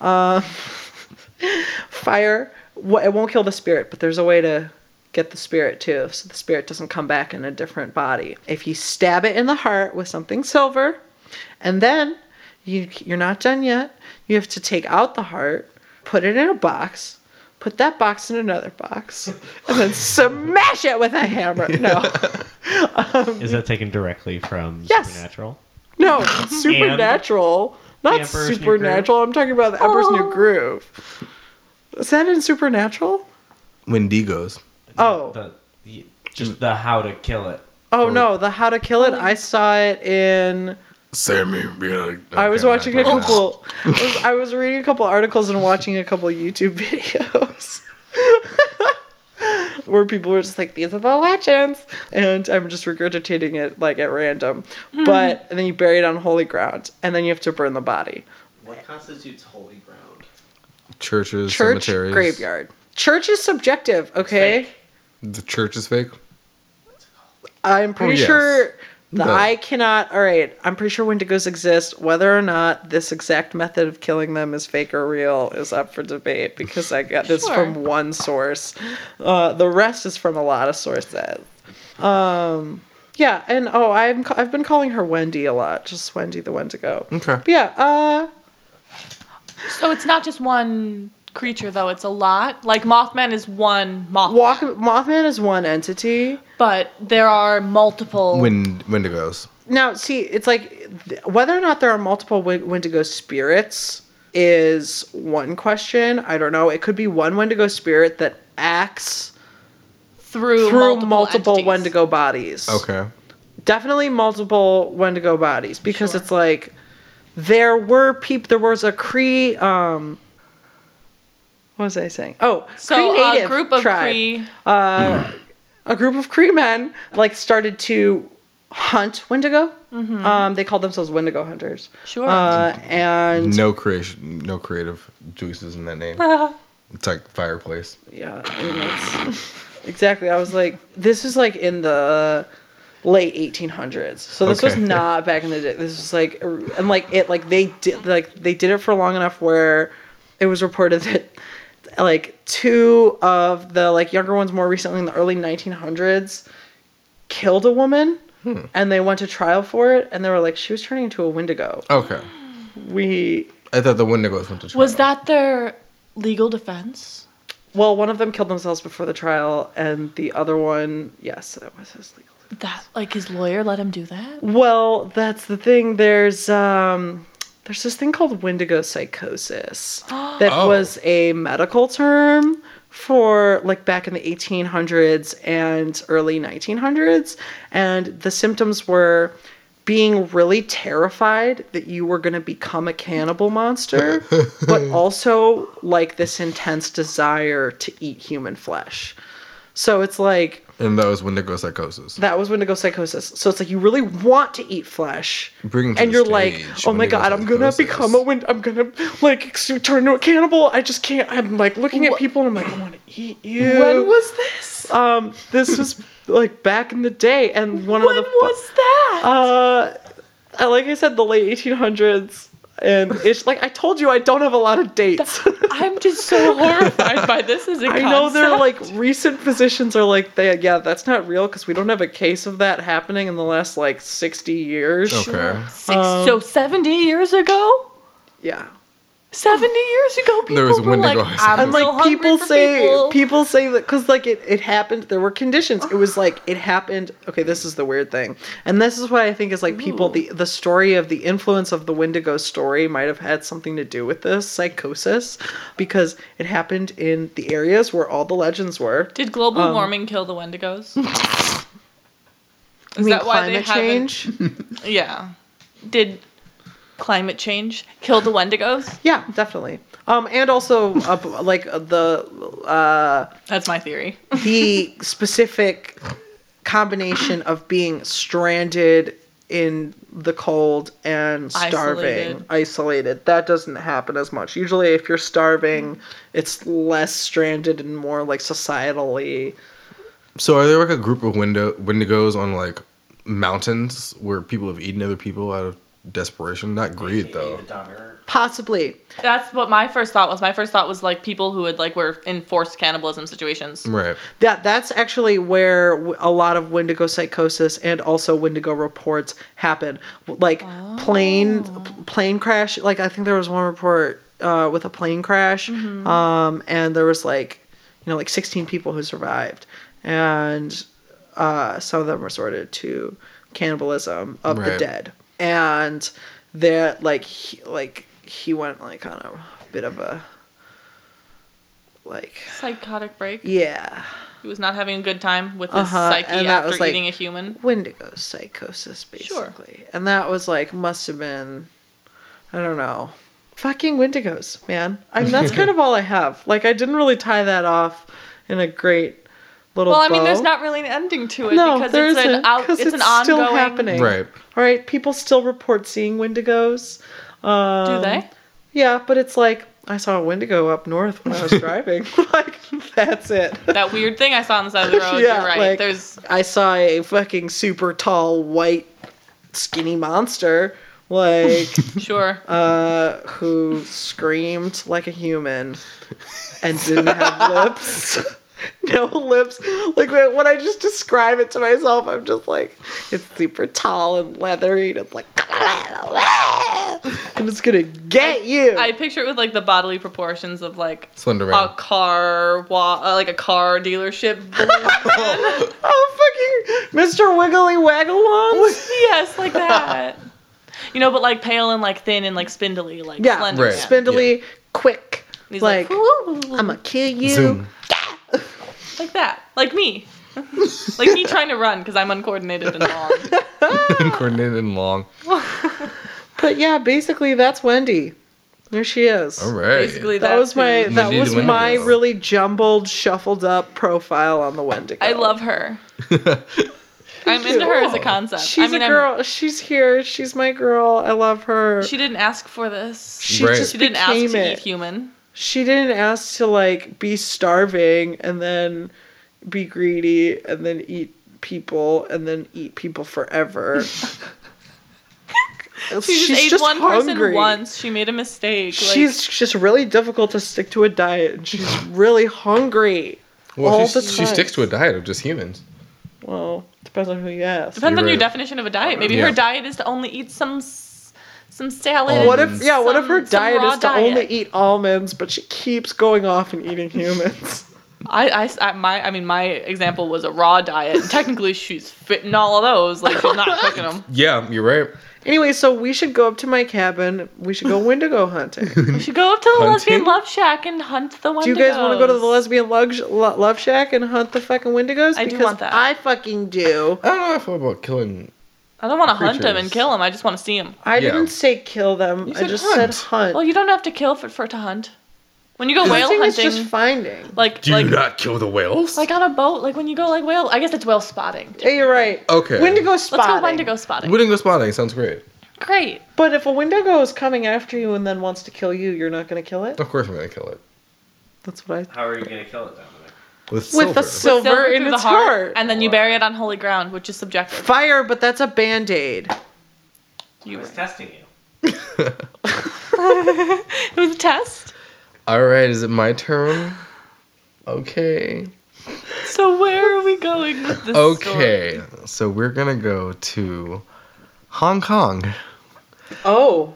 Speaker 4: Um, fire. wha- It won't kill the spirit, but there's a way to get the spirit too, so the spirit doesn't come back in a different body. If you stab it in the heart with something silver, and then you you're not done yet. You have to take out the heart, put it in a box, put that box in another box, and then smash it with a hammer. No,
Speaker 5: is that taken directly from
Speaker 4: Yes.
Speaker 5: Supernatural?
Speaker 4: no, it's supernatural. Not
Speaker 5: Emperor's New Groove?
Speaker 4: supernatural. I'm talking about the Emperor's New Groove. Is that in Supernatural?
Speaker 2: Wendigos.
Speaker 4: Oh.
Speaker 5: The, the- just the how to kill it.
Speaker 4: Oh no, the How to Kill It. I saw it in.
Speaker 2: Sammy.
Speaker 4: I was watching a couple. I was, I was reading a couple articles and watching a couple YouTube videos where people were just like, "These are the legends," and I'm just regurgitating it like at random. But and then you bury it on holy ground, and then you have to burn the body.
Speaker 6: What constitutes holy ground?
Speaker 2: Churches,
Speaker 4: Church
Speaker 2: cemeteries.
Speaker 4: graveyard. Church is subjective, okay?
Speaker 2: The church is fake.
Speaker 4: I'm pretty
Speaker 2: Oh, yes.
Speaker 4: sure the
Speaker 2: No.
Speaker 4: I cannot. All right, I'm pretty sure Wendigos exist. Whether or not this exact method of killing them is fake or real is up for debate because I got this
Speaker 1: Sure.
Speaker 4: from one source. Uh, the rest is from a lot of sources. Um, yeah, and oh, I'm ca- I've been calling her Wendy a lot, just Wendy the Wendigo.
Speaker 2: Okay.
Speaker 4: But yeah, uh,
Speaker 1: So it's not just one creature though, it's a lot. Like Mothman is one moth,
Speaker 4: Walk Mothman is one entity.
Speaker 1: but there are multiple
Speaker 2: Wind Wendigos.
Speaker 4: Now, see, it's like th- whether or not there are multiple Wen- Wendigo spirits is one question. I don't know. It could be one Wendigo spirit that acts
Speaker 1: through
Speaker 4: through multiple,
Speaker 1: entities.
Speaker 4: Wendigo bodies.
Speaker 2: Okay.
Speaker 4: Definitely multiple Wendigo bodies because it's like there were people. There was a Cree. Um, what was I saying? Oh,
Speaker 1: So
Speaker 4: Cree
Speaker 1: a
Speaker 4: Native
Speaker 1: group of
Speaker 4: tribe
Speaker 1: Cree
Speaker 4: a group of Cree men like started to hunt Wendigo.
Speaker 1: Mm-hmm.
Speaker 4: Um, they called themselves Wendigo hunters.
Speaker 1: Sure.
Speaker 4: Uh, and
Speaker 2: No creation. No creative juices in that name. it's like fireplace.
Speaker 4: yeah, I mean, that's- exactly. I was like, this is like in the late 1800s. So this
Speaker 2: Okay.
Speaker 4: was not back in the day. This was like, and like it, like they did, like they did it for long enough where it was reported that like two of the like younger ones more recently in the early 1900s killed a woman
Speaker 2: Hmm.
Speaker 4: and they went to trial for it and they were like she was turning into a wendigo
Speaker 2: Okay.
Speaker 4: we
Speaker 2: I thought the Wendigos went to trial.
Speaker 1: was that their legal defense?
Speaker 4: well one of them killed themselves before the trial and the other one yes that was his legal
Speaker 1: That like his lawyer let him do that?
Speaker 4: Well, that's the thing. There's um there's this thing called Wendigo psychosis that
Speaker 2: Oh.
Speaker 4: was a medical term for like back in the 1800s and early 1900s and the symptoms were being really terrified that you were going to become a cannibal monster but also like this intense desire to eat human flesh. So it's like
Speaker 2: And that was Wendigo psychosis.
Speaker 4: that was Wendigo psychosis. So it's like you really want to eat flesh,
Speaker 2: Bring 'em to
Speaker 4: and
Speaker 2: the
Speaker 4: you're
Speaker 2: stage,
Speaker 4: like, oh my
Speaker 2: Wendigo
Speaker 4: god, I'm gonna
Speaker 2: psychosis."
Speaker 4: become a wind. I'm gonna like s- turn into a cannibal. I just can't. I'm like looking at people, and I'm like, I want to eat you.
Speaker 1: When was this?
Speaker 4: um this was like back in the day, and one
Speaker 1: When
Speaker 4: of the fu-
Speaker 1: was that?
Speaker 4: uh, uh, like I said, the late 1800s. And it's like I told you, I don't have a lot of dates.
Speaker 1: I'm just so horrified by this as a
Speaker 4: I
Speaker 1: concept.
Speaker 4: know they're like recent physicians are like they yeah that's not real because we don't have a case of that happening in the last like sixty years.
Speaker 2: Okay.
Speaker 1: Six, so 70 years ago?
Speaker 4: Yeah,
Speaker 1: 70 years ago, people
Speaker 2: There was a
Speaker 1: were
Speaker 2: window
Speaker 1: like,
Speaker 2: eyes.
Speaker 1: I'm
Speaker 4: and
Speaker 1: so
Speaker 4: like
Speaker 1: hungry
Speaker 4: people
Speaker 1: for
Speaker 4: say
Speaker 1: people.
Speaker 4: people. say that because like it, it happened there were conditions it was like it happened okay this is the weird thing and this is what i think is like people the the story of the influence of the wendigo story might have had something to do with this psychosis because it happened in the areas where all the legends were
Speaker 1: Did global
Speaker 4: Um,
Speaker 1: warming kill the Wendigos? Is
Speaker 4: I mean, climate
Speaker 1: haven't-
Speaker 4: change
Speaker 1: Yeah. Did climate change kill the Wendigos?
Speaker 4: yeah definitely um and also uh, b- like uh, the uh
Speaker 1: That's my theory.
Speaker 4: the specific combination of being stranded in the cold and starving
Speaker 1: Isolated.
Speaker 4: isolated. that doesn't happen as much usually if you're starving it's less stranded and more like societally
Speaker 2: So are there like a group of window Wendigos on like mountains where people have eaten other people out of desperation? Not greed though.
Speaker 4: possibly
Speaker 1: That's what my first thought was. My first thought was like people who had like were in forced cannibalism situations.
Speaker 2: Right.
Speaker 4: that that's actually where w- a lot of Wendigo psychosis and also Wendigo reports happen. Like plane plane crash. Like I think there was one report uh, with a plane crash, um, and there was like you know like 16 people who survived, and uh, some of them resorted to cannibalism of the
Speaker 2: Right.
Speaker 4: dead, and that like he, like he went like on a bit of a like
Speaker 1: Psychotic break.
Speaker 4: yeah
Speaker 1: He was not having a good time with his
Speaker 4: Uh-huh,
Speaker 1: psyche
Speaker 4: and that
Speaker 1: after
Speaker 4: was, like-
Speaker 1: eating a human.
Speaker 4: Wendigo psychosis,
Speaker 1: Sure.
Speaker 4: basically. And that was like, must have been, I don't know, fucking Wendigos, man. I mean, that's kind of all I have. Like, I didn't really tie that off in a great little.
Speaker 1: Well, I mean, there's
Speaker 4: bow.
Speaker 1: not really an ending to it
Speaker 4: No,
Speaker 1: because
Speaker 4: there
Speaker 1: it's an
Speaker 4: isn't,
Speaker 1: out.
Speaker 4: 'cause
Speaker 1: It's, an
Speaker 4: it's still
Speaker 1: ongoing.
Speaker 4: happening.
Speaker 2: Right.
Speaker 4: All right, people still report seeing Wendigos.
Speaker 1: Do
Speaker 4: Um,
Speaker 1: they?
Speaker 4: Yeah, but it's like I saw a Wendigo up north when I was driving. like, that's it.
Speaker 1: That weird thing I saw on the side of the road.
Speaker 4: Yeah,
Speaker 1: You're right.
Speaker 4: like-
Speaker 1: There's
Speaker 4: I saw a fucking super tall, white, skinny monster, like,
Speaker 1: sure.
Speaker 4: uh, who screamed like a human and didn't have lips. No lips. Like when when I just describe it to myself, I'm just like, it's super tall and leathery, and it's like, and it's gonna get you.
Speaker 1: I picture it with like the bodily proportions of like
Speaker 2: Slender
Speaker 1: a
Speaker 2: Man.
Speaker 1: car, wa- uh, like a car dealership.
Speaker 4: oh fucking Mr. Wiggly Waggalongs.
Speaker 1: yes, like that. You know, but like pale and like thin and like spindly, like
Speaker 4: Yeah,
Speaker 1: slender.
Speaker 2: Right.
Speaker 1: man.
Speaker 4: spindly, quick.
Speaker 1: He's
Speaker 4: like,
Speaker 1: like,
Speaker 4: I'm gonna kill you.
Speaker 2: Zoom.
Speaker 1: like that, like me, like me trying to run because I'm uncoordinated and long.
Speaker 2: Coordinated and long.
Speaker 4: But yeah, basically that's Wendy. There she is.
Speaker 2: All right.
Speaker 1: Basically,
Speaker 4: That was my
Speaker 1: who-
Speaker 4: that
Speaker 2: Wendy
Speaker 4: was
Speaker 2: the
Speaker 4: my
Speaker 2: Wendigo.
Speaker 4: really jumbled, shuffled up profile on the Wendigo.
Speaker 1: I love her. I'm into her as a concept.
Speaker 4: She's
Speaker 1: I mean,
Speaker 4: a
Speaker 1: I'm-
Speaker 4: girl. She's here. She's my girl. I love her.
Speaker 1: she
Speaker 4: She,
Speaker 1: didn't ask for this. She,
Speaker 2: Right.
Speaker 4: just
Speaker 1: didn't ask
Speaker 4: became
Speaker 1: to
Speaker 4: it.
Speaker 1: eat human.
Speaker 4: She didn't ask to like be starving and then be greedy and then eat people and then eat people forever.
Speaker 1: She just ate one person once. She made a mistake. Like,
Speaker 4: she's just really difficult to stick to a diet and she's really hungry.
Speaker 2: Well,
Speaker 4: all
Speaker 2: she,
Speaker 4: the
Speaker 2: she
Speaker 4: time.
Speaker 2: sticks to a diet of just humans.
Speaker 4: Well, depends on who you ask.
Speaker 1: Depends
Speaker 2: You're
Speaker 1: on your
Speaker 2: right.
Speaker 1: definition of a diet. Maybe
Speaker 2: Yeah.
Speaker 1: her diet is to only eat some s- some salad.
Speaker 2: Almonds.
Speaker 4: What if yeah, what if her
Speaker 1: Some- some
Speaker 4: diet
Speaker 1: raw
Speaker 4: is to
Speaker 1: diet.
Speaker 4: only eat almonds, but she keeps going off and eating humans?
Speaker 1: I, I s- I- my I mean my example was a raw diet. and Technically, she's fitting all of those. Like she's not cooking them.
Speaker 2: Yeah, you're right.
Speaker 4: anyway, so we should go up to my cabin. We should go Wendigo hunting. Do
Speaker 1: We should go up to the lesbian
Speaker 2: Hunting?
Speaker 1: love shack and hunt the one.
Speaker 4: you guys want to go to the lesbian lug- lo- love shack and hunt the fucking Wendigos?
Speaker 1: I do
Speaker 4: because
Speaker 1: want that.
Speaker 4: I fucking do.
Speaker 2: I don't know if I feel about killing.
Speaker 1: I don't want to hunt him and
Speaker 2: creatures?
Speaker 1: kill him. I just want to see him.
Speaker 4: I
Speaker 2: Yeah.
Speaker 4: didn't say kill them.
Speaker 2: You
Speaker 4: I
Speaker 2: said
Speaker 4: just
Speaker 2: hunt.
Speaker 4: said hunt.
Speaker 1: Well, you don't have to kill for, for it to hunt. When you go whale
Speaker 4: hunting is
Speaker 1: hunting,
Speaker 4: just finding.
Speaker 1: like
Speaker 2: Do
Speaker 1: like
Speaker 2: you not kill the whales?
Speaker 1: like on a boat, like when you go like whale. I guess it's whale spotting.
Speaker 4: Hey, you're right.
Speaker 2: Okay.
Speaker 4: Wendigo
Speaker 1: Let's
Speaker 4: spotting.
Speaker 1: go Wendigo spotting.
Speaker 2: Wouldn't go spotting. Sounds great.
Speaker 1: Great.
Speaker 4: But if a Wendigo is coming after you and then wants to kill you, you're not going to kill it.
Speaker 2: Of course, I'm gonna kill it
Speaker 4: That's what I.
Speaker 5: How are you gonna kill it, Dominic?
Speaker 2: with silver.
Speaker 4: With a silver,
Speaker 1: Silver
Speaker 4: in
Speaker 1: through
Speaker 4: its heart.
Speaker 1: and then you bury it on holy ground, which is subjective.
Speaker 4: Fire, but that's a band aid.
Speaker 1: You
Speaker 5: testing you.
Speaker 1: it was a test.
Speaker 2: All right, is it my turn? Okay.
Speaker 1: So where are we going with this? story?
Speaker 2: Okay. So we're going to go to Hong Kong.
Speaker 4: Oh.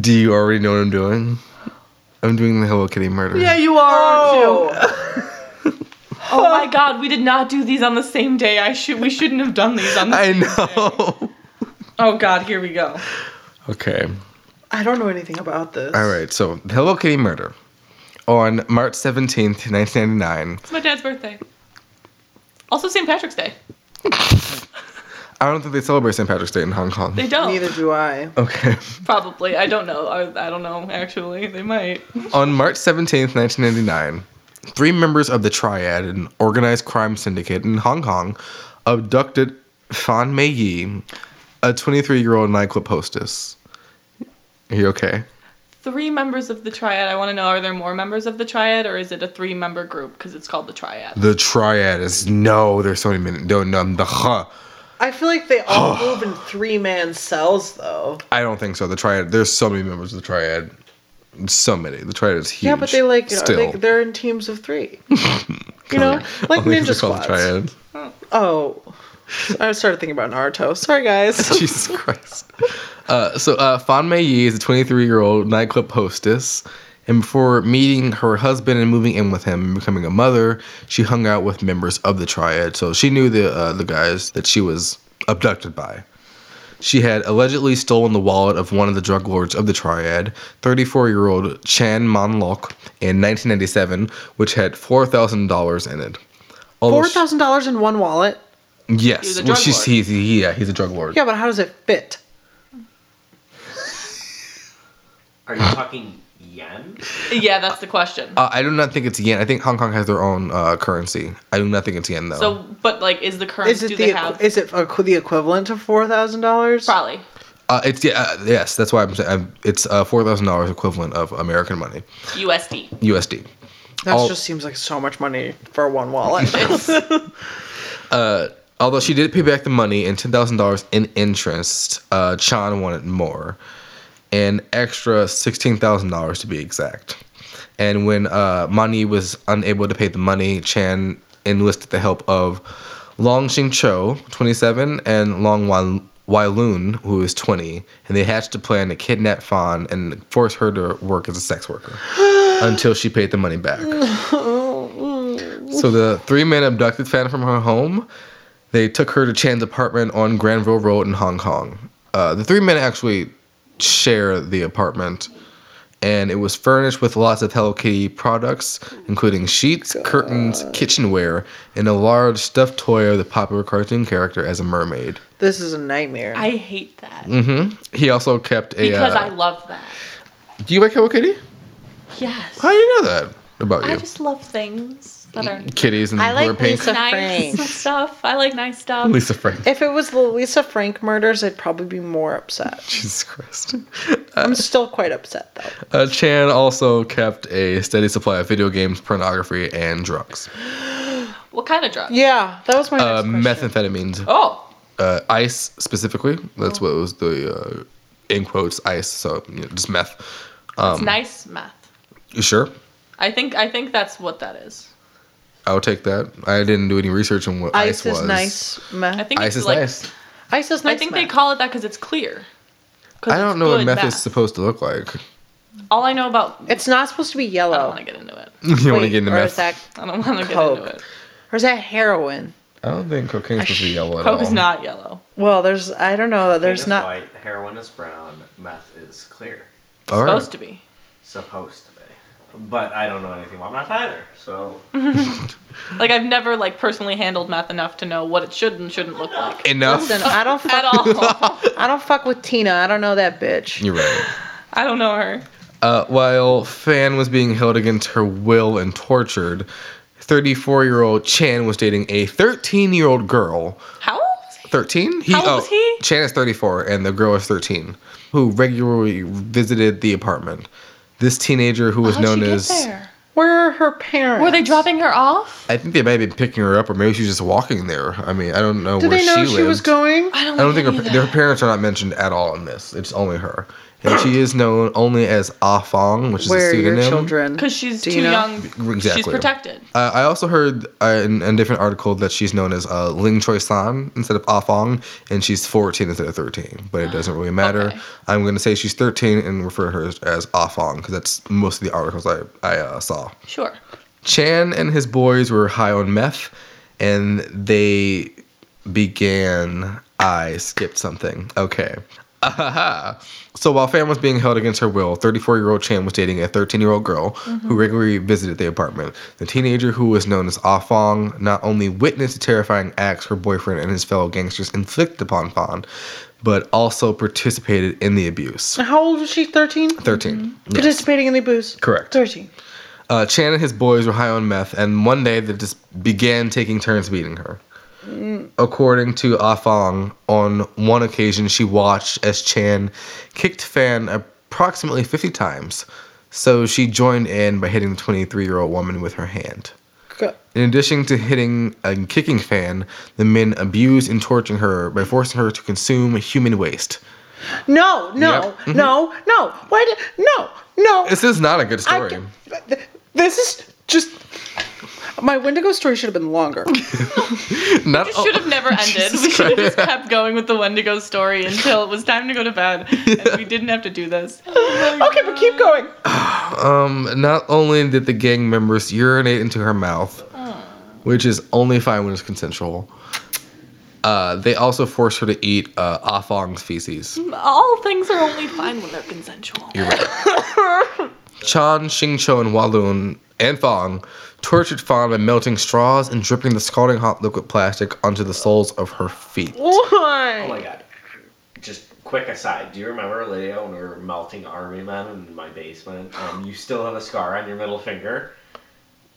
Speaker 2: Do you already know what I'm doing? I'm doing the Hello Kitty murder.
Speaker 4: Yeah, you are. aren't you?
Speaker 1: Oh my God, we did not do these on the same day. I should. We shouldn't have done these on. The-
Speaker 2: I know.
Speaker 1: oh God, here we go.
Speaker 2: Okay.
Speaker 4: I don't know anything about this.
Speaker 2: All right. So, the Hello Kitty murder on March 17th, 1999.
Speaker 1: It's my dad's birthday. Also, St. Patrick's Day.
Speaker 2: I don't think they celebrate St. Patrick's Day in Hong Kong.
Speaker 1: They don't.
Speaker 4: Neither do I.
Speaker 2: Okay.
Speaker 1: Probably. I don't know. I, I don't know. Actually, they might.
Speaker 2: On March 17th, 1999, three members of the Triad, an organized crime syndicate in Hong Kong, abducted Fan Mei Yi, a 23 year old nightclub hostess. Are you okay?
Speaker 1: Three members of the triad. I want to know: Are there more members of the triad, or is it a three-member group? Because it's called the triad.
Speaker 2: The Triad is no, there's so many minutes. No, no, the huh.
Speaker 4: I feel like they all move in three man cells, though.
Speaker 2: I don't think so. The Triad, there's so many members of the Triad. So many. The Triad is huge.
Speaker 4: Yeah, but they like you know,
Speaker 2: still.
Speaker 4: they, they're in teams of three. you know, like
Speaker 2: Only 'cause
Speaker 4: ninja
Speaker 2: it's called The
Speaker 4: squads.
Speaker 2: triad.
Speaker 4: Oh, I started thinking about Naruto. Sorry, guys.
Speaker 2: Jesus Christ. Uh, so, uh, Fan Mei Yi is a 23 year old nightclub hostess. And before meeting her husband and moving in with him and becoming a mother, she hung out with members of the triad. So she knew the uh, the guys that she was abducted by. She had allegedly stolen the wallet of one of the drug lords of the triad, 34 year old Chan Man Lok, in 1997, which had $4,000 in it. Although
Speaker 4: Four
Speaker 2: she-
Speaker 4: thousand dollars in one wallet.
Speaker 2: Yes.
Speaker 1: He was a
Speaker 2: well,
Speaker 1: drug
Speaker 2: she's,
Speaker 1: lord.
Speaker 2: he's, he- yeah, he's a drug lord.
Speaker 4: Yeah, but how does it fit?
Speaker 5: Are you talking yen?
Speaker 1: Yeah, that's the question.
Speaker 2: Uh, I do not think it's yen. I think Hong Kong has their own uh, currency. I do not think it's yen though.
Speaker 1: so, but like, is the currency?
Speaker 4: Is it
Speaker 1: do
Speaker 4: the
Speaker 1: they
Speaker 4: equ-
Speaker 1: have?
Speaker 4: is it uh, the equivalent of four thousand dollars?
Speaker 1: Probably.
Speaker 2: uh, it's yeah, uh, yes. That's why I'm saying I'm, it's uh, four thousand dollars equivalent of American money,
Speaker 1: USD.
Speaker 2: USD.
Speaker 4: That
Speaker 2: All-
Speaker 4: just seems like so much money for one wallet.
Speaker 2: Although she did pay back the money and ten thousand dollars in interest, uh, Chan wanted more, an extra sixteen thousand dollars to be exact. And when uh, Mani was unable to pay the money, Chan enlisted the help of Long Xing Cho, twenty-seven, and Long Wan Wai Lun, who is twenty, and they hatched a plan to kidnap Fan and force her to work as a sex worker until she paid the money back. so the three men abducted Fan from her home. They took her to Chan's apartment on Granville Road in Hong Kong. Uh, the three men actually share the apartment, and it was furnished with lots of Hello Kitty products, including sheets, curtains, kitchenware, and a large stuffed toy of the popular cartoon character as a mermaid. Mm-hmm.
Speaker 4: this is a nightmare.
Speaker 1: I hate that
Speaker 2: He also kept a.
Speaker 1: because
Speaker 2: uh,
Speaker 1: I love that.
Speaker 2: do you like Hello Kitty?
Speaker 1: Yes.
Speaker 2: How do you know that about
Speaker 1: I
Speaker 2: you?
Speaker 1: just love things that are
Speaker 2: Kitties and
Speaker 4: I like
Speaker 2: wear pink.
Speaker 4: Lisa-
Speaker 1: nice
Speaker 4: Frank.
Speaker 1: stuff. I like nice stuff.
Speaker 2: Lisa Frank.
Speaker 4: if it was the Lisa Frank murders, I'd probably be more upset.
Speaker 2: Jesus Christ.
Speaker 4: I'm still quite upset though.
Speaker 2: Uh, Chan also kept a steady supply of video games, pornography, and drugs.
Speaker 1: What kind of drug?
Speaker 4: Yeah, that was my next
Speaker 2: Uh,
Speaker 4: question.
Speaker 2: methamphetamines,
Speaker 1: Oh,
Speaker 2: uh, ice specifically. That's what was the uh, in quotes ice. So you know, just meth.
Speaker 1: it's nice math.
Speaker 2: You sure?
Speaker 1: I think I think that's what that is.
Speaker 2: I'll take that. I didn't do any research on what ice,
Speaker 4: Ice
Speaker 2: was.
Speaker 4: is nice. Meth.
Speaker 1: I think
Speaker 2: Ice
Speaker 1: it's
Speaker 2: is
Speaker 1: like
Speaker 2: nice.
Speaker 4: Ice is nice.
Speaker 1: I think they
Speaker 4: meth.
Speaker 1: call it that because it's clear. 'Cause
Speaker 2: I
Speaker 1: it's
Speaker 2: don't know what
Speaker 1: good
Speaker 2: meth, is supposed to look like.
Speaker 1: All I know about.
Speaker 4: It's not supposed to be
Speaker 1: I don't
Speaker 4: yellow.
Speaker 1: want to get into it.
Speaker 2: you want to
Speaker 4: Wait,
Speaker 2: get into
Speaker 4: or
Speaker 2: meth?
Speaker 4: Is that,
Speaker 1: I don't want to get
Speaker 4: Coke.
Speaker 1: into it.
Speaker 4: or is that heroin?
Speaker 2: I don't think cocaine's supposed to be yellow at
Speaker 1: Coke
Speaker 2: all.
Speaker 1: is not yellow.
Speaker 4: Well, there's I don't know. There's not.
Speaker 5: White, heroin is brown. Meth is clear.
Speaker 2: All right.
Speaker 1: Supposed to be.
Speaker 5: Supposed to be. But I don't know anything about meth either. So
Speaker 1: Like I've never like personally handled meth enough to know what it should and shouldn't look like
Speaker 2: Enough.
Speaker 4: Listen, I don't
Speaker 1: at
Speaker 4: fuck.
Speaker 1: all.
Speaker 4: I don't fuck with Tina. I don't know that bitch.
Speaker 2: You're right.
Speaker 1: I don't know her.
Speaker 2: Uh, while Fan was being held against her will and tortured, 34 year old Chan was dating a 13 year old girl.
Speaker 1: How old is he?
Speaker 2: 13? He, oh,
Speaker 1: How old was he?
Speaker 2: Chan is 34 and the girl is 13, who regularly visited the apartment. This teenager, who was
Speaker 1: How'd
Speaker 2: known
Speaker 1: she get
Speaker 2: as.
Speaker 1: there?
Speaker 4: Where are her parents?
Speaker 1: Were they dropping her off?
Speaker 2: I think they might have been picking her up, or maybe she was just walking there. I mean, I don't know
Speaker 4: Did
Speaker 2: where
Speaker 4: they know
Speaker 2: she,
Speaker 4: she was
Speaker 2: lived.
Speaker 4: going?
Speaker 1: I don't.
Speaker 2: I don't think her,
Speaker 1: any of
Speaker 2: their
Speaker 1: that.
Speaker 2: parents are not mentioned at all in this. It's only her. and she is known only as Ah Fong, which is a
Speaker 4: Where are
Speaker 2: pseudonym.
Speaker 4: your children?
Speaker 1: Because she's
Speaker 4: Do
Speaker 1: too
Speaker 4: you know?
Speaker 1: young.
Speaker 2: Exactly.
Speaker 1: She's protected.
Speaker 2: Uh, I also heard uh, in in a different article that she's known as uh, Ling Choi San instead of Ah Fong, and she's 14 instead of 13, but it doesn't really matter.
Speaker 1: Okay.
Speaker 2: I'm going to say she's 13 and refer to her as, as Ah Fong because that's most of the articles I, I uh, saw.
Speaker 1: Sure.
Speaker 2: Chan and his boys were high on meth, and they began. I skipped something. Okay. Ahaha. So while Fan was being held against her will, 34 year old Chan was dating a 13 year old girl who regularly visited the apartment. The teenager, who was known as Ah Fong, not only witnessed the terrifying acts her boyfriend and his fellow gangsters inflicted upon Fan, but also participated in the abuse.
Speaker 4: How old was she? 13?
Speaker 2: 13. Yes.
Speaker 4: Participating in the booze?
Speaker 2: Correct.
Speaker 4: 13.
Speaker 2: Uh, Chan and his boys were high on meth, and one day they just began taking turns beating her. According to Ah Fong, on one occasion she watched as Chan kicked Fan approximately 50 times, so she joined in by hitting the 23 year old woman with her hand.
Speaker 4: Go-
Speaker 2: In addition to hitting and kicking Fan, the men abused and torturing her by forcing her to consume human waste.
Speaker 4: No, no,
Speaker 2: Yep.
Speaker 4: no, no. Why did. No, no.
Speaker 2: This is not Mm-hmm. a good
Speaker 4: I
Speaker 2: story.
Speaker 4: ca- th- th- this is just. My Wendigo story should have been longer.
Speaker 2: Not
Speaker 1: It should have never ended. we should have just kept going with the Wendigo story until it was time to go to bed. And we didn't have to do this.
Speaker 4: okay, but keep going.
Speaker 2: Um, not only did the gang members urinate into her mouth, which is only fine when it's consensual, uh, they also forced her to eat uh, Ah Fong's feces.
Speaker 1: All things are only fine when they're consensual.
Speaker 2: Chan, Xing Cho, and Walun and Fong tortured Fong by melting straws and dripping the scalding hot liquid plastic onto the soles of her feet.
Speaker 4: Why?
Speaker 6: Oh my god. Just quick aside, do you remember Lydia when we were melting army men in my basement? Um, you still have a scar on your middle finger?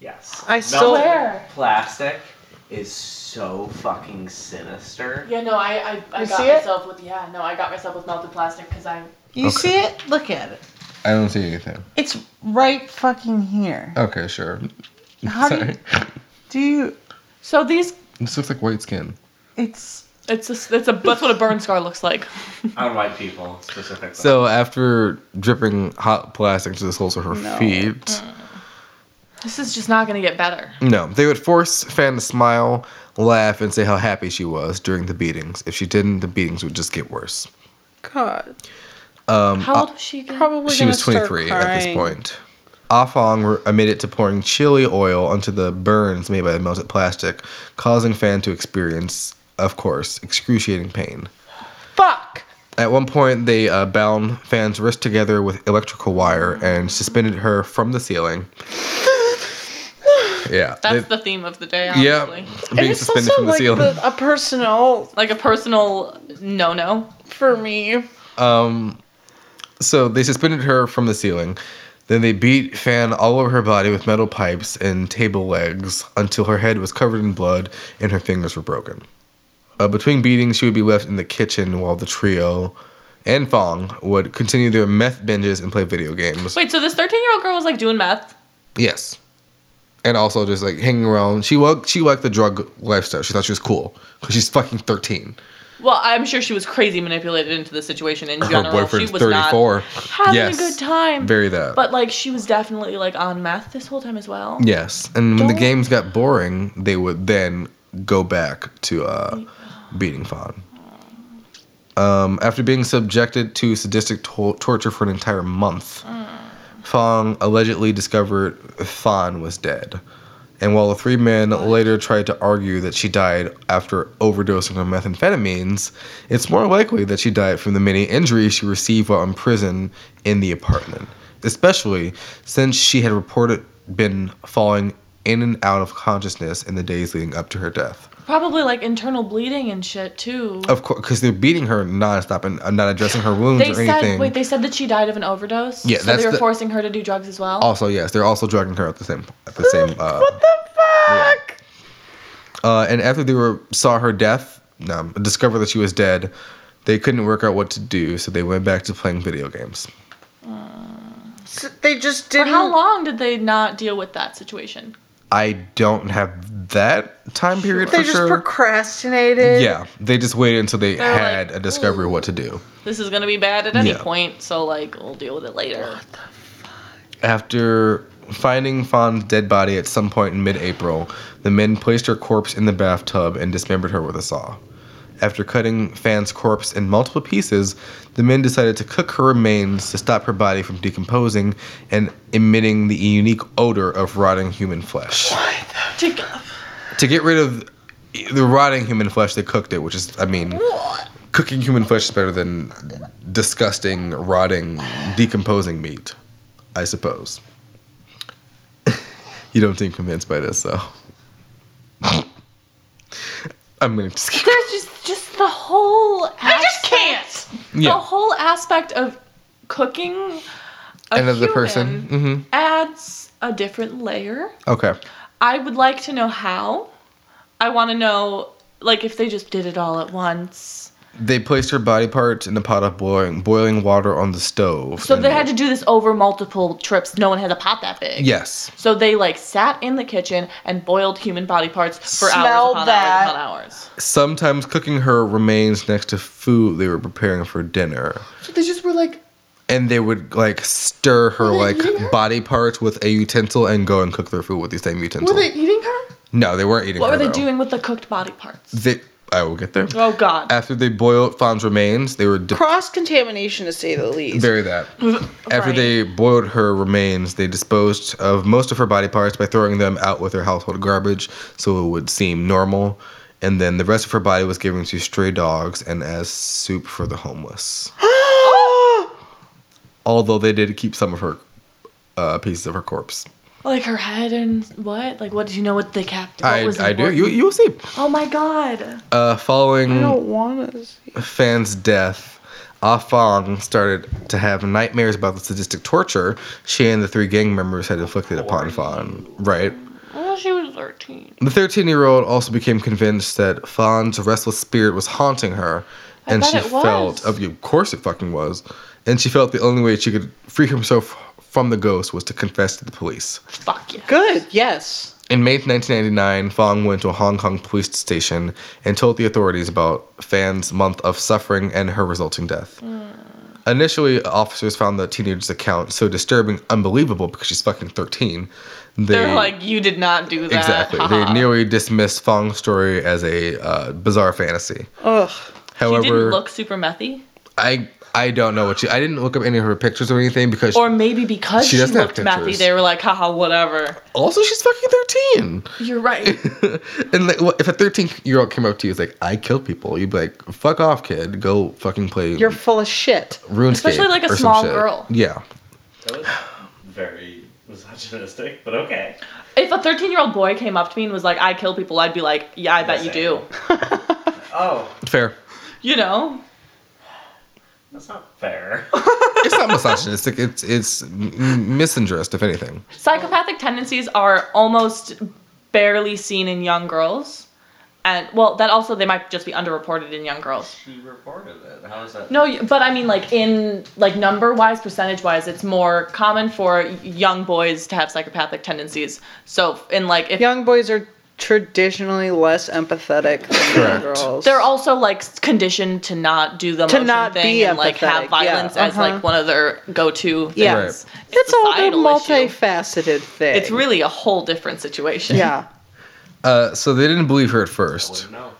Speaker 6: Yes.
Speaker 4: I still-
Speaker 6: Melted
Speaker 1: Where?
Speaker 6: Plastic is so fucking sinister.
Speaker 1: Yeah, no, I, I, I
Speaker 4: You got see it?
Speaker 1: with, yeah, no, I got myself with melted plastic because I.
Speaker 4: You
Speaker 2: Okay.
Speaker 4: see it? Look at it.
Speaker 2: I don't see anything.
Speaker 4: It's right fucking here.
Speaker 2: Okay, sure.
Speaker 4: How do
Speaker 2: Sorry.
Speaker 4: you, do you.
Speaker 1: So these.
Speaker 2: This looks like white skin.
Speaker 4: It's.
Speaker 1: It's a, that's a that's what a burn scar looks like.
Speaker 6: On white people, specifically.
Speaker 2: So after dripping hot plastic to the soles of her
Speaker 4: No.
Speaker 2: feet.
Speaker 1: This is just not gonna get better.
Speaker 2: No, they would force Fan to smile, laugh, and say how happy she was during the beatings. If she didn't, the beatings would just get worse.
Speaker 4: God.
Speaker 2: Um,
Speaker 1: How old was she again?
Speaker 4: Probably
Speaker 2: she
Speaker 4: gonna
Speaker 2: was
Speaker 4: start
Speaker 2: 23 at this
Speaker 4: crying.
Speaker 2: point. Ah Fong re- admitted to pouring chili oil onto the burns made by the melted plastic, causing Fan to experience, of course, excruciating pain.
Speaker 4: Fuck.
Speaker 2: At one point, they uh, bound Fan's wrists together with electrical wire and suspended her from the ceiling. Yeah.
Speaker 1: That's
Speaker 2: they-
Speaker 1: the theme of the day,
Speaker 2: yeah,
Speaker 1: honestly.
Speaker 2: being
Speaker 4: it's
Speaker 2: suspended
Speaker 4: also
Speaker 2: from the
Speaker 4: like
Speaker 2: ceiling.
Speaker 4: the- a personal
Speaker 1: Like a personal no no.
Speaker 4: for me.
Speaker 2: Um, so they suspended her from the ceiling. Then they beat Fan all over her body with metal pipes and table legs until her head was covered in blood and her fingers were broken. Uh, between beatings, she would be left in the kitchen while the trio and Fong would continue their meth binges and play video games.
Speaker 1: Wait, so this 13 year old girl was like doing meth?
Speaker 2: Yes. And also just like hanging around. She liked, she liked the drug lifestyle. She thought she was cool because she's fucking 13.
Speaker 1: Well, I'm sure she was crazy manipulated into the situation in
Speaker 2: Her
Speaker 1: general.
Speaker 2: boyfriend's
Speaker 1: she was
Speaker 2: 34.
Speaker 1: not having
Speaker 2: yes.
Speaker 1: a good time.
Speaker 2: Very that.
Speaker 1: But like she was definitely like on meth this whole time as well.
Speaker 2: Yes, and when the
Speaker 1: Don't-
Speaker 2: games got boring, they would then go back to uh, beating Fawn. Um, after being subjected to sadistic to- torture for an entire month, Fong allegedly discovered Fawn was dead. And while the three men later tried to argue that she died after overdosing on methamphetamines, it's more likely that she died from the many injuries she received while in prison in the apartment, especially since she had reported been falling in and out of consciousness in the days leading up to her death.
Speaker 1: Probably like internal bleeding and shit too.
Speaker 2: Of course, because they're beating her nonstop and uh, not addressing her wounds
Speaker 1: they
Speaker 2: or
Speaker 1: said
Speaker 2: anything.
Speaker 1: wait, they said that she died of an overdose.
Speaker 2: Yeah,
Speaker 1: so
Speaker 2: that's
Speaker 1: they were
Speaker 2: the-
Speaker 1: forcing her to do drugs as well.
Speaker 2: also, yes, they're also drugging her at the same at the same. Uh,
Speaker 4: What the fuck?
Speaker 2: Uh, and after they were saw her death, um, discovered that she was dead, they couldn't work out what to do, so they went back to playing video games.
Speaker 4: S- They just
Speaker 1: For
Speaker 4: didn't.
Speaker 1: Mm. how long did they not deal with that situation?
Speaker 2: I don't have that time period
Speaker 4: They
Speaker 2: for
Speaker 4: just
Speaker 2: sure.
Speaker 4: procrastinated.
Speaker 2: yeah, they just waited until they
Speaker 1: They're
Speaker 2: had
Speaker 1: like,
Speaker 2: a discovery of what to do.
Speaker 1: This is gonna be bad at any
Speaker 2: Yeah.
Speaker 1: point, so like we'll deal with it later.
Speaker 2: After finding Fawn's dead body at some point in mid April, the men placed her corpse in the bathtub and dismembered her with a saw. After cutting Fan's corpse in multiple pieces, the men decided to cook her remains to stop her body from decomposing and emitting the unique odor of rotting human flesh.
Speaker 1: Take-
Speaker 2: To get rid of the rotting human flesh, they cooked it, which is, I mean, cooking human flesh is better than disgusting, rotting, decomposing meat, I suppose. you don't seem convinced by this, though. I'm gonna just keep-
Speaker 1: There's just just the whole. Aspect, I just can't. The
Speaker 2: Yeah.
Speaker 1: whole aspect of cooking. A
Speaker 2: end of the
Speaker 1: human
Speaker 2: person. hmm
Speaker 1: adds a different layer.
Speaker 2: Okay.
Speaker 1: I would like to know how. I want to know, like, if they just did it all at once.
Speaker 2: They placed her body parts in a pot of boiling boiling water on the stove.
Speaker 1: So
Speaker 2: and-
Speaker 1: they had to do this over multiple trips. No one had a pot that big.
Speaker 2: Yes.
Speaker 1: So they like sat in the kitchen and boiled human body parts for hours
Speaker 4: Smell
Speaker 1: upon
Speaker 4: that.
Speaker 1: hours upon hours.
Speaker 2: Sometimes cooking her remains next to food they were preparing for dinner.
Speaker 4: So they just were like,
Speaker 2: and they would like stir her
Speaker 4: Were
Speaker 2: like
Speaker 4: they eating her?
Speaker 2: body parts with a utensil and go and cook their food with the same utensil.
Speaker 4: were they eating her?
Speaker 2: no, they weren't eating.
Speaker 1: What
Speaker 2: her,
Speaker 1: were they
Speaker 2: though.
Speaker 1: doing with the cooked body parts?
Speaker 2: They, I will get there.
Speaker 1: Oh God.
Speaker 2: After they boiled Fawn's remains, they were di-
Speaker 4: Cross contamination, to say the least.
Speaker 2: bury that. After
Speaker 1: Right.
Speaker 2: they boiled her remains, they disposed of most of her body parts by throwing them out with her household garbage, so it would seem normal. And then the rest of her body was given to stray dogs and as soup for the homeless. Although they did keep some of her uh, pieces of her corpse.
Speaker 1: Like her head and what? Like what? Do you know what they kept? What
Speaker 2: I,
Speaker 1: was
Speaker 2: I do.
Speaker 1: important?
Speaker 2: You, you'll see.
Speaker 1: Oh my God.
Speaker 2: Uh,
Speaker 4: I don't
Speaker 2: following
Speaker 4: want to. see-
Speaker 2: Fan's death, Ah Fong started to have nightmares about the sadistic torture she and the three gang members had inflicted upon Fan. Right.
Speaker 1: Well, she was thirteen.
Speaker 2: The 13 year old also became convinced that Fan's restless spirit was haunting her,
Speaker 1: I
Speaker 2: and
Speaker 1: bet
Speaker 2: she
Speaker 1: it was.
Speaker 2: felt, of, of course it fucking was, and she felt the only way she could free herself from the ghost was to confess to the police.
Speaker 1: Fuck yeah.
Speaker 4: Good. Yes.
Speaker 2: In May 1999, Fong went to a Hong Kong police station and told the authorities about Fan's month of suffering and her resulting death.
Speaker 1: Hmm.
Speaker 2: Initially, officers found the teenager's account so disturbing, unbelievable because she's fucking 13. They,
Speaker 1: They're like, you did not do that.
Speaker 2: exactly.
Speaker 1: haha."
Speaker 2: They nearly dismissed Fong's story as a uh, bizarre fantasy.
Speaker 4: Ugh.
Speaker 2: However,
Speaker 1: she didn't look super methy,
Speaker 2: I I don't know what she. I didn't look up any of her pictures or anything because
Speaker 1: or maybe because
Speaker 2: She
Speaker 1: she,
Speaker 2: doesn't have
Speaker 1: looked methy,
Speaker 2: pictures.
Speaker 1: they were like, haha, whatever.
Speaker 2: also she's fucking 13.
Speaker 1: You're right.
Speaker 2: and like, what- if a 13 year old came up to you, is like, I kill people, you'd be like, fuck off, kid. Go fucking play
Speaker 4: You're full of shit.
Speaker 2: RuneScape.
Speaker 1: Especially, like, a
Speaker 2: or some
Speaker 1: small
Speaker 2: shit."
Speaker 1: girl.
Speaker 2: Yeah.
Speaker 6: That was very misogynistic, but okay.
Speaker 1: if a 13 year old boy came up to me and was like, I kill people, I'd be like, yeah, I bet you do.
Speaker 6: Oh,
Speaker 2: Fair.
Speaker 1: You know?
Speaker 6: that's not fair.
Speaker 2: It's not misogynistic. It's it's m- misandrist, if anything.
Speaker 1: Psychopathic tendencies are almost barely seen in young girls. And, well, that also, they might just be underreported in young girls.
Speaker 6: she reported it. How is that?
Speaker 1: No, y- but I mean, like, in, like, number wise, percentage wise, it's more common for y- young boys to have psychopathic tendencies. So, in, like, if
Speaker 4: Young boys are traditionally less empathetic than young
Speaker 2: Correct.
Speaker 4: girls.
Speaker 1: they're also like conditioned to not do the
Speaker 4: To
Speaker 1: emotion
Speaker 4: not
Speaker 1: thing
Speaker 4: be
Speaker 1: and like have
Speaker 4: empathetic, yeah,
Speaker 1: violence as
Speaker 4: uh-huh.
Speaker 1: like one of their go-to things.
Speaker 4: Yeah.
Speaker 2: Right.
Speaker 1: It's,
Speaker 4: It's all a
Speaker 1: societal issue.
Speaker 4: multifaceted thing.
Speaker 1: It's really a whole different situation.
Speaker 4: Yeah.
Speaker 2: Uh, so they didn't believe her at first,
Speaker 6: Wouldn't know.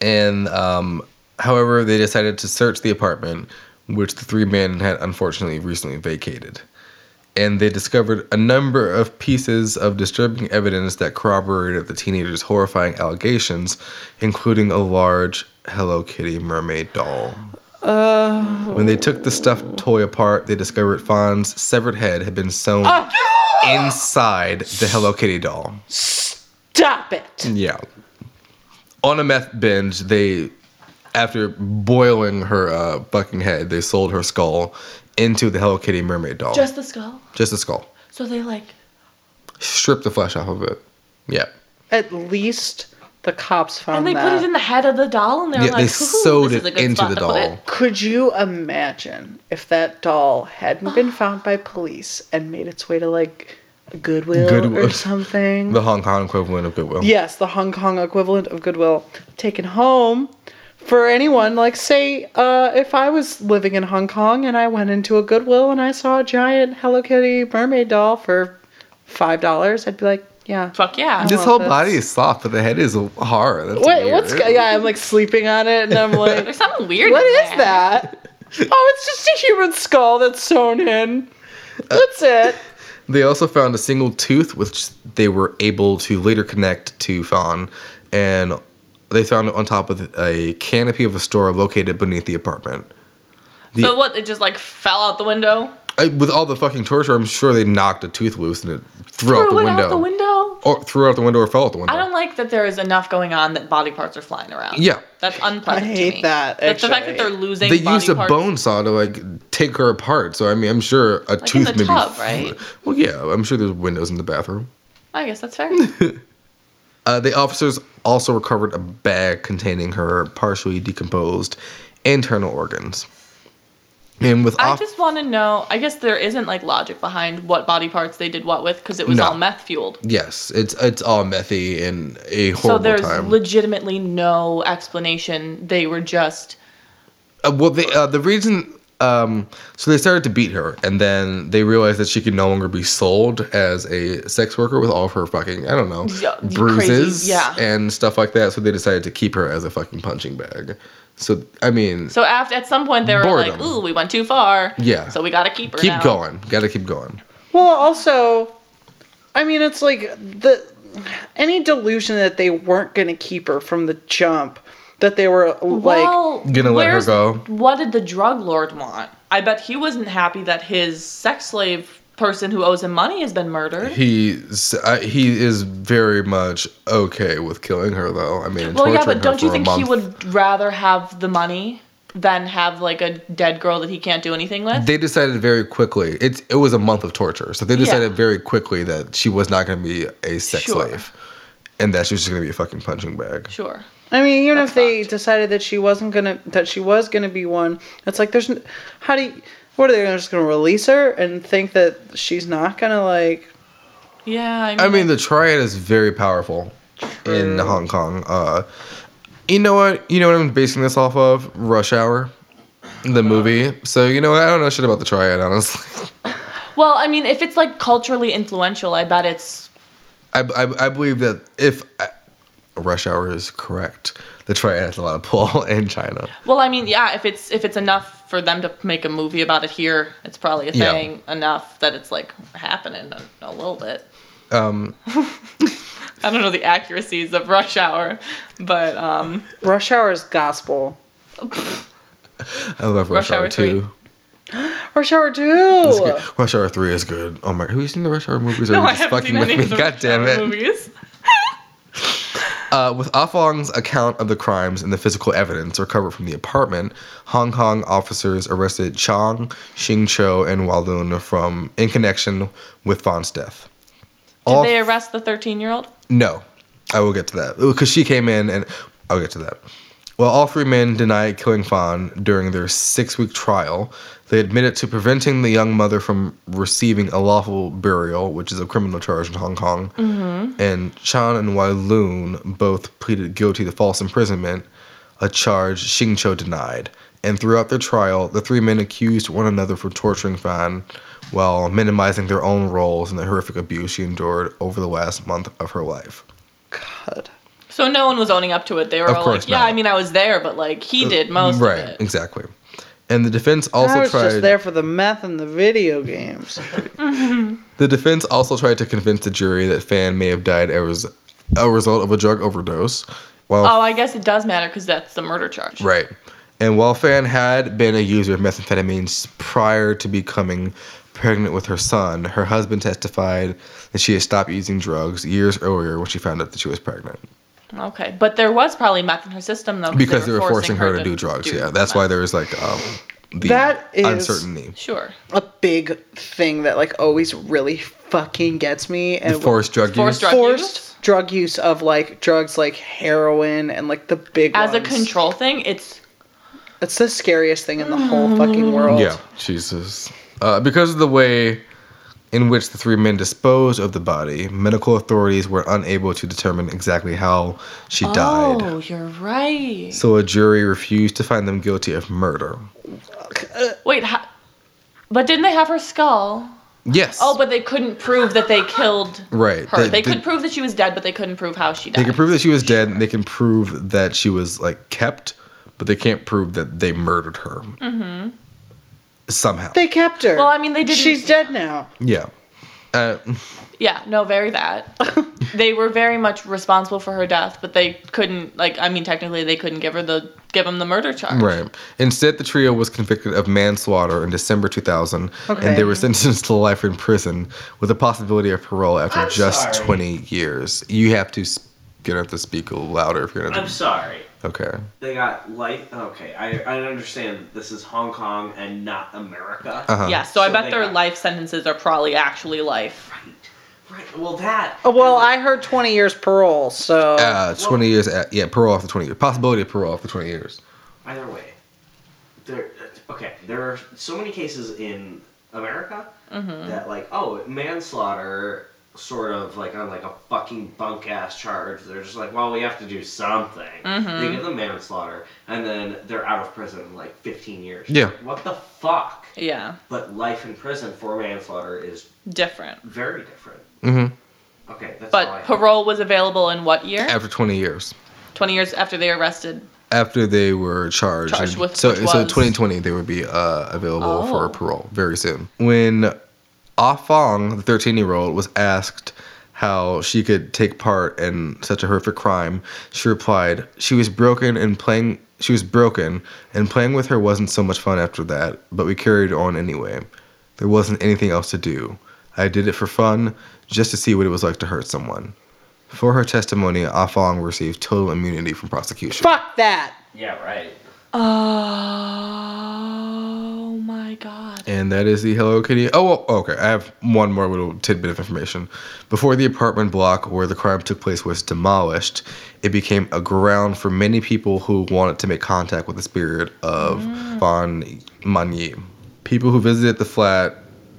Speaker 2: and um, however, they decided to search the apartment, which the three men had unfortunately recently vacated. And they discovered a number of pieces of disturbing evidence that corroborated the teenager's horrifying allegations, including a large Hello Kitty mermaid doll.
Speaker 4: Uh,
Speaker 2: When they took the stuffed toy apart, they discovered Fawn's severed head had been sewn inside the Hello Kitty doll.
Speaker 4: stop it.
Speaker 2: Yeah. On a meth binge, they, after boiling her uh, fucking head, they sold her skull into the Hello Kitty mermaid doll.
Speaker 1: Just the skull.
Speaker 2: Just the skull.
Speaker 1: So they like
Speaker 2: Strip the flesh off of it. Yeah.
Speaker 4: At least the cops
Speaker 1: and
Speaker 4: found
Speaker 1: they
Speaker 4: that.
Speaker 1: put it in the head of the doll and they were
Speaker 2: yeah,
Speaker 1: like,
Speaker 2: they
Speaker 1: "Ooh,
Speaker 2: sewed
Speaker 1: this is
Speaker 2: it
Speaker 1: a good
Speaker 2: into
Speaker 1: spot
Speaker 2: the
Speaker 1: to put it."
Speaker 2: doll.
Speaker 4: Could you imagine if that doll hadn't been found by police and made its way to like Goodwill,
Speaker 2: Goodwill.
Speaker 4: or something.
Speaker 2: The Hong Kong equivalent of Goodwill.
Speaker 4: yes, the Hong Kong equivalent of Goodwill taken home for anyone. Like, say, uh, if I was living in Hong Kong and I went into a Goodwill and I saw a giant Hello Kitty mermaid doll for five dollars, I'd be like, yeah.
Speaker 1: Fuck yeah.
Speaker 2: This
Speaker 4: Well,
Speaker 2: whole
Speaker 4: that's-
Speaker 2: body is soft, but the head is hard. That's
Speaker 4: What,
Speaker 2: weird.
Speaker 4: what's yeah? I'm like sleeping on it, and I'm like,
Speaker 1: There's something weird.
Speaker 4: What
Speaker 1: in
Speaker 4: is
Speaker 1: there.
Speaker 4: that? Oh, it's just a human skull that's sewn in. That's it.
Speaker 2: They also found a single tooth, which they were able to later connect to Fawn, and they found it on top of a canopy of a store located beneath the apartment.
Speaker 1: So what? It just like fell out the window.
Speaker 2: I, with all the fucking torture, I'm sure they knocked a tooth loose and it threw, out the
Speaker 1: Threw it
Speaker 2: window,
Speaker 1: out the window.
Speaker 2: or threw out the window, or fell out the window.
Speaker 1: I don't like that there is enough going on that body parts are flying around.
Speaker 2: Yeah.
Speaker 1: That's unpleasant.
Speaker 4: I
Speaker 1: to
Speaker 4: hate
Speaker 1: me.
Speaker 4: that,
Speaker 1: That's the fact that
Speaker 4: actually.
Speaker 1: they're losing.
Speaker 2: they
Speaker 1: body
Speaker 2: used a
Speaker 1: parts.
Speaker 2: bone saw to like take her apart. So I mean, I'm sure a
Speaker 1: in
Speaker 2: tooth
Speaker 1: the
Speaker 2: maybe.
Speaker 1: tub, right?
Speaker 2: Well, yeah, I'm sure there's windows in the bathroom.
Speaker 1: I guess that's fair.
Speaker 2: Uh, the officers also recovered a bag containing her partially decomposed internal organs. And with
Speaker 1: I
Speaker 2: off-
Speaker 1: just want to know. I guess there isn't like logic behind what body parts they did what with because it was
Speaker 2: No.
Speaker 1: all meth fueled.
Speaker 2: yes, it's it's all methy and a
Speaker 1: So
Speaker 2: horrible
Speaker 1: there's
Speaker 2: time.
Speaker 1: legitimately no explanation. They were just
Speaker 2: Uh, well, they, uh, the reason. Um, so they started to beat her, and then they realized that she could no longer be sold as a sex worker with all of her fucking, I don't know,
Speaker 1: Yeah, crazy,
Speaker 2: bruises
Speaker 1: yeah.
Speaker 2: and stuff like that. So they decided to keep her as a fucking punching bag. So, I mean,
Speaker 1: so after at some point they were like,
Speaker 2: Boredom.
Speaker 1: "Ooh, we went too far."
Speaker 2: Yeah.
Speaker 1: So we gotta keep her.
Speaker 2: keep
Speaker 1: now.
Speaker 2: going. Gotta keep going.
Speaker 4: Well, also, I mean, it's like the any delusion that they weren't going to keep her from the jump, that they were uh, like,
Speaker 1: well,
Speaker 2: Gonna let her
Speaker 1: where's-
Speaker 2: go.
Speaker 1: What did the drug lord want? I bet he wasn't happy that his sex slave person who owes him money has been murdered.
Speaker 2: He's uh, he is very much okay with killing her, though. I mean,
Speaker 1: well, yeah,
Speaker 2: torturing her
Speaker 1: but don't
Speaker 2: for
Speaker 1: you
Speaker 2: a
Speaker 1: think he
Speaker 2: month.
Speaker 1: would rather have the money than have like a dead girl that he can't do anything with?
Speaker 2: They decided very quickly. It it was a month of torture, so they decided
Speaker 1: Yeah.
Speaker 2: very quickly that she was not going to be a sex
Speaker 1: Sure.
Speaker 2: slave, and that she was just going to be a fucking punching bag.
Speaker 1: sure.
Speaker 4: I mean, even if they decided that she wasn't going to, that she was going to be one, it's like, there's, n- how do you, what are they just going to release her and think that she's not going to like,
Speaker 1: Yeah, I mean,
Speaker 2: I mean, the triad is very powerful in Hong Kong. Uh, you know what? You know what I'm basing this off of? Rush Hour,
Speaker 1: Uh-huh.
Speaker 2: the movie. So you know what? I don't know shit about the triad, honestly.
Speaker 1: well, I mean, if it's like culturally influential, I bet it's
Speaker 2: I, I, I believe that if I, Rush Hour is correct, the triad has a lot of pull in China.
Speaker 1: Well, I mean, yeah, if it's if it's enough for them to make a movie about it here, it's probably a
Speaker 2: Yeah.
Speaker 1: thing enough that it's like happening a, a little bit.
Speaker 2: Um,
Speaker 1: I don't know the accuracies of Rush Hour, but um,
Speaker 4: rush hour is gospel?
Speaker 2: I love Rush,
Speaker 1: Rush Hour
Speaker 2: Hour Two.
Speaker 4: Rush hour too.
Speaker 2: It's good. Rush Hour Three is good. Oh my! Have you seen the Rush Hour movies? Or
Speaker 1: no,
Speaker 2: are you
Speaker 1: I
Speaker 2: just
Speaker 1: haven't
Speaker 2: fucking
Speaker 1: seen
Speaker 2: with
Speaker 1: any
Speaker 2: me?
Speaker 1: of the
Speaker 2: God
Speaker 1: Rush
Speaker 2: damn
Speaker 1: Hour
Speaker 2: it!
Speaker 1: movies.
Speaker 2: Uh, with Afong's account of the crimes and the physical evidence recovered from the apartment, Hong Kong officers arrested Chong, Xing Cho, and Walun from in connection with Fawn's death.
Speaker 1: Did
Speaker 2: All-
Speaker 1: they arrest the thirteen-year-old?
Speaker 2: No, I will get to that because she came in and I'll get to that. While all three men denied killing Fawn during their six-week trial, they admitted to preventing the young mother from receiving a lawful burial, which is a criminal charge in Hong Kong. And Chan and Wai Loon both pleaded guilty to false imprisonment, a charge Xing Cho denied. And throughout their trial, the three men accused one another for torturing Fan while minimizing their own roles in the horrific abuse she endured over the last month of her life.
Speaker 4: God.
Speaker 1: So no one was owning up to it. They were
Speaker 2: Of
Speaker 1: all
Speaker 2: course
Speaker 1: like, "Yeah,
Speaker 2: not. Uh,
Speaker 1: I mean, I was there, but like he did most
Speaker 2: right,
Speaker 1: of it."
Speaker 2: exactly. And the defense
Speaker 4: I
Speaker 2: also
Speaker 4: was just
Speaker 2: tried
Speaker 4: there for the meth and the video games.
Speaker 2: the defense also tried to convince the jury that Fan may have died as a result of a drug overdose. While
Speaker 1: Oh, I guess it does matter because that's the murder charge.
Speaker 2: Right. And while Fan had been a user of methamphetamines prior to becoming pregnant with her son, her husband testified that she had stopped using drugs years earlier when she found out that she was pregnant.
Speaker 1: Okay, but there was probably meth in her system though
Speaker 2: Because they were forcing her to do drugs. Yeah, that's why
Speaker 1: meth.
Speaker 2: there was like um, the
Speaker 4: That is-
Speaker 2: uncertainty.
Speaker 1: Sure.
Speaker 4: a big thing that like always really fucking gets me and
Speaker 2: The forced drug
Speaker 1: Forced
Speaker 2: use.
Speaker 1: drug
Speaker 4: forced
Speaker 1: use?
Speaker 4: drug use of like drugs like heroin and like the big
Speaker 1: As a
Speaker 4: ones.
Speaker 1: control thing, it's
Speaker 4: It's the
Speaker 1: Mm.
Speaker 4: scariest thing in the whole fucking world.
Speaker 2: Yeah, Jesus. Uh, because of the way in which the three men disposed of the body. Medical authorities were unable to determine exactly how she died.
Speaker 1: Oh, you're right.
Speaker 2: So a jury refused to find them guilty of murder.
Speaker 4: Uh,
Speaker 1: Wait, ha- but didn't they have her skull?
Speaker 2: Yes.
Speaker 1: Oh, but they couldn't prove that they killed
Speaker 2: right.
Speaker 1: her. They,
Speaker 2: they-
Speaker 1: could prove that she was dead, but they couldn't prove how she died.
Speaker 2: They can prove that she was dead, and they can prove that she was like kept, but they can't prove that they murdered her. Mm-hmm. Somehow.
Speaker 4: They kept her.
Speaker 1: Well, I mean, they didn't.
Speaker 4: She's dead now.
Speaker 2: yeah. Uh,
Speaker 1: Yeah, no, very that. they were very much responsible for her death, but they couldn't. Like, I mean, technically, they couldn't give her the give him the murder charge.
Speaker 2: right. Instead, the trio was convicted of manslaughter in December 2000,
Speaker 4: Okay.
Speaker 2: and they were sentenced to life in prison with the possibility of parole after
Speaker 6: I'm
Speaker 2: just
Speaker 6: sorry.
Speaker 2: 20 years. You have to. s Gonna have to speak a little louder if you're
Speaker 6: I'm
Speaker 2: gonna.
Speaker 6: sorry.
Speaker 2: Okay.
Speaker 6: They got light. Okay, I, I understand this is Hong Kong and not America.
Speaker 2: Uh-huh.
Speaker 1: Yeah, so, I
Speaker 6: So
Speaker 1: bet
Speaker 6: they
Speaker 1: their
Speaker 6: got-
Speaker 1: life sentences are probably actually life.
Speaker 6: Right. Well, that.
Speaker 4: Oh, Well, I heard 20 years parole, so.
Speaker 2: Uh, 20 years. At, yeah, parole after 20 years. Possibility of parole after 20 years.
Speaker 6: Either way, there. Okay, there are so many cases in America
Speaker 4: Mm-hmm.
Speaker 6: that like, oh, manslaughter, sort of like on like a fucking bunk ass charge. They're just like, well, we have to do something.
Speaker 4: Mm-hmm.
Speaker 6: They give them manslaughter, and then they're out of prison in like 15 years.
Speaker 2: Yeah.
Speaker 6: What the fuck?
Speaker 1: Yeah,
Speaker 6: But life in prison for manslaughter is
Speaker 1: different.
Speaker 6: very different.
Speaker 2: hmm
Speaker 6: Okay, that's all I
Speaker 1: But
Speaker 6: have.
Speaker 1: parole was available in what year?
Speaker 2: After 20 years.
Speaker 1: Twenty years after they arrested.
Speaker 2: after they were charged.
Speaker 1: Charged
Speaker 2: and
Speaker 1: with-
Speaker 2: so
Speaker 1: which
Speaker 2: so
Speaker 1: was-
Speaker 2: 2020 they would be uh, available for
Speaker 1: Oh.
Speaker 2: parole very soon. When Ah Fong, the 13 year old, was asked how she could take part in such a horrific crime, she replied, "She was broken and playing. She was broken and playing with her wasn't so much fun after that, but we carried on anyway. There wasn't anything else to do. I did it for fun, just to see what it was like to hurt someone." For her testimony, Ah Fong received total immunity from prosecution.
Speaker 4: Fuck that.
Speaker 6: Yeah, right.
Speaker 1: Oh my god.
Speaker 2: And that is the Hello Kitty. Oh, well, okay. I have one more little tidbit of information. Before the apartment block where the crime took place was demolished, it became a ground for many people who wanted to make contact with the spirit of Von Manier. People who visited the flat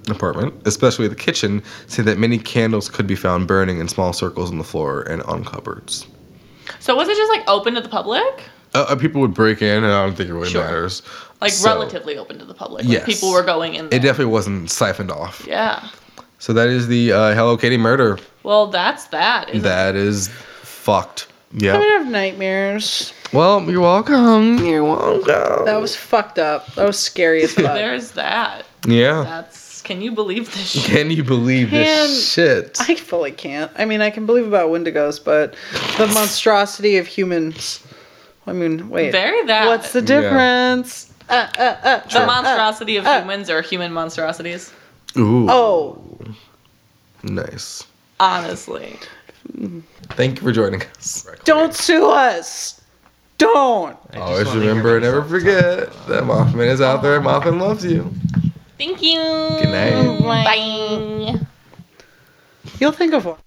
Speaker 2: apartment, especially the kitchen, said that many candles could be found burning in small circles on the floor and on cupboards.
Speaker 1: So was it just like open to the public?
Speaker 2: Uh, uh, people would break in, and I don't think it really
Speaker 1: Sure.
Speaker 2: matters.
Speaker 1: Like
Speaker 2: So,
Speaker 1: relatively open to the public. Like,
Speaker 2: Yes.
Speaker 1: People were going in there.
Speaker 2: It definitely wasn't siphoned off.
Speaker 1: yeah.
Speaker 2: So that is the uh, Hello Kitty murder.
Speaker 1: Well, that's that. isn't it?
Speaker 2: That is fucked.
Speaker 4: I'm
Speaker 2: Yeah.
Speaker 4: gonna have nightmares.
Speaker 2: Well, you're welcome. You're welcome.
Speaker 4: That was fucked up. That was scary as fuck.
Speaker 1: There's that.
Speaker 2: Yeah.
Speaker 1: That's. Can you believe this shit?
Speaker 2: Can you believe
Speaker 4: Man,
Speaker 2: this shit?
Speaker 4: I fully can't. I mean, I can believe about Wendigos, but the monstrosity of humans. I mean, wait.
Speaker 1: Very that.
Speaker 4: What's the
Speaker 2: Yeah.
Speaker 4: difference?
Speaker 1: the monstrosity of
Speaker 4: uh.
Speaker 1: humans or human monstrosities?
Speaker 2: Ooh.
Speaker 4: Oh,
Speaker 2: Nice.
Speaker 1: Honestly.
Speaker 2: Thank you for joining us.
Speaker 4: don't sue us. Don't.
Speaker 5: I just
Speaker 2: Always
Speaker 5: wanna hear
Speaker 2: remember and never
Speaker 5: myself
Speaker 2: forget that Mothman is out there. Mothman loves you.
Speaker 1: Thank you.
Speaker 2: Good night.
Speaker 1: Bye.
Speaker 4: You'll think of one.